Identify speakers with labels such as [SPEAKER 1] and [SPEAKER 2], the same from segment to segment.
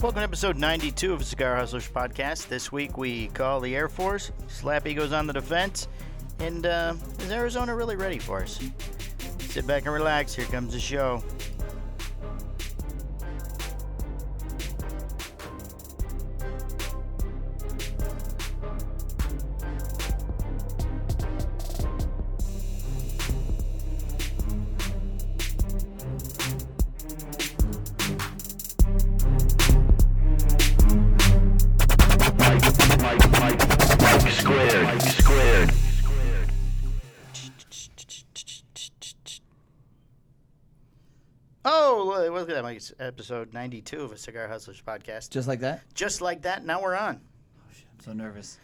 [SPEAKER 1] Welcome to episode 92 of Cigar Hustlers podcast. This week we call the Air Force, Slappy goes on the defense, and uh, is Arizona really ready for us? Sit back and relax. Here comes the show.
[SPEAKER 2] Squared. Squared.
[SPEAKER 1] Oh, look look at that. Mike. It's episode 92 of a Cigar Hustlers podcast.
[SPEAKER 3] Just like that?
[SPEAKER 1] Just like that, now we're on.
[SPEAKER 3] I'm so nervous.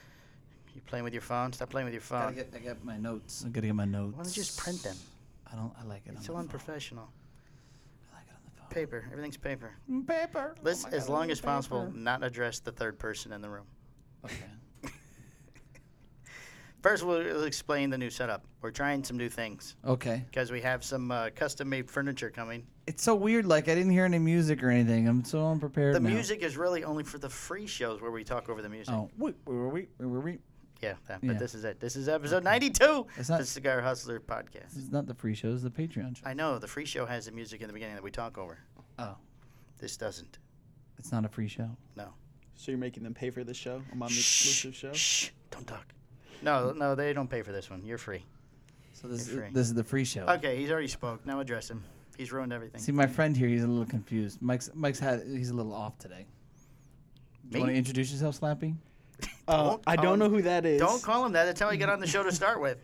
[SPEAKER 1] You playing with your phone? Stop playing with your phone.
[SPEAKER 3] Gotta get, I got my notes. I gotta get my notes.
[SPEAKER 1] Why don't you just print them?
[SPEAKER 3] I don't. I like it.
[SPEAKER 1] It's
[SPEAKER 3] on
[SPEAKER 1] so
[SPEAKER 3] the phone.
[SPEAKER 1] unprofessional.
[SPEAKER 3] I like it
[SPEAKER 1] Paper. Everything's paper. Oh
[SPEAKER 3] on the phone. Paper.
[SPEAKER 1] Let's, as long as possible, not address the third person in the room.
[SPEAKER 3] Okay.
[SPEAKER 1] First, we'll explain the new setup. We're trying some new things
[SPEAKER 3] Okay.
[SPEAKER 1] because we have some uh, custom-made furniture coming.
[SPEAKER 3] It's so weird. Like I didn't hear any music or anything. I'm so unprepared.
[SPEAKER 1] The
[SPEAKER 3] now.
[SPEAKER 1] music is really only for the free shows where we talk over the music.
[SPEAKER 3] Oh, wait, wait, wait, wait, wait, wait.
[SPEAKER 1] Yeah, that,
[SPEAKER 3] Yeah.
[SPEAKER 1] but this is it. This is episode 92 of
[SPEAKER 3] It's not-
[SPEAKER 1] the Cigar Hustler podcast.
[SPEAKER 3] This is not the free show. This is the Patreon show.
[SPEAKER 1] I know, the free show has the music in the beginning that we talk over.
[SPEAKER 3] Oh,
[SPEAKER 1] This doesn't.
[SPEAKER 3] it's not a free show.
[SPEAKER 4] So you're making them pay for this show? I'm on the exclusive show?
[SPEAKER 1] Shh, don't talk. No, no, they don't pay for this one. You're free.
[SPEAKER 3] So this
[SPEAKER 1] You're free.
[SPEAKER 3] is, this is the free show.
[SPEAKER 1] Okay, he's already spoke. Now address him. He's ruined everything.
[SPEAKER 3] Oh. See, my friend here, he's a little confused. Mike's Mike's had he's a little off today.
[SPEAKER 1] Me?
[SPEAKER 3] Do you want to introduce yourself, Slappy?
[SPEAKER 4] Uh, I
[SPEAKER 1] call
[SPEAKER 4] don't know who that is.
[SPEAKER 1] Don't call him that. That's how I get on the show to start with.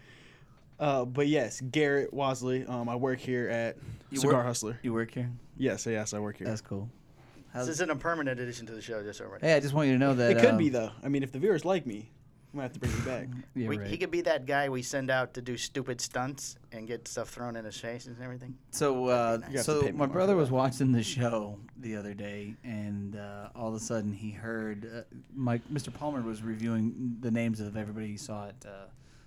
[SPEAKER 4] Uh, but yes, Garrett Wasley. Um, I work here at Cigar
[SPEAKER 3] work-
[SPEAKER 4] Hustler.
[SPEAKER 3] You work here.
[SPEAKER 4] Yes, yes, I work here.
[SPEAKER 3] That's cool.
[SPEAKER 1] This
[SPEAKER 3] How's-
[SPEAKER 1] isn't a permanent addition to the show, just so we're-
[SPEAKER 3] Hey, I just want you to know that
[SPEAKER 4] it could
[SPEAKER 3] um,
[SPEAKER 4] be though. I mean, if the viewers like me, I'm gonna have to bring you back.
[SPEAKER 3] Yeah,
[SPEAKER 1] we,
[SPEAKER 3] right.
[SPEAKER 1] He could be that guy we send out to do stupid stunts and get stuff thrown in his face and everything.
[SPEAKER 3] So,
[SPEAKER 1] Oh,
[SPEAKER 3] uh,
[SPEAKER 4] You have to
[SPEAKER 3] so
[SPEAKER 4] pay me
[SPEAKER 3] my
[SPEAKER 4] more
[SPEAKER 3] brother
[SPEAKER 4] for
[SPEAKER 3] was
[SPEAKER 4] that.
[SPEAKER 3] watching the show the other day, and uh, all of a sudden he heard uh, Mike, Mr. Palmer was reviewing the names of everybody he saw at uh,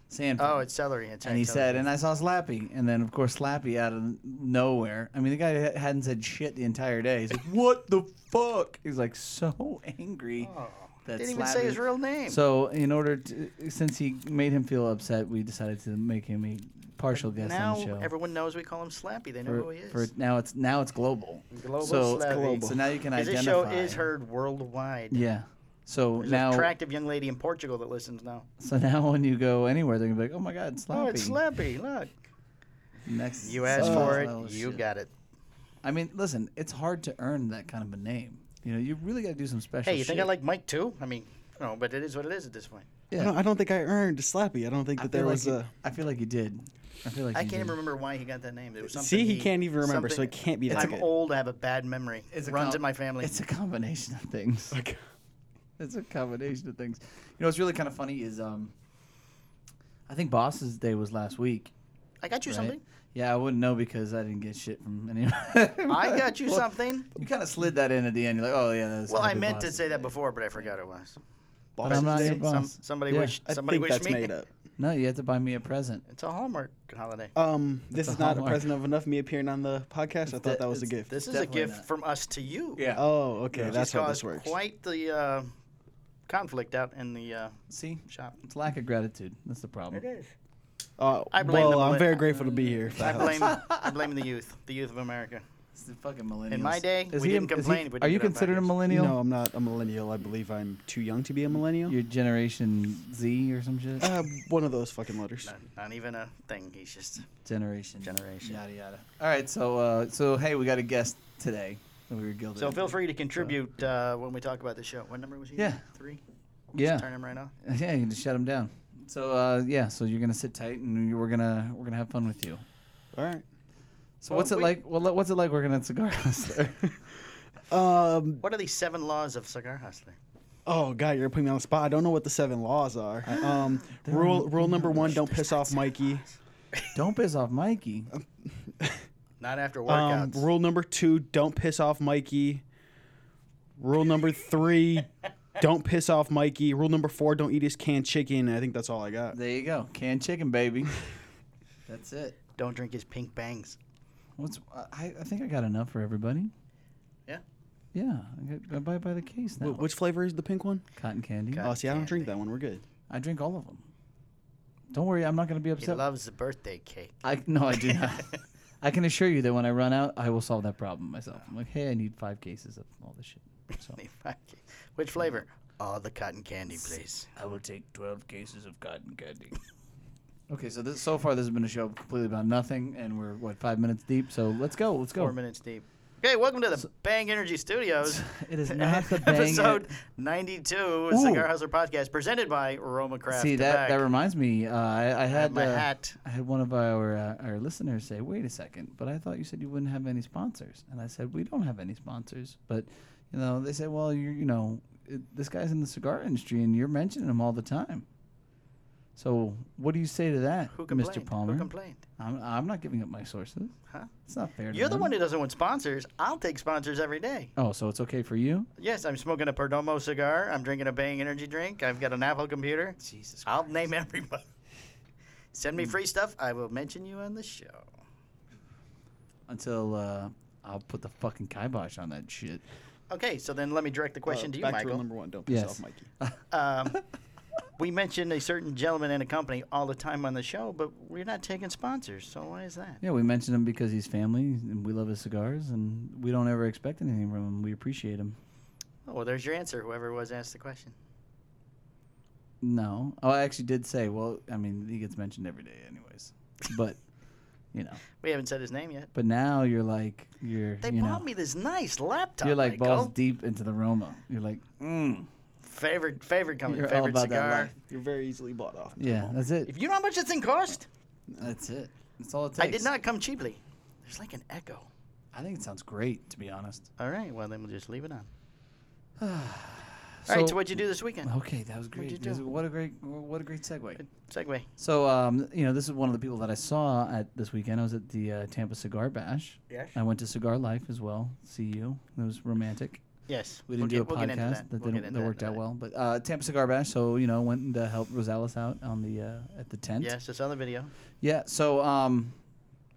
[SPEAKER 3] Sanford.
[SPEAKER 1] Oh, it's celery. It's
[SPEAKER 3] and he said, and I saw Slappy, and then of course Slappy out of nowhere. I mean, the guy ha- hadn't said shit the entire day. He's like, "What the fuck?" He's like so angry.
[SPEAKER 1] oh,
[SPEAKER 3] that
[SPEAKER 1] didn't even say his
[SPEAKER 3] Slappy-
[SPEAKER 1] real name.
[SPEAKER 3] So, in order to, since he made him feel upset, we decided to make him a partial guest on the show.
[SPEAKER 1] now everyone knows we call him Slappy. They know who he is.
[SPEAKER 3] for now it's now it's global.
[SPEAKER 1] Global
[SPEAKER 3] so,
[SPEAKER 1] Slappy.
[SPEAKER 4] Global.
[SPEAKER 3] so now you can
[SPEAKER 1] 'Cause
[SPEAKER 3] identify.
[SPEAKER 1] this show is heard worldwide.
[SPEAKER 3] Yeah. So
[SPEAKER 1] There's
[SPEAKER 3] now,
[SPEAKER 1] an attractive young lady in Portugal that listens now.
[SPEAKER 3] so now when you go anywhere, they're gonna be like, "Oh my God, it's Slappy!"
[SPEAKER 1] Oh, it's Slappy. Look,
[SPEAKER 3] Next,
[SPEAKER 1] you asked
[SPEAKER 3] song
[SPEAKER 1] for
[SPEAKER 3] is
[SPEAKER 1] it,
[SPEAKER 3] Little
[SPEAKER 1] you
[SPEAKER 3] Shit.
[SPEAKER 1] got it.
[SPEAKER 3] I mean, listen, it's hard to earn that kind of a name. You know, you really got to do some special.
[SPEAKER 1] Hey, you think I
[SPEAKER 3] shit.
[SPEAKER 1] like Mike too? I mean, no, but it is what it is at this point.
[SPEAKER 4] I,
[SPEAKER 3] Yeah.
[SPEAKER 4] don't, I don't think I earned Slappy. I don't think
[SPEAKER 3] I
[SPEAKER 4] that
[SPEAKER 3] feel
[SPEAKER 4] there
[SPEAKER 3] like
[SPEAKER 4] was
[SPEAKER 3] you-
[SPEAKER 4] a.
[SPEAKER 3] I feel like you did. I feel like
[SPEAKER 1] I
[SPEAKER 3] you
[SPEAKER 1] can't even
[SPEAKER 3] did.
[SPEAKER 1] remember why he got that name. It was something.
[SPEAKER 4] See, he can't even remember, so it
[SPEAKER 1] something-
[SPEAKER 4] can't be that
[SPEAKER 1] I'm
[SPEAKER 4] good.
[SPEAKER 1] old. I have a bad memory. It
[SPEAKER 3] It's a
[SPEAKER 1] runs
[SPEAKER 3] com-
[SPEAKER 1] in my family.
[SPEAKER 3] It's a combination of things.
[SPEAKER 4] Like,
[SPEAKER 3] It's a combination of things. You know, what's really kind of funny is um, I think Boss's day was last week.
[SPEAKER 1] I got you
[SPEAKER 3] right?
[SPEAKER 1] something.
[SPEAKER 3] Yeah, I wouldn't know because I didn't get shit from anyone.
[SPEAKER 1] I got you something.
[SPEAKER 3] You kind of slid that in at the end. You're like, oh yeah, that's.
[SPEAKER 1] Well, I meant to say that before, but I forgot it was.
[SPEAKER 3] But I'm not
[SPEAKER 4] Boss's
[SPEAKER 3] your
[SPEAKER 4] Day?
[SPEAKER 1] Some,
[SPEAKER 3] boss.
[SPEAKER 1] somebody
[SPEAKER 3] Yeah.
[SPEAKER 1] wished.
[SPEAKER 4] I
[SPEAKER 1] Somebody
[SPEAKER 4] think
[SPEAKER 1] wished
[SPEAKER 4] that's
[SPEAKER 1] me.
[SPEAKER 4] made up.
[SPEAKER 3] No, you have to buy me a present.
[SPEAKER 1] It's a Hallmark holiday.
[SPEAKER 4] Um, this
[SPEAKER 3] a
[SPEAKER 4] is not a
[SPEAKER 3] hallmark.
[SPEAKER 4] present of enough me appearing on the podcast.
[SPEAKER 3] the-
[SPEAKER 4] I thought that was a
[SPEAKER 3] it's
[SPEAKER 4] gift.
[SPEAKER 1] This is a
[SPEAKER 3] definitely
[SPEAKER 1] gift
[SPEAKER 3] not.
[SPEAKER 1] from us to you.
[SPEAKER 4] Oh, okay,
[SPEAKER 1] Which
[SPEAKER 4] that's
[SPEAKER 1] has
[SPEAKER 4] how this
[SPEAKER 1] caused
[SPEAKER 4] works.
[SPEAKER 1] Quite the uh, conflict out in the uh,
[SPEAKER 3] See,
[SPEAKER 1] shop.
[SPEAKER 3] it's lack of gratitude. That's the problem.
[SPEAKER 1] is.
[SPEAKER 4] Uh,
[SPEAKER 1] I blame the
[SPEAKER 4] well, I'm
[SPEAKER 1] millenn-
[SPEAKER 4] very grateful to be here. if that
[SPEAKER 1] I
[SPEAKER 4] helps.
[SPEAKER 1] blame. I blame the youth. The youth of America.
[SPEAKER 3] It's the fucking millennials.
[SPEAKER 1] my day, we
[SPEAKER 3] he a-
[SPEAKER 1] didn't
[SPEAKER 3] is he-
[SPEAKER 1] complain if we
[SPEAKER 3] are
[SPEAKER 1] didn't
[SPEAKER 3] you
[SPEAKER 1] get our
[SPEAKER 3] considered a
[SPEAKER 1] podcast.
[SPEAKER 3] millennial?
[SPEAKER 4] No, I'm not a millennial. I believe I'm too young to be a millennial.
[SPEAKER 3] You're Generation Z or some shit.
[SPEAKER 4] Uh, one of those fucking letters.
[SPEAKER 1] Not, not even a thing. He's just.
[SPEAKER 3] generation.
[SPEAKER 1] Generation.
[SPEAKER 3] Yada yada. All right, so uh, so hey, we got a guest today. that We were gilded.
[SPEAKER 1] So feel free to contribute uh, when we talk about the show. What number was he?
[SPEAKER 3] Yeah.
[SPEAKER 1] Three.
[SPEAKER 3] Yeah.
[SPEAKER 1] Turn him right off.
[SPEAKER 3] Yeah, you can just shut them down. So uh, yeah, so you're gonna sit tight, and you- we're gonna we're gonna have fun with you.
[SPEAKER 4] All right.
[SPEAKER 3] So
[SPEAKER 1] Well,
[SPEAKER 3] what's it
[SPEAKER 1] we-
[SPEAKER 3] like? Well, what's it like working at Cigar Hustler?
[SPEAKER 4] Um.
[SPEAKER 1] What are these seven laws of cigar hustler?
[SPEAKER 4] Oh God, you're putting me on the spot. I don't know what the seven laws are. Um. rule Rule number one: don't piss off Mikey.
[SPEAKER 3] Don't piss off Mikey.
[SPEAKER 1] Not after
[SPEAKER 4] Um.
[SPEAKER 1] workouts.
[SPEAKER 4] Rule number two: don't piss off Mikey. Rule number three: don't piss off Mikey. Rule number four: don't eat his canned chicken. I think that's all I got.
[SPEAKER 3] There you go, canned chicken, baby. That's it.
[SPEAKER 1] Don't drink his pink bangs.
[SPEAKER 3] What's I, I think I got enough for everybody.
[SPEAKER 1] Yeah.
[SPEAKER 3] Yeah, I, got- I buy by the case now.
[SPEAKER 4] Wh- Which flavor is the pink one?
[SPEAKER 3] Cotton candy.
[SPEAKER 4] Oh, see, I don't drink that one. We're good.
[SPEAKER 3] I drink all of them. Don't worry, I'm not going to be
[SPEAKER 1] He
[SPEAKER 3] upset.
[SPEAKER 1] loves the birthday cake.
[SPEAKER 3] I no, I do not. I can assure you that when I run out, I will solve that problem myself. I'm like, hey, I need five cases of all this shit. So
[SPEAKER 1] Which flavor? All the cotton candy, please.
[SPEAKER 3] I will take twelve cases of cotton candy. okay, so this so far this has been a show completely about nothing, and we're what five minutes deep. So let's go. Let's go.
[SPEAKER 1] Four minutes deep. Okay, welcome to the Bang Energy Studios.
[SPEAKER 3] It is not the Bang
[SPEAKER 1] episode 92 of
[SPEAKER 3] Ooh.
[SPEAKER 1] Cigar Hustler Podcast, presented by Roma Craft.
[SPEAKER 3] See that
[SPEAKER 1] Tobacco.
[SPEAKER 3] that reminds me. Uh, I, I
[SPEAKER 1] I had
[SPEAKER 3] had
[SPEAKER 1] my
[SPEAKER 3] uh,
[SPEAKER 1] hat.
[SPEAKER 3] I had one of our uh, our listeners say, "Wait a second, but I thought you said you wouldn't have any sponsors." And I said, "We don't have any sponsors." But you know, they said, "Well, you you know, it, this guy's in the cigar industry, and you're mentioning him all the time." So what do you say to that,
[SPEAKER 1] Who complained?
[SPEAKER 3] Mr. Palmer?
[SPEAKER 1] Who complained?
[SPEAKER 3] I'm I'm not giving up my sources.
[SPEAKER 1] Huh?
[SPEAKER 3] It's not fair. to
[SPEAKER 1] You're the
[SPEAKER 3] them.
[SPEAKER 1] one who doesn't want sponsors. I'll take sponsors every day.
[SPEAKER 3] Oh, so it's okay for you?
[SPEAKER 1] Yes, I'm smoking a Perdomo cigar. I'm drinking a Bang Energy drink. I've got an Apple computer.
[SPEAKER 3] Jesus. Hmm.
[SPEAKER 1] I'll name everybody. Send me free stuff. I will mention you on the show.
[SPEAKER 3] Until uh, I'll put the fucking kibosh on that shit.
[SPEAKER 1] Okay, so then let me direct the question
[SPEAKER 4] Uh,
[SPEAKER 1] to you,
[SPEAKER 4] back
[SPEAKER 1] Michael.
[SPEAKER 4] rule number one. Don't piss
[SPEAKER 3] Yes.
[SPEAKER 4] off Mikey.
[SPEAKER 1] Um, we mention a certain gentleman and a company all the time on the show, but we're not taking sponsors. So why is that?
[SPEAKER 3] Yeah, we mentioned him because he's family and we love his cigars and we don't ever expect anything from him. We appreciate him.
[SPEAKER 1] Oh, well, there's your answer. Whoever was asked the question.
[SPEAKER 3] No. Oh, I actually did say, well, I mean, he gets mentioned every day anyways. But, you know.
[SPEAKER 1] We haven't said his name yet.
[SPEAKER 3] But now you're like, you're,
[SPEAKER 1] They
[SPEAKER 3] you know,
[SPEAKER 1] bought me this nice laptop.
[SPEAKER 3] you're like
[SPEAKER 1] Michael.
[SPEAKER 3] balls deep into the Roma. You're like, mm,
[SPEAKER 1] Favorite, favorite company,
[SPEAKER 3] you're all
[SPEAKER 1] favorite
[SPEAKER 3] about
[SPEAKER 1] cigar.
[SPEAKER 3] that life.
[SPEAKER 4] You're very easily bought off.
[SPEAKER 3] Yeah, that's it.
[SPEAKER 1] If you know how much this thing cost,
[SPEAKER 3] That's it. That's all it takes.
[SPEAKER 1] I did not come cheaply. There's like an echo.
[SPEAKER 3] I think it sounds great, to be honest.
[SPEAKER 1] All right, well then we'll just leave it on. all right, so what'd you do this weekend?
[SPEAKER 3] Okay, that was great.
[SPEAKER 1] you
[SPEAKER 3] This-
[SPEAKER 1] do?
[SPEAKER 3] What a great, what a great segue.
[SPEAKER 1] Segway.
[SPEAKER 3] So, um, you know, this is one of the people that I saw at this weekend. I was at the uh, Tampa Cigar Bash.
[SPEAKER 1] Yes.
[SPEAKER 3] I went to Cigar Life as well. See you. It was romantic.
[SPEAKER 1] Yes,
[SPEAKER 3] We
[SPEAKER 1] we'll
[SPEAKER 3] didn't do a
[SPEAKER 1] get- we'll get
[SPEAKER 3] podcast
[SPEAKER 1] into
[SPEAKER 3] that,
[SPEAKER 1] We'll get
[SPEAKER 3] didn't,
[SPEAKER 1] into
[SPEAKER 3] that worked
[SPEAKER 1] in a
[SPEAKER 3] out
[SPEAKER 1] minute.
[SPEAKER 3] well. But uh, Tampa Cigar Bash. So you know, went and uh, helped Rosales out on the uh, at the tent.
[SPEAKER 1] Yes, it's on the video.
[SPEAKER 3] Yeah. So, um,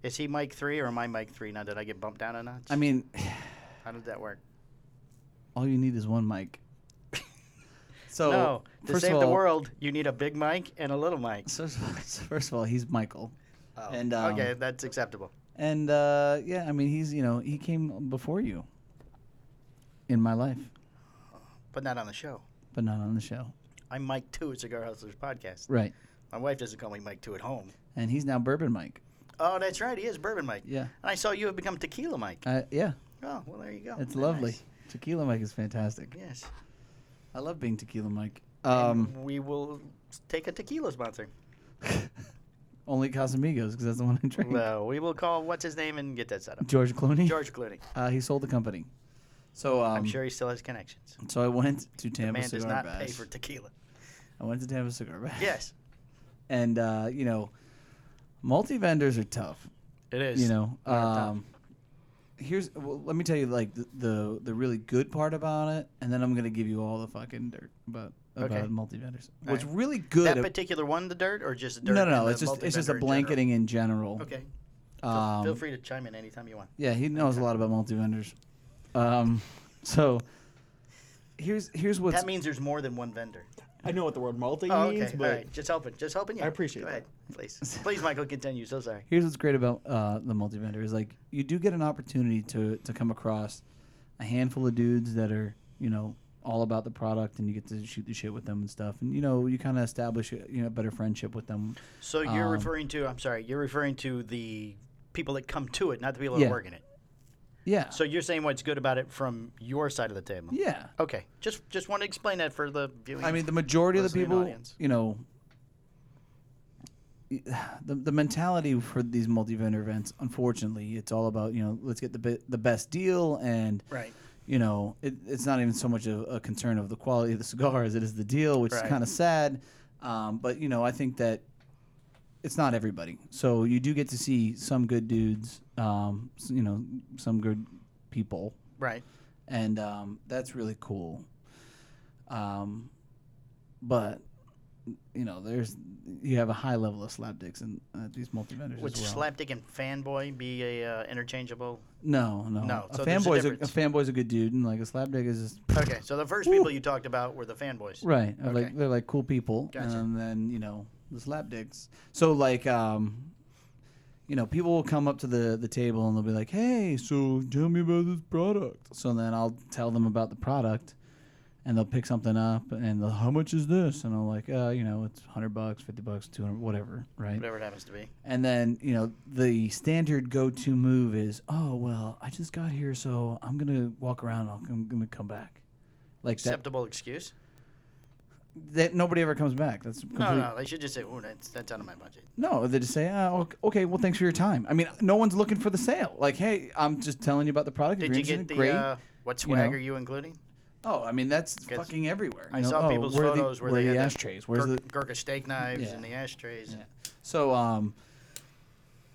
[SPEAKER 1] Is he Mike three or am I Mike three? Now did I get bumped down a notch?
[SPEAKER 3] I mean,
[SPEAKER 1] how did that work?
[SPEAKER 3] all you need is one mic. So
[SPEAKER 1] no, to
[SPEAKER 3] first
[SPEAKER 1] save
[SPEAKER 3] of all,
[SPEAKER 1] the world, you need a big mic and a little mic.
[SPEAKER 3] So, so- first of all, he's Michael.
[SPEAKER 1] Oh,
[SPEAKER 3] And, um,
[SPEAKER 1] okay, that's acceptable.
[SPEAKER 3] And uh, yeah, I mean, he's you know he came before you. In my life,
[SPEAKER 1] But not on the show.
[SPEAKER 3] but not on the show.
[SPEAKER 1] I'm Mike two at Cigar Hustlers podcast.
[SPEAKER 3] Right.
[SPEAKER 1] My wife doesn't call me Mike two at home.
[SPEAKER 3] and he's now Bourbon Mike.
[SPEAKER 1] Oh, that's right. He is Bourbon Mike.
[SPEAKER 3] Yeah,
[SPEAKER 1] And I saw you have become Tequila Mike.
[SPEAKER 3] uh, yeah,
[SPEAKER 1] Oh, well, there you go.
[SPEAKER 3] it's
[SPEAKER 1] Very
[SPEAKER 3] lovely.
[SPEAKER 1] nice.
[SPEAKER 3] Tequila Mike is fantastic.
[SPEAKER 1] Yes.
[SPEAKER 3] I love being Tequila Mike.
[SPEAKER 1] Um,
[SPEAKER 3] Um,
[SPEAKER 1] we will take a tequila sponsor.
[SPEAKER 3] only Casamigos because that's the one I drink.
[SPEAKER 1] No, we will call what's his name and get that set up.
[SPEAKER 3] George Clooney.
[SPEAKER 1] George Clooney.
[SPEAKER 3] Uh, he sold the company. So um,
[SPEAKER 1] I'm sure he still has connections.
[SPEAKER 3] So I went to
[SPEAKER 1] The
[SPEAKER 3] Tampa
[SPEAKER 1] man does
[SPEAKER 3] Cigar
[SPEAKER 1] not
[SPEAKER 3] Bash.
[SPEAKER 1] pay for tequila.
[SPEAKER 3] I went to Tampa Cigar Bash.
[SPEAKER 1] Yes,
[SPEAKER 3] And uh, you know, multi vendors are tough.
[SPEAKER 1] it is.
[SPEAKER 3] you know
[SPEAKER 1] They're tough.
[SPEAKER 3] um, here's well, let me tell you like the, the the really good part about it and then i'm gonna give you all the fucking dirt about about
[SPEAKER 1] Okay.
[SPEAKER 3] multi-vendors
[SPEAKER 1] All
[SPEAKER 3] what's
[SPEAKER 1] right.
[SPEAKER 3] really good
[SPEAKER 1] that
[SPEAKER 3] ab-
[SPEAKER 1] particular one, the dirt, or just dirt?
[SPEAKER 3] no no
[SPEAKER 1] and
[SPEAKER 3] no
[SPEAKER 1] the
[SPEAKER 3] it's just it's just
[SPEAKER 1] multivendor
[SPEAKER 3] a
[SPEAKER 1] in general?
[SPEAKER 3] blanketing in general,
[SPEAKER 1] Okay. Feel-
[SPEAKER 3] um,
[SPEAKER 1] Feel free to chime in anytime you want.
[SPEAKER 3] yeah he knows a lot about multi-vendors um, so here's here's what's
[SPEAKER 1] That means there's more than one vendor.
[SPEAKER 4] I know what the word multi
[SPEAKER 1] Oh,
[SPEAKER 4] means,
[SPEAKER 1] okay. All
[SPEAKER 4] but
[SPEAKER 1] right. Just helping. Just helping you.
[SPEAKER 4] I appreciate
[SPEAKER 1] Go
[SPEAKER 4] that.
[SPEAKER 1] ahead, please. Please, Michael, continue. So sorry.
[SPEAKER 3] here's what's great about uh, the multi-vendor is like you do get an opportunity to to come across a handful of dudes that are you know all about the product and you get to shoot the shit with them and stuff and you know you kind of establish a, you know better friendship with them
[SPEAKER 1] So you're
[SPEAKER 3] Um,
[SPEAKER 1] referring to? I'm sorry. You're referring to the people that come to it, not the people that
[SPEAKER 3] Yeah.
[SPEAKER 1] work in it.
[SPEAKER 3] yeah
[SPEAKER 1] So you're saying what's good about it from your side of the table?
[SPEAKER 3] yeah
[SPEAKER 1] Okay. Just just want to explain that for the viewing.
[SPEAKER 3] i mean the majority of the
[SPEAKER 1] Listening
[SPEAKER 3] people
[SPEAKER 1] audience.
[SPEAKER 3] you know the, the mentality for these multi-vendor events unfortunately it's all about you know let's get the be- the best deal and
[SPEAKER 1] right.
[SPEAKER 3] you know, it, it's not even so much a, a concern of the quality of the cigar as it is the deal, which
[SPEAKER 1] Right.
[SPEAKER 3] is kind of sad. Um, but you know, I think that it's not everybody. So you do get to see some good dudes, um, s- you know, some good people,
[SPEAKER 1] Right.
[SPEAKER 3] and um, that's really cool. Um, but you know, there's you have a high level of slap dicks and uh, these multi vendors.
[SPEAKER 1] Would
[SPEAKER 3] as well.
[SPEAKER 1] slapdick and fanboy be a uh, interchangeable?
[SPEAKER 3] No, no.
[SPEAKER 1] No,
[SPEAKER 3] a
[SPEAKER 1] so there's a
[SPEAKER 3] fanboy's a, a
[SPEAKER 1] difference.
[SPEAKER 3] fanboy's a good dude, and like a slapdick is just
[SPEAKER 1] Okay, so the first people you talked about were the fanboys.
[SPEAKER 3] right. Or,
[SPEAKER 1] Okay.
[SPEAKER 3] Like they're like cool people,
[SPEAKER 1] Gotcha.
[SPEAKER 3] and then you know the slapdicks. So like, um, you know, people will come up to the the table and they'll be like, "Hey, so tell me about this product." So then I'll tell them about the product, and they'll pick something up, and they'll, how much is this? And I'm like, uh, you know, it's hundred bucks, fifty bucks, two hundred, whatever, right?
[SPEAKER 1] Whatever it happens to be.
[SPEAKER 3] And then, you know, the standard go to move is, oh, well, I just got here, so I'm going to walk around. I'll, I'm going to come back. Like that,
[SPEAKER 1] Acceptable excuse?
[SPEAKER 3] that, nobody ever comes back. That's
[SPEAKER 1] No,
[SPEAKER 3] complete,
[SPEAKER 1] no, they should just say, "Ooh, that's that's out of my budget."
[SPEAKER 3] no, they just say, oh, ok- okay, well, thanks for your time. I mean, no one's looking for the sale. Like, hey, I'm just telling you about the product. If
[SPEAKER 1] Did you
[SPEAKER 3] you're
[SPEAKER 1] get the
[SPEAKER 3] interested, great.
[SPEAKER 1] uh, what
[SPEAKER 3] you
[SPEAKER 1] swag
[SPEAKER 3] know.
[SPEAKER 1] are you including?
[SPEAKER 3] oh, I mean, that's
[SPEAKER 1] 'cause
[SPEAKER 3] fucking everywhere.
[SPEAKER 1] I
[SPEAKER 3] You know,
[SPEAKER 1] saw
[SPEAKER 3] oh,
[SPEAKER 1] people's
[SPEAKER 3] where are the-
[SPEAKER 1] photos where,
[SPEAKER 3] where are
[SPEAKER 1] they
[SPEAKER 3] the
[SPEAKER 1] had
[SPEAKER 3] ashtrays. Where's
[SPEAKER 1] Gurk-
[SPEAKER 3] the
[SPEAKER 1] Gurkha steak knives
[SPEAKER 3] Yeah.
[SPEAKER 1] and the ashtrays?
[SPEAKER 3] Yeah. So um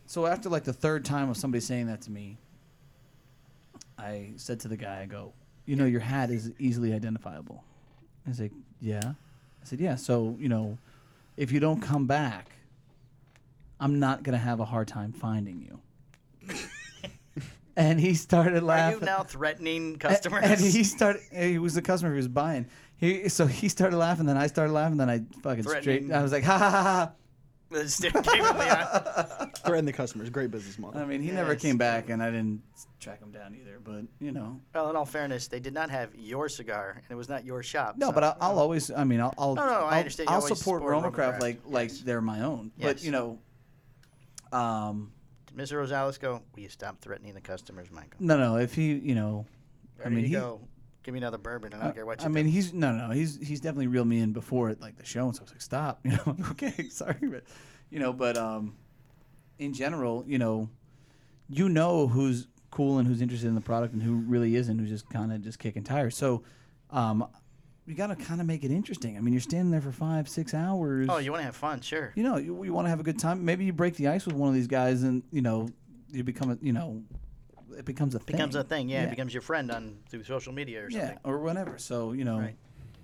[SPEAKER 3] so after like the third time of somebody saying that to me, I said to the guy, I go, You know, your hat is easily identifiable. He's like, Yeah. I said, Yeah, so, you know, if you don't come back, I'm not gonna have a hard time finding you. and he started
[SPEAKER 1] Are you
[SPEAKER 3] laughing.
[SPEAKER 1] now threatening
[SPEAKER 3] A-
[SPEAKER 1] customers?
[SPEAKER 3] And he started. He was the customer who was buying. He so he started laughing, then I started laughing, then I fucking straight.
[SPEAKER 1] Threatening.
[SPEAKER 3] I was like, ha ha ha ha.
[SPEAKER 1] The stick came in the eye.
[SPEAKER 4] Threaten the customers. Great business
[SPEAKER 3] I
[SPEAKER 4] model.
[SPEAKER 3] mean, he never
[SPEAKER 1] Yes.
[SPEAKER 3] came back, and I didn't track him down either. But you know,
[SPEAKER 1] Well, in all fairness, they did not have your cigar, and it was not your shop.
[SPEAKER 3] no.
[SPEAKER 1] so-
[SPEAKER 3] But I'll, I'll always. I mean, I'll. I'll
[SPEAKER 1] No, no, I
[SPEAKER 3] I'll-
[SPEAKER 1] understand. You
[SPEAKER 3] I'll
[SPEAKER 1] always
[SPEAKER 3] support
[SPEAKER 1] support
[SPEAKER 3] Roma
[SPEAKER 1] Roma
[SPEAKER 3] Craft
[SPEAKER 1] Craft,
[SPEAKER 3] like like
[SPEAKER 1] yes.
[SPEAKER 3] they're my own. But
[SPEAKER 1] Yes.
[SPEAKER 3] you know, um,
[SPEAKER 1] Did Mr. Rosales go, will you stop threatening the customers, Michael?
[SPEAKER 3] no, no. If he, you know,
[SPEAKER 1] Or
[SPEAKER 3] I
[SPEAKER 1] did
[SPEAKER 3] mean,
[SPEAKER 1] he
[SPEAKER 3] he.
[SPEAKER 1] go, give me another bourbon, and I don't care what you
[SPEAKER 3] I
[SPEAKER 1] do."
[SPEAKER 3] mean, he's no, no. He's he's definitely reeled me in before it, like the show, and so I was like, stop. You know, okay, sorry, but you know, but um, in general, you know, you know who's cool and who's interested in the product and who really isn't, who's just kind of just kicking tires. So, um, you got to kind of make it interesting. I mean, you're standing there for five, six hours.
[SPEAKER 1] Oh, you want to have fun? Sure.
[SPEAKER 3] you know, you, you want to have a good time. Maybe you break the ice with one of these guys, and you know, you become a, you know, it becomes a thing.
[SPEAKER 1] becomes a thing. Yeah,
[SPEAKER 3] Yeah.
[SPEAKER 1] it becomes your friend on through social media or
[SPEAKER 3] Yeah,
[SPEAKER 1] something.
[SPEAKER 3] or whatever. So you know,
[SPEAKER 1] Right.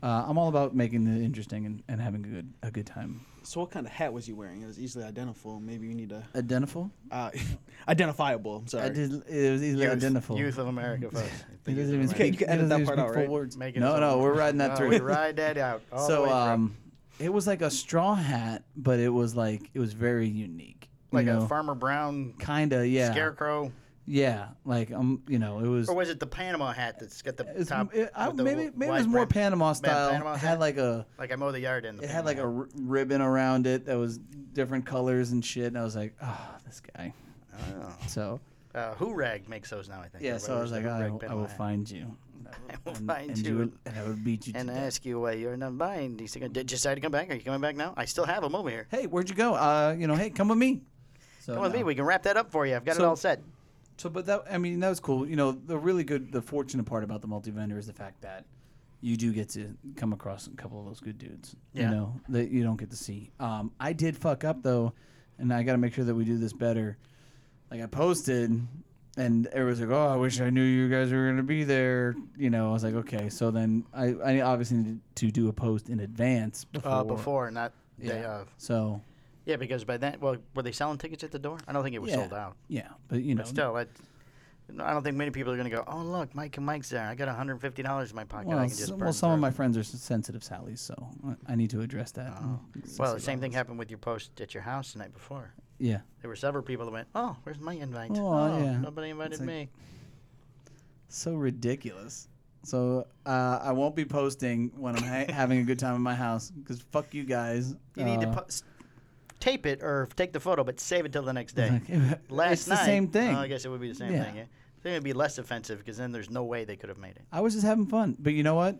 [SPEAKER 3] uh, I'm all about making it interesting and, and having a good a good time.
[SPEAKER 4] So what kind of hat was you wearing? It was easily identifiable. Maybe you need to
[SPEAKER 3] Identifiable.
[SPEAKER 4] uh, identifiable. I'm
[SPEAKER 3] I
[SPEAKER 4] sorry.
[SPEAKER 3] did. It was easily identifiable.
[SPEAKER 1] Youth of America, folks. The
[SPEAKER 3] He
[SPEAKER 1] youth of
[SPEAKER 3] doesn't even
[SPEAKER 1] America.
[SPEAKER 4] Okay,
[SPEAKER 3] speak.
[SPEAKER 4] you can
[SPEAKER 3] he doesn't
[SPEAKER 4] edit that
[SPEAKER 3] even
[SPEAKER 4] part
[SPEAKER 3] speak
[SPEAKER 4] out,
[SPEAKER 3] full
[SPEAKER 4] right?
[SPEAKER 3] words.
[SPEAKER 1] Make it
[SPEAKER 3] No,
[SPEAKER 1] his
[SPEAKER 3] no,
[SPEAKER 1] own.
[SPEAKER 3] we're riding that
[SPEAKER 1] No,
[SPEAKER 3] through.
[SPEAKER 1] we ride that out. all the way
[SPEAKER 3] so
[SPEAKER 1] through.
[SPEAKER 3] um, it was like a straw hat, but it was like it was very unique. you
[SPEAKER 1] like
[SPEAKER 3] know?
[SPEAKER 1] a Farmer Brown
[SPEAKER 3] kinda, yeah,
[SPEAKER 1] scarecrow,
[SPEAKER 3] yeah. Like um, you know, it was.
[SPEAKER 1] or was it the Panama hat that's got the
[SPEAKER 3] it's-
[SPEAKER 1] top?
[SPEAKER 3] it- I-
[SPEAKER 1] with the
[SPEAKER 3] maybe
[SPEAKER 1] w-
[SPEAKER 3] maybe it
[SPEAKER 1] wide
[SPEAKER 3] was more
[SPEAKER 1] brim?
[SPEAKER 3] Panama style.
[SPEAKER 1] Panama
[SPEAKER 3] had
[SPEAKER 1] hat?
[SPEAKER 3] like a
[SPEAKER 1] Like I mow the yard in. The
[SPEAKER 3] it had
[SPEAKER 1] Panama
[SPEAKER 3] like a
[SPEAKER 1] hat.
[SPEAKER 3] r- ribbon around it that was different colors and shit. And I was like, ah, this guy.
[SPEAKER 1] Oh.
[SPEAKER 3] So
[SPEAKER 1] Uh, Who Rag makes those now, I think.
[SPEAKER 3] yeah,
[SPEAKER 1] Everybody
[SPEAKER 3] so I was
[SPEAKER 1] wears
[SPEAKER 3] like, "Oh,
[SPEAKER 1] the Who
[SPEAKER 3] I,
[SPEAKER 1] Rag
[SPEAKER 3] will- I
[SPEAKER 1] Panama
[SPEAKER 3] will
[SPEAKER 1] hat.
[SPEAKER 3] find you.
[SPEAKER 1] I will
[SPEAKER 3] And-
[SPEAKER 1] find
[SPEAKER 3] and
[SPEAKER 1] you.
[SPEAKER 3] will- and I will beat you. to
[SPEAKER 1] and
[SPEAKER 3] death.
[SPEAKER 1] ask you why you're not buying. He's like, did you decide to come back? Are you coming back now? I still have them over here.
[SPEAKER 3] hey, where'd you go? Uh, you know, hey, come with me. So,
[SPEAKER 1] Come with
[SPEAKER 3] no.
[SPEAKER 1] me. We can wrap that up for you. I've got it
[SPEAKER 3] So-
[SPEAKER 1] all set.
[SPEAKER 3] So, but that I mean, that was cool. You know, the really good, the fortunate part about the multi-vendor is the fact that you do get to come across a couple of those good dudes.
[SPEAKER 1] Yeah.
[SPEAKER 3] You know that you don't get to see. Um, I did fuck up though, and I got to make sure that we do this better. Like I posted, and everyone's like, "Oh, I wish I knew you guys were gonna be there." You know, I was like, "Okay." So then I, I obviously need to do a post in advance before.
[SPEAKER 1] Uh, before, not
[SPEAKER 3] Yeah.
[SPEAKER 1] day of.
[SPEAKER 3] So
[SPEAKER 1] Yeah, because by then, well, were they selling tickets at the door? I don't think it was
[SPEAKER 3] yeah,
[SPEAKER 1] sold out.
[SPEAKER 3] Yeah, but you know,
[SPEAKER 1] But still, I, I don't think many people are going to go, oh, look, Mike and Mike's there. I got $150 in my pocket. I
[SPEAKER 3] Well,
[SPEAKER 1] can just
[SPEAKER 3] s-
[SPEAKER 1] burn
[SPEAKER 3] well some of
[SPEAKER 1] through."
[SPEAKER 3] my friends are s- sensitive Sallies, so I- I need to address that.
[SPEAKER 1] Oh. Well, the same thing happened with your post at your house the night before.
[SPEAKER 3] Yeah.
[SPEAKER 1] There were several people that went, oh, where's my invite?
[SPEAKER 3] Oh, yeah.
[SPEAKER 1] Nobody invited
[SPEAKER 3] like-
[SPEAKER 1] me.
[SPEAKER 3] So ridiculous. So uh, I won't be posting when I'm ha- having a good time in my house because fuck you guys.
[SPEAKER 1] You need to
[SPEAKER 3] Uh,
[SPEAKER 1] post, tape it or take the photo, but save it till the next day.
[SPEAKER 3] like,
[SPEAKER 1] Last
[SPEAKER 3] it's
[SPEAKER 1] night,
[SPEAKER 3] the same thing.
[SPEAKER 1] Oh, I guess it would be the same
[SPEAKER 3] Yeah.
[SPEAKER 1] thing. Yeah. I think it'd be less offensive because then there's no way they could have made it.
[SPEAKER 3] I was just having fun, but you know what?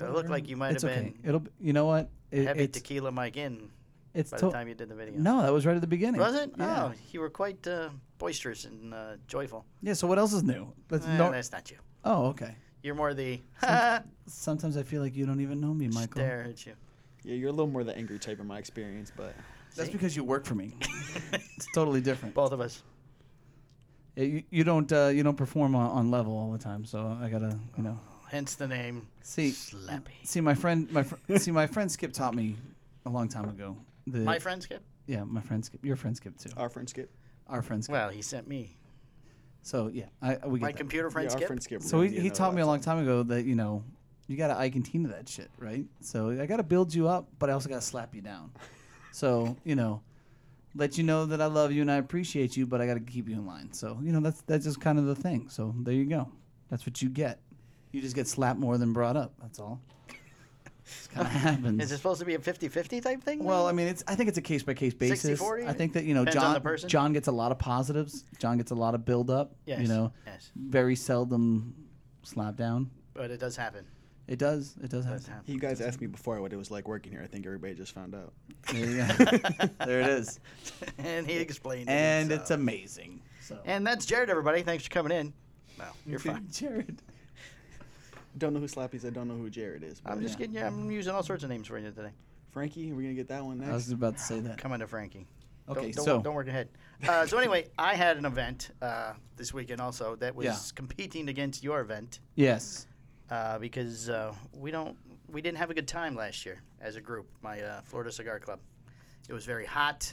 [SPEAKER 1] It looked like you might
[SPEAKER 3] it's
[SPEAKER 1] have
[SPEAKER 3] okay.
[SPEAKER 1] been
[SPEAKER 3] It'll. Be, you know what? It-
[SPEAKER 1] heavy
[SPEAKER 3] it's
[SPEAKER 1] tequila Mike in
[SPEAKER 3] it's
[SPEAKER 1] by
[SPEAKER 3] to-
[SPEAKER 1] the time you did the video.
[SPEAKER 3] no, that was right at the beginning.
[SPEAKER 1] Was it?
[SPEAKER 3] Yeah.
[SPEAKER 1] Oh, you were quite uh, boisterous and uh, joyful.
[SPEAKER 3] Yeah. So what else is new? That's
[SPEAKER 1] Eh,
[SPEAKER 3] no-
[SPEAKER 1] that's not you.
[SPEAKER 3] oh, okay.
[SPEAKER 1] You're more the ha
[SPEAKER 3] Sometimes I feel like you don't even know me, Michael.
[SPEAKER 1] stare at you.
[SPEAKER 4] Yeah, you're a little more the angry type in my experience, but
[SPEAKER 3] That's
[SPEAKER 1] See?
[SPEAKER 3] because you work for me. it's totally different.
[SPEAKER 1] Both of us.
[SPEAKER 3] Yeah, you, you don't uh, you don't perform on, on level all the time, so I gotta you know
[SPEAKER 1] Hence the name
[SPEAKER 3] see
[SPEAKER 1] Slappy.
[SPEAKER 3] see my friend my fr- see my friend Skip taught me a long time ago. The,
[SPEAKER 1] My friend Skip?
[SPEAKER 3] yeah, my friend Skip, your friend Skip too.
[SPEAKER 4] Our friend Skip.
[SPEAKER 3] Our friend Skip.
[SPEAKER 1] Well, he sent me.
[SPEAKER 3] so yeah, I we
[SPEAKER 1] My
[SPEAKER 3] get that.
[SPEAKER 1] computer friend
[SPEAKER 4] yeah, our
[SPEAKER 1] Skip?
[SPEAKER 4] friend Skip.
[SPEAKER 3] So he, he taught me a long time ago that you know you got to I continue that shit, right? So I got to build you up, but I also got to slap you down. so you know, let you know that I love you and I appreciate you, but I got to keep you in line. So you know that's that's just kind of the thing. So there you go. That's what you get. You just get slapped more than brought up. That's all. It's kind of happens.
[SPEAKER 1] Is it supposed to be a 50 50 type thing?
[SPEAKER 3] Well, I mean, it's I think it's a case by case basis.
[SPEAKER 1] 60-40?
[SPEAKER 3] I think that you know
[SPEAKER 1] Depends on
[SPEAKER 3] John
[SPEAKER 1] the person?
[SPEAKER 3] John gets a lot of positives. John gets a lot of build up.
[SPEAKER 1] Yes.
[SPEAKER 3] You know,
[SPEAKER 1] Yes.
[SPEAKER 3] very seldom slap down.
[SPEAKER 1] But it does happen.
[SPEAKER 3] It does. It does
[SPEAKER 1] It
[SPEAKER 3] have.
[SPEAKER 1] does happen.
[SPEAKER 4] You guys asked me before what it was like working here. I think everybody just found out.
[SPEAKER 3] There, you go. there it is, uh,
[SPEAKER 1] and he explained it.
[SPEAKER 3] and
[SPEAKER 1] so-
[SPEAKER 3] it's amazing. So,
[SPEAKER 1] And that's Jared, everybody. Thanks for coming in. Well, you're fine.
[SPEAKER 3] Jared.
[SPEAKER 4] Don't know who Slappy's. I don't know who Jared is. But
[SPEAKER 1] I'm just kidding. you. I'm using all sorts of names for you today.
[SPEAKER 4] Frankie. We're gonna get that one
[SPEAKER 3] I was
[SPEAKER 4] next.
[SPEAKER 3] about to say that.
[SPEAKER 1] Coming to Frankie.
[SPEAKER 3] Okay,
[SPEAKER 1] don't, don't,
[SPEAKER 3] so-
[SPEAKER 1] don't work ahead. Uh, so anyway, I had an event uh, this weekend also that was
[SPEAKER 3] Yeah.
[SPEAKER 1] competing against your event
[SPEAKER 3] Yes.
[SPEAKER 1] uh, because uh, we don't we didn't have a good time last year as a group. My uh, Florida Cigar Club. It was very hot.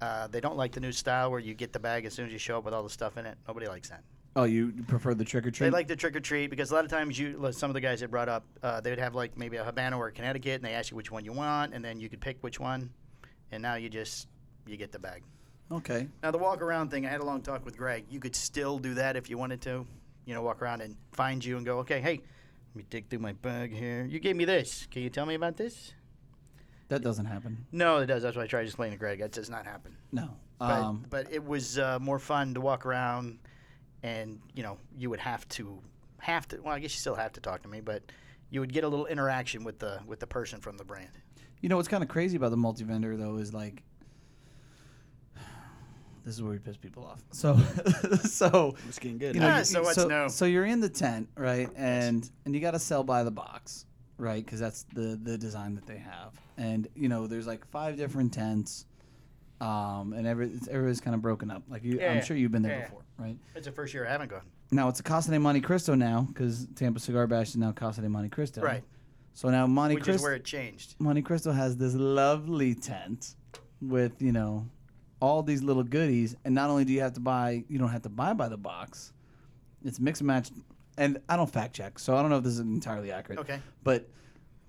[SPEAKER 1] Uh, they don't like the new style where you get the bag as soon as you show up with all the stuff in it. Nobody likes that.
[SPEAKER 3] Oh, you prefer the trick or treat?
[SPEAKER 1] They like the trick or treat because a lot of times you, like some of the guys that brought up, uh, they would have like maybe a Habano or a Connecticut, and they ask you which one you want, and then you could pick which one, and now you just you get the bag.
[SPEAKER 3] okay.
[SPEAKER 1] Now the walk around thing, I had a long talk with Greg. You could still do that if you wanted to, you know, walk around and find you and go, okay, hey, let me dig through my bag here. You gave me this. Can you tell me about this?
[SPEAKER 3] That doesn't happen.
[SPEAKER 1] No, it does. That's why I tried to explain to Greg. That does not happen.
[SPEAKER 3] No.
[SPEAKER 1] But,
[SPEAKER 3] Um,
[SPEAKER 1] but it was uh, more fun to walk around, and you know you would have to have to. Well, I guess you still have to talk to me, but you would get a little interaction with the with the person from the brand.
[SPEAKER 3] You know what's kind of crazy about the multi vendor though is like this is where we piss people off. So so
[SPEAKER 4] It's getting good.
[SPEAKER 3] you know,
[SPEAKER 1] Ah,
[SPEAKER 3] you-
[SPEAKER 1] so what's
[SPEAKER 3] so,
[SPEAKER 1] new?
[SPEAKER 3] so you're in the tent, right? And and you got to sell by the box, right? Because that's the the design that they have. And you know, there's like five different tents, um, and every it's- everybody's kind of broken up. Like you,
[SPEAKER 1] Yeah,
[SPEAKER 3] I'm
[SPEAKER 1] yeah.
[SPEAKER 3] sure you've been there
[SPEAKER 1] Yeah, yeah.
[SPEAKER 3] before, right?
[SPEAKER 1] It's the first year I haven't gone.
[SPEAKER 3] Now it's a Casa de Monte Cristo now because Tampa Cigar Bash is now Casa de Monte Cristo,
[SPEAKER 1] Right.
[SPEAKER 3] So now Monte
[SPEAKER 1] Which is
[SPEAKER 3] Cristo,
[SPEAKER 1] where it changed.
[SPEAKER 3] Monte Cristo has this lovely tent with, you know, all these little goodies. And not only do you have to buy, you don't have to buy by the box, it's mix and match. And I don't fact check, so I don't know if this is entirely accurate.
[SPEAKER 1] Okay.
[SPEAKER 3] But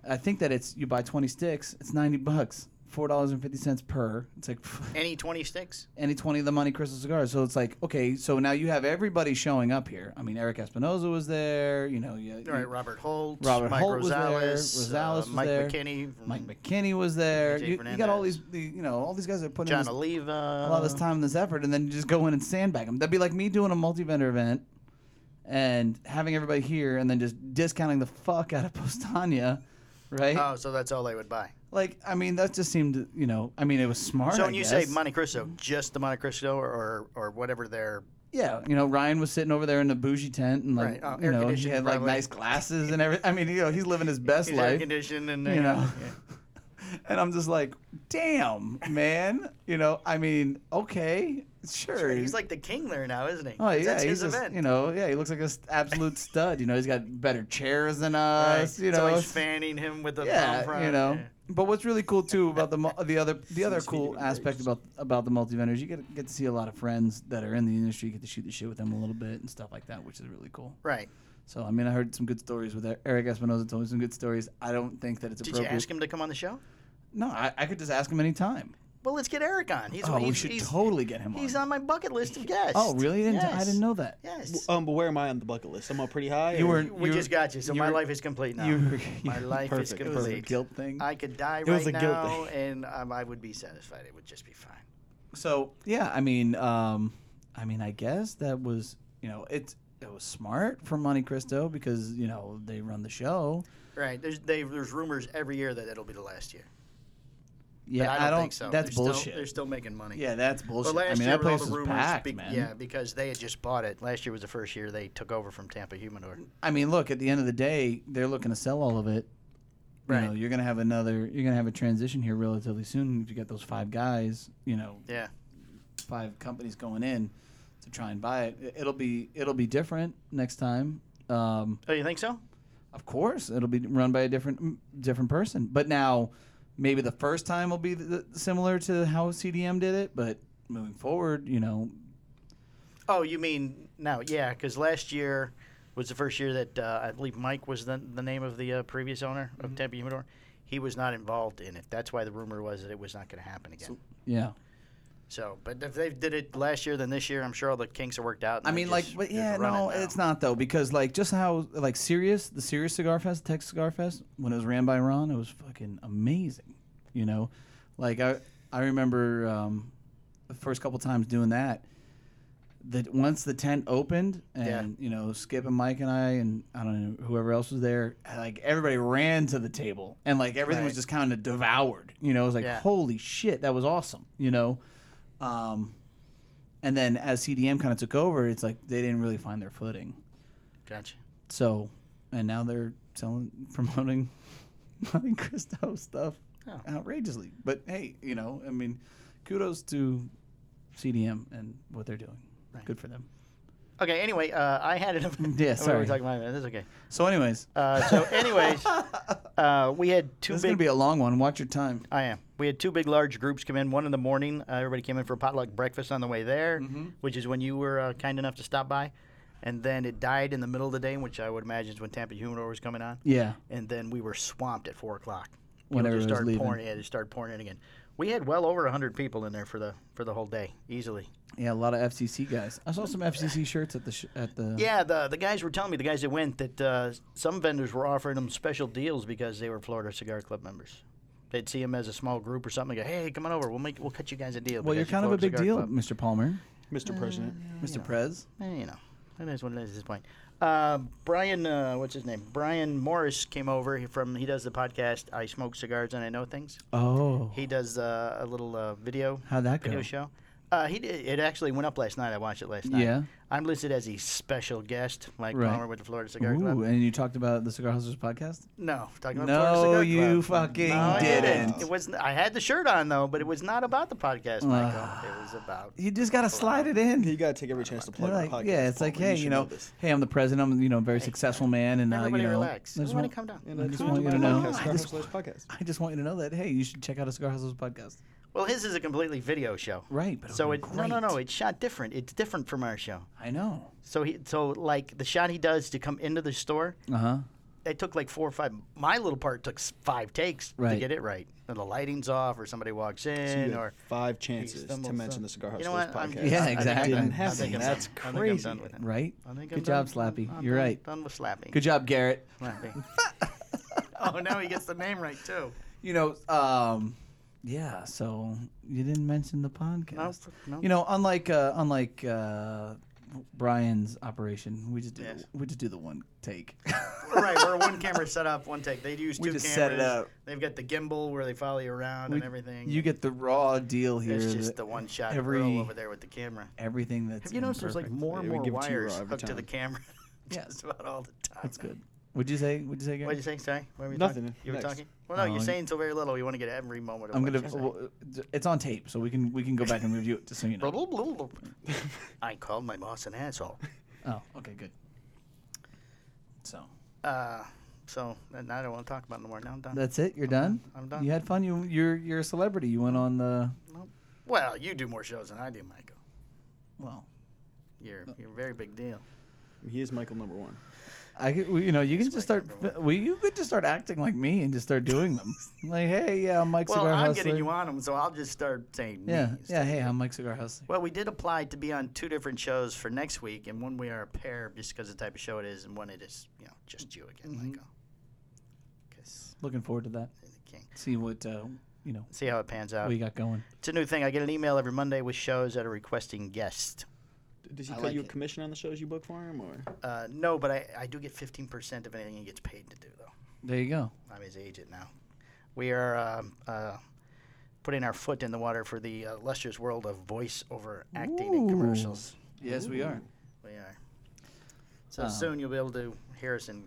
[SPEAKER 3] I think that it's you buy 20 sticks, it's 90 bucks, $4.50 per. It's like
[SPEAKER 1] Any twenty sticks?
[SPEAKER 3] any 20 of the Monte Cristo cigars. So it's like, okay, so now you have everybody showing up here. I mean, Eric Espinosa was there, you know, you,
[SPEAKER 1] All right, Robert Holt,
[SPEAKER 3] Robert
[SPEAKER 1] Mike
[SPEAKER 3] Holt was there,
[SPEAKER 1] Rosales,
[SPEAKER 3] Rosales
[SPEAKER 1] uh,
[SPEAKER 3] was
[SPEAKER 1] Mike
[SPEAKER 3] there,
[SPEAKER 1] McKinney, mm, from
[SPEAKER 3] Mike McKinney was there.
[SPEAKER 1] Jay
[SPEAKER 3] You, you got all
[SPEAKER 1] Fernandez.
[SPEAKER 3] these, the- you know, all these guys that are putting
[SPEAKER 1] John
[SPEAKER 3] in this-
[SPEAKER 1] Oliva.
[SPEAKER 3] a lot of
[SPEAKER 1] Um,
[SPEAKER 3] this time and this effort, and then you just go in and sandbag them. That'd be like me doing a multi-vendor event and having everybody here, and then just discounting the fuck out of Postania, right?
[SPEAKER 1] Oh, so that's all they would buy.
[SPEAKER 3] like, I mean, that just seemed, you know, I mean, it was smart.
[SPEAKER 1] so
[SPEAKER 3] I
[SPEAKER 1] when you say
[SPEAKER 3] guess.
[SPEAKER 1] Monte Cristo, just the Monte Cristo, or or, or whatever their
[SPEAKER 3] yeah, you know, Ryan was sitting over there in the bougie tent, and
[SPEAKER 1] Right,
[SPEAKER 3] like,
[SPEAKER 1] oh,
[SPEAKER 3] you
[SPEAKER 1] air
[SPEAKER 3] know, he
[SPEAKER 1] conditioning
[SPEAKER 3] had like
[SPEAKER 1] probably.
[SPEAKER 3] nice glasses and everything. I mean, you know, he's living his best
[SPEAKER 1] He's air
[SPEAKER 3] life.
[SPEAKER 1] conditioned and uh,
[SPEAKER 3] you know. And I'm just like, damn, man. You know, I mean, okay, sure.
[SPEAKER 1] He's like the king there now, isn't he?
[SPEAKER 3] Oh yeah,
[SPEAKER 1] that's
[SPEAKER 3] he's
[SPEAKER 1] his
[SPEAKER 3] just,
[SPEAKER 1] event.
[SPEAKER 3] you know, yeah, he looks like an absolute stud. You know, he's got better chairs than us. You know,
[SPEAKER 1] Somebody's fanning him with a palm
[SPEAKER 3] yeah,
[SPEAKER 1] front.
[SPEAKER 3] you know.
[SPEAKER 1] yeah.
[SPEAKER 3] But what's really cool too about the mul- the other the other
[SPEAKER 4] Seems to be
[SPEAKER 3] cool
[SPEAKER 4] doing
[SPEAKER 3] aspect
[SPEAKER 4] great.
[SPEAKER 3] about about the multi vendors, you get get to see a lot of friends that are in the industry. You get to shoot the shit with them a little bit and stuff like that, which is really cool.
[SPEAKER 1] Right.
[SPEAKER 3] So I mean, I heard some good stories with Er- Eric Espinosa. Told me some good stories. I don't think that it's
[SPEAKER 1] Did you
[SPEAKER 3] appropriate.
[SPEAKER 1] ask him to come on the show?
[SPEAKER 3] No, I, I could just ask him anytime.
[SPEAKER 1] Well, let's get Eric on. He's
[SPEAKER 3] oh,
[SPEAKER 1] he's,
[SPEAKER 3] we should
[SPEAKER 1] he's,
[SPEAKER 3] totally get him
[SPEAKER 1] he's
[SPEAKER 3] on.
[SPEAKER 1] on my bucket list of guests.
[SPEAKER 3] Oh, really? I didn't,
[SPEAKER 1] yes.
[SPEAKER 3] I didn't know that.
[SPEAKER 1] Yes.
[SPEAKER 4] Um, but where am I on the bucket list? I'm up pretty high.
[SPEAKER 3] You
[SPEAKER 4] or-
[SPEAKER 3] were-
[SPEAKER 1] we
[SPEAKER 3] you
[SPEAKER 1] just got you, so
[SPEAKER 3] you
[SPEAKER 1] my
[SPEAKER 3] were-
[SPEAKER 1] life is complete now.
[SPEAKER 3] you were-
[SPEAKER 1] my
[SPEAKER 3] you-
[SPEAKER 1] life is
[SPEAKER 4] perfect,
[SPEAKER 3] It was a
[SPEAKER 1] complete.
[SPEAKER 3] guilt thing.
[SPEAKER 1] I could die right
[SPEAKER 4] was a guilt
[SPEAKER 1] now,
[SPEAKER 4] thing.
[SPEAKER 1] and um, I would be satisfied. It would just be fine.
[SPEAKER 3] So yeah, I mean, um, I mean, I guess that was you know it it was smart from Monte Cristo because you know they run the show.
[SPEAKER 1] Right. There's they, there's rumors every year that it'll be the last year.
[SPEAKER 3] Yeah,
[SPEAKER 1] but I, don't think so.
[SPEAKER 3] That's
[SPEAKER 1] they're
[SPEAKER 3] bullshit.
[SPEAKER 1] Still, they're still making money.
[SPEAKER 3] yeah, that's bullshit.
[SPEAKER 1] But last
[SPEAKER 3] I mean,
[SPEAKER 1] year
[SPEAKER 3] that
[SPEAKER 1] with all
[SPEAKER 3] place
[SPEAKER 1] the
[SPEAKER 3] was
[SPEAKER 1] rumors,
[SPEAKER 3] packed,
[SPEAKER 1] be-
[SPEAKER 3] man.
[SPEAKER 1] yeah, because they had just bought it. Last year was the first year they took over from Tampa Humidor.
[SPEAKER 3] I mean, look at the end of the day, they're looking to sell all of it. You
[SPEAKER 1] Right.
[SPEAKER 3] know, you're gonna have another. You're gonna have a transition here relatively soon. If you got those five guys, you know,
[SPEAKER 1] Yeah.
[SPEAKER 3] five companies going in to try and buy it, it- it'll be it'll be different next time. Um,
[SPEAKER 1] Oh, you think so?
[SPEAKER 3] Of course, it'll be run by a different different person. But now, Maybe the first time will be the, the- similar to how CDM did it, but moving forward, you know,
[SPEAKER 1] Oh, you mean no? Yeah, because last year was the first year that uh, I believe Mike was the, the name of the uh, previous owner of
[SPEAKER 3] Mm-hmm.
[SPEAKER 1] Tempe Humidor. He was not involved in it. That's why the rumor was that it was not going to happen again. So,
[SPEAKER 3] yeah.
[SPEAKER 1] but if they did it last year, then this year, I'm sure all the kinks will worked out. and
[SPEAKER 3] I
[SPEAKER 1] they
[SPEAKER 3] mean, like,
[SPEAKER 1] just-
[SPEAKER 3] but
[SPEAKER 1] just
[SPEAKER 3] yeah,
[SPEAKER 1] run it now.
[SPEAKER 3] no, it's not though because like just how like serious the serious cigar fest, Texas Cigar Fest, when it was ran by Ron, it was fucking amazing. You know, like I I remember um, the first couple times doing that. That once the tent opened and
[SPEAKER 1] Yeah.
[SPEAKER 3] you know Skip and Mike and I and I don't know whoever else was there, like everybody ran to the table and like everything was
[SPEAKER 1] Right.
[SPEAKER 3] just kind of devoured. You know, it was like
[SPEAKER 1] Yeah.
[SPEAKER 3] holy shit, that was awesome. You know. Um, and then as CDM kind of took over, it's like they didn't really find their footing.
[SPEAKER 1] Gotcha.
[SPEAKER 3] So, and now they're selling, promoting Monte Cristo stuff
[SPEAKER 1] Oh.
[SPEAKER 3] outrageously. But hey, you know, I mean, kudos to CDM and what they're doing. Good for them.
[SPEAKER 1] Okay. Anyway, uh, I had an event.
[SPEAKER 3] Yeah,
[SPEAKER 1] We were
[SPEAKER 3] sorry.
[SPEAKER 1] talking about it. That's okay.
[SPEAKER 3] So, anyways,
[SPEAKER 1] Uh, so, anyways, uh, we had two
[SPEAKER 3] this is
[SPEAKER 1] big.
[SPEAKER 3] gonna be a long one. Watch your time.
[SPEAKER 1] I am. We had two big, large groups come in. One in the morning, uh, everybody came in for a potluck breakfast on the way there,
[SPEAKER 3] Mm-hmm.
[SPEAKER 1] which is when you were uh, kind enough to stop by. And then it died in the middle of the day, which I would imagine is when Tampa Humidor was coming on.
[SPEAKER 3] Yeah,
[SPEAKER 1] And then we were swamped at four o'clock. People
[SPEAKER 3] When
[SPEAKER 1] just
[SPEAKER 3] everybody was
[SPEAKER 1] started
[SPEAKER 3] leaving.
[SPEAKER 1] pouring. Yeah, they started pouring in again. We had well over hundred people in there for the for the whole day, easily.
[SPEAKER 3] yeah, a lot of FCC guys. I saw some FCC shirts at the sh- at the.
[SPEAKER 1] Yeah, the the guys were telling me the guys that went that uh, some vendors were offering them special deals because they were Florida Cigar Club members. They'd see them as a small group or something. Go, hey, come on over. We'll make we'll cut you guys a deal.
[SPEAKER 3] Well, you're
[SPEAKER 1] because
[SPEAKER 3] kind of a
[SPEAKER 1] Florida
[SPEAKER 3] big
[SPEAKER 1] Cigar
[SPEAKER 3] deal,
[SPEAKER 1] Club."
[SPEAKER 3] Mr. Palmer,
[SPEAKER 4] Mr. President.
[SPEAKER 3] Mr. Prez.
[SPEAKER 1] Eh, you know, it is what it is at this point. Uh, Brian, uh, what's his name? Brian Morris came over he- from. He does the podcast. I smoke cigars and I know things.
[SPEAKER 3] Oh,
[SPEAKER 1] He does uh, a little uh, video.
[SPEAKER 3] How'd that
[SPEAKER 1] Video
[SPEAKER 3] go?
[SPEAKER 1] show. Uh, he did, it actually went up last night. I watched it last night.
[SPEAKER 3] Yeah.
[SPEAKER 1] I'm listed as a special guest, Mike
[SPEAKER 3] Right.
[SPEAKER 1] Palmer with the Florida Cigar Club.
[SPEAKER 3] Ooh, and you talked about the Cigar Hustlers podcast.
[SPEAKER 1] No, talking about Florida
[SPEAKER 3] No,
[SPEAKER 1] Cigar
[SPEAKER 3] you
[SPEAKER 1] Club.
[SPEAKER 3] fucking
[SPEAKER 1] No, I
[SPEAKER 3] didn't.
[SPEAKER 1] It was. I had the shirt on though, but it was not about the podcast, Michael. it was about.
[SPEAKER 3] You just gotta slide it in.
[SPEAKER 4] You gotta take every chance to plug
[SPEAKER 3] They're
[SPEAKER 4] the
[SPEAKER 3] like,
[SPEAKER 4] podcast.
[SPEAKER 3] yeah, it's like,
[SPEAKER 4] Palmer.
[SPEAKER 3] hey, you
[SPEAKER 4] should
[SPEAKER 3] know,
[SPEAKER 4] this.
[SPEAKER 3] hey, I'm the president. I'm, you know, a very successful man, and uh, you
[SPEAKER 1] Everybody
[SPEAKER 3] know,
[SPEAKER 1] relax.
[SPEAKER 3] I just
[SPEAKER 1] Everybody
[SPEAKER 3] want-
[SPEAKER 1] come down.
[SPEAKER 4] And
[SPEAKER 3] I
[SPEAKER 4] that's
[SPEAKER 3] just
[SPEAKER 4] what
[SPEAKER 3] want
[SPEAKER 4] I'm
[SPEAKER 3] you to
[SPEAKER 4] doing.
[SPEAKER 3] know.
[SPEAKER 4] Podcast,
[SPEAKER 3] I just,
[SPEAKER 4] Hustlers podcast.
[SPEAKER 3] I just want you to know that. Hey, you should check out a Cigar Hustlers podcast.
[SPEAKER 1] Well, his is a completely video show.
[SPEAKER 3] Right, but it
[SPEAKER 1] So
[SPEAKER 3] would
[SPEAKER 1] it
[SPEAKER 3] be
[SPEAKER 1] no no no
[SPEAKER 3] Oh, great.
[SPEAKER 1] it's shot different. It's different from our show.
[SPEAKER 3] I know.
[SPEAKER 1] So he so like the shot he does to come into the store,
[SPEAKER 3] Uh huh.
[SPEAKER 1] it took like four or five. My little part took s- five takes to
[SPEAKER 3] Right.
[SPEAKER 1] get it right. And the lighting's off, or somebody walks in,
[SPEAKER 4] You had
[SPEAKER 1] or
[SPEAKER 4] five chances
[SPEAKER 1] stumbles
[SPEAKER 4] to mention the Cigar
[SPEAKER 1] you know
[SPEAKER 4] Hustlers
[SPEAKER 1] what? I'm-
[SPEAKER 4] podcast.
[SPEAKER 3] Yeah,
[SPEAKER 1] I think I'm
[SPEAKER 3] exactly.
[SPEAKER 1] done.
[SPEAKER 3] Didn't
[SPEAKER 1] I
[SPEAKER 4] happen.
[SPEAKER 1] think I'm
[SPEAKER 4] That's
[SPEAKER 1] done. I think I'm
[SPEAKER 4] crazy.
[SPEAKER 1] done with it.
[SPEAKER 3] Right.
[SPEAKER 1] I think I'm
[SPEAKER 3] Good job,
[SPEAKER 1] done.
[SPEAKER 3] Slappy.
[SPEAKER 1] I'm
[SPEAKER 3] You're
[SPEAKER 1] done-
[SPEAKER 3] right.
[SPEAKER 1] Done with Slappy.
[SPEAKER 3] Good job, Garrett.
[SPEAKER 1] Slappy. oh, now he gets the name right too.
[SPEAKER 3] You know, um, yeah. So you didn't mention the podcast.
[SPEAKER 1] no.
[SPEAKER 3] You know, unlike uh, unlike uh, Brian's operation, we just do
[SPEAKER 1] Yes.
[SPEAKER 3] we just do the one take.
[SPEAKER 1] right, we're one camera set up, one take. They use two
[SPEAKER 3] We just
[SPEAKER 1] cameras.
[SPEAKER 3] set it up.
[SPEAKER 1] They've got the gimbal where they follow you around
[SPEAKER 3] We-
[SPEAKER 1] and everything.
[SPEAKER 3] You get the raw deal here.
[SPEAKER 1] it's just
[SPEAKER 3] that
[SPEAKER 1] the one shot
[SPEAKER 3] every-
[SPEAKER 1] girl over there with the camera.
[SPEAKER 3] everything that's
[SPEAKER 1] Have you noticed there's like
[SPEAKER 3] imperfect.
[SPEAKER 1] more and
[SPEAKER 4] Yeah, we
[SPEAKER 1] more
[SPEAKER 4] give it to you
[SPEAKER 1] wires
[SPEAKER 4] raw
[SPEAKER 1] hooked
[SPEAKER 4] every
[SPEAKER 1] to
[SPEAKER 4] time.
[SPEAKER 1] the camera?
[SPEAKER 3] Yeah.
[SPEAKER 1] just about all the time.
[SPEAKER 3] That's good. Would you say? Would you say?
[SPEAKER 1] What did
[SPEAKER 3] Gary?
[SPEAKER 1] you say? Sorry, what were you
[SPEAKER 4] Nothing.
[SPEAKER 1] Talking? You were
[SPEAKER 4] Next.
[SPEAKER 1] talking. Well, no,
[SPEAKER 3] Oh,
[SPEAKER 1] you're
[SPEAKER 3] I-
[SPEAKER 1] saying so very little. You want to get every moment. Of
[SPEAKER 3] I'm
[SPEAKER 1] what
[SPEAKER 3] gonna.
[SPEAKER 1] you're saying.
[SPEAKER 3] Well, uh, it's on tape, so we can we can go back and review it just so you know.
[SPEAKER 1] I called my boss an asshole.
[SPEAKER 3] Oh, okay, good. So
[SPEAKER 1] Uh, so and I don't want to talk about it no more. Now I'm done.
[SPEAKER 3] that's it. You're done.
[SPEAKER 1] I'm done.
[SPEAKER 3] You had fun. You you're you're a celebrity. You went on the
[SPEAKER 1] well, you do more shows than I do, Michael.
[SPEAKER 3] well.
[SPEAKER 1] You're you're a very big deal.
[SPEAKER 4] He is Michael number one.
[SPEAKER 3] I could, we- you know you can just start well, you could just start acting like me and just start doing them like hey yeah I'm Mike
[SPEAKER 1] Well,
[SPEAKER 3] Cigar
[SPEAKER 1] I'm
[SPEAKER 3] Hustler
[SPEAKER 1] getting you on them, so I'll just start saying
[SPEAKER 3] yeah
[SPEAKER 1] me.
[SPEAKER 3] yeah hey I'm Mike Cigar Hustler
[SPEAKER 1] Well, we did apply to be on two different shows for next week, and one we are a pair just because the type of show it is, and one it is, you know, just you again,
[SPEAKER 3] Mm-hmm.
[SPEAKER 1] Michael. Because
[SPEAKER 3] looking forward to that
[SPEAKER 1] the king.
[SPEAKER 3] see what uh, you know
[SPEAKER 1] See how it pans out.
[SPEAKER 3] what you got going
[SPEAKER 1] It's a new thing. I get an email every Monday with shows that are requesting guests.
[SPEAKER 4] Does he
[SPEAKER 1] I
[SPEAKER 4] cut
[SPEAKER 1] like
[SPEAKER 4] you a
[SPEAKER 1] it.
[SPEAKER 4] commission on the shows you book for him, or
[SPEAKER 1] Uh, no, but I, I do get 15% of anything he gets paid to do, though.
[SPEAKER 3] there you go
[SPEAKER 1] I'm his agent now. We are um, uh, putting our foot in the water for the uh, lustrous world of voice over acting and
[SPEAKER 3] Ooh.
[SPEAKER 1] commercials.
[SPEAKER 3] yes we are
[SPEAKER 1] We are. So soon you'll be able to hear us in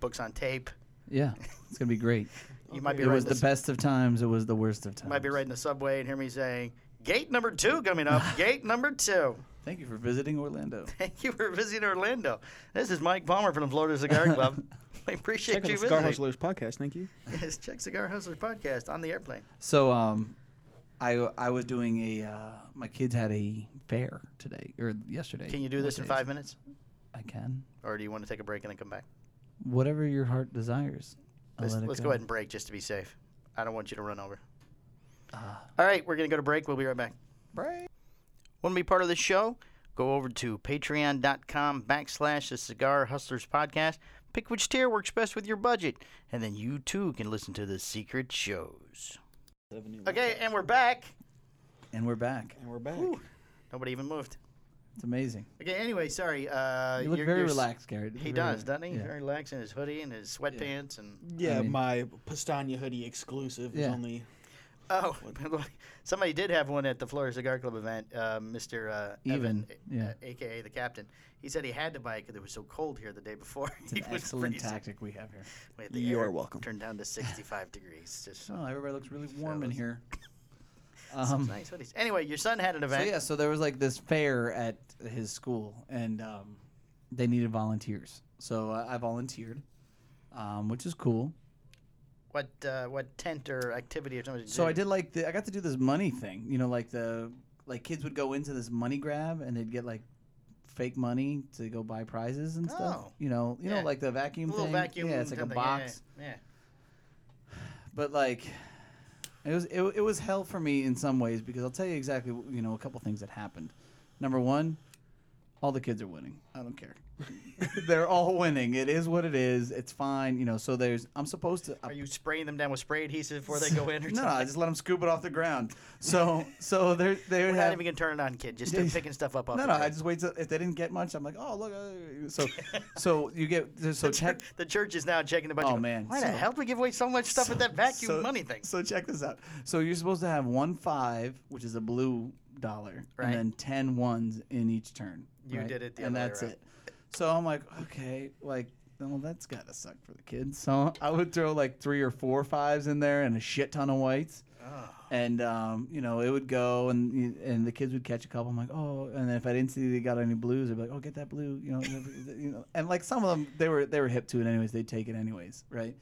[SPEAKER 1] books on tape.
[SPEAKER 3] yeah it's gonna be great.
[SPEAKER 1] You might be
[SPEAKER 3] It was
[SPEAKER 1] riding the,
[SPEAKER 3] the best of times. It was the worst of times.
[SPEAKER 1] might be riding the subway and hear me say, "Gate number two coming up. Gate number two.
[SPEAKER 3] Thank you for visiting Orlando.
[SPEAKER 1] Thank you for visiting Orlando. This is Mike Palmer from the Florida Cigar Club. I appreciate
[SPEAKER 4] Check out
[SPEAKER 1] you
[SPEAKER 4] the Cigar
[SPEAKER 1] visiting.
[SPEAKER 4] Hustlers podcast. Thank you.
[SPEAKER 1] Yes, check Cigar Hustlers podcast on the airplane.
[SPEAKER 3] So um, I I was doing a uh, my kids had a fair today or yesterday.
[SPEAKER 1] Can you do this in
[SPEAKER 3] Mondays.
[SPEAKER 1] five minutes,
[SPEAKER 3] I can.
[SPEAKER 1] or do you want to take a break and then come back?
[SPEAKER 3] Whatever your heart desires. I'll
[SPEAKER 1] Let's,
[SPEAKER 3] let it
[SPEAKER 1] let's go. ahead and break just to be safe. I don't want you to run over.
[SPEAKER 3] Ah.
[SPEAKER 1] All right, we're gonna go to break. We'll be right back.
[SPEAKER 3] break.
[SPEAKER 1] Want to be part of the show? Go over to patreon.com backslash the Cigar Hustlers podcast. Pick which tier works best with your budget, and then you too can listen to the secret shows. Okay, and we're back.
[SPEAKER 3] And we're back.
[SPEAKER 4] And we're back.
[SPEAKER 1] Nobody even moved.
[SPEAKER 3] It's amazing.
[SPEAKER 1] Okay, anyway, sorry. Uh,
[SPEAKER 3] You look
[SPEAKER 1] you're-
[SPEAKER 3] very
[SPEAKER 1] you're s-
[SPEAKER 3] relaxed, Garrett.
[SPEAKER 1] He
[SPEAKER 3] Very
[SPEAKER 1] does,
[SPEAKER 3] relaxed.
[SPEAKER 1] doesn't he? He's
[SPEAKER 3] Yeah.
[SPEAKER 1] Very relaxed in his hoodie and his sweatpants and
[SPEAKER 4] Yeah,
[SPEAKER 3] I mean-
[SPEAKER 4] my Pastania hoodie exclusive
[SPEAKER 3] Yeah.
[SPEAKER 4] is only.
[SPEAKER 1] Oh, look, somebody did have one at the Florida Cigar Club event. Uh, Mr. Uh, Evan,
[SPEAKER 3] Even,
[SPEAKER 1] uh,
[SPEAKER 3] yeah.
[SPEAKER 1] aka the captain, he said he had to buy it because it was so cold here the day before.
[SPEAKER 3] It's an
[SPEAKER 1] He was
[SPEAKER 3] excellent
[SPEAKER 1] freezing.
[SPEAKER 3] tactic we have here.
[SPEAKER 1] We had the
[SPEAKER 4] You're
[SPEAKER 1] air
[SPEAKER 4] welcome.
[SPEAKER 1] Turned down to 65 degrees. Just
[SPEAKER 3] Oh, everybody looks really warm in
[SPEAKER 1] Fellas.
[SPEAKER 3] here.
[SPEAKER 1] some
[SPEAKER 3] Um,
[SPEAKER 1] nice hoodies. Anyway, your son had an
[SPEAKER 3] so
[SPEAKER 1] event.
[SPEAKER 3] yeah, so there was like this fair at his school, and um, they needed volunteers. So uh, I volunteered, um, which is cool.
[SPEAKER 1] What uh, what tent or activity or something?
[SPEAKER 3] So I did like the, I got to do this money thing. You know, like the like kids would go into this money grab and they'd get like fake money to go buy prizes and stuff.
[SPEAKER 1] Oh.
[SPEAKER 3] You know, you
[SPEAKER 1] Yeah.
[SPEAKER 3] know, like the
[SPEAKER 1] A
[SPEAKER 3] vacuum
[SPEAKER 1] little
[SPEAKER 3] thing.
[SPEAKER 1] vacuum.
[SPEAKER 3] yeah, it's like a
[SPEAKER 1] kind of thing. Yeah,
[SPEAKER 3] box.
[SPEAKER 1] Yeah, yeah.
[SPEAKER 3] But like, it was it, it was hell for me in some ways because I'll tell you exactly you know a couple things that happened. Number one, all the kids are winning. I don't care. They're all winning. It is what it is. It's fine. You know. So there's I'm supposed to.
[SPEAKER 1] Are you spraying them down with spray adhesive before they go in? Or
[SPEAKER 3] no,
[SPEAKER 1] something?
[SPEAKER 3] I just let them scoop it off the ground. So so they're they're
[SPEAKER 1] We're not
[SPEAKER 3] having-
[SPEAKER 1] even gonna turn it on, kid. Just keep picking stuff up. off
[SPEAKER 3] No,
[SPEAKER 1] the
[SPEAKER 3] no.
[SPEAKER 1] ground.
[SPEAKER 3] I just wait till if they didn't get much. I'm like, oh look, uh, so, so you get
[SPEAKER 1] the,
[SPEAKER 3] so
[SPEAKER 1] church,
[SPEAKER 3] check.
[SPEAKER 1] the church is now checking a bunch.
[SPEAKER 3] Oh,
[SPEAKER 1] of,
[SPEAKER 3] man,
[SPEAKER 1] Why the
[SPEAKER 3] so-
[SPEAKER 1] hell did we give away so much stuff with that vacuum
[SPEAKER 3] so-
[SPEAKER 1] money thing?
[SPEAKER 3] So check this out. So you're supposed to have one five, which is a blue dollar,
[SPEAKER 1] Right.
[SPEAKER 3] and then ten ones in each turn.
[SPEAKER 1] You
[SPEAKER 3] right?
[SPEAKER 1] did it the
[SPEAKER 3] and
[SPEAKER 1] other way
[SPEAKER 3] that's
[SPEAKER 1] around.
[SPEAKER 3] it. So I'm like, okay, like. Well, that's gotta suck for the kids. So I would throw like three or four fives in there and a shit ton of whites, and um, you know it would go and and the kids would catch a couple. I'm like, oh, and then if I didn't see they got any blues, I'd be like, oh, get that blue, you know, you know. And like some of them, they were they were hip to it anyways. They'd take it anyways, right?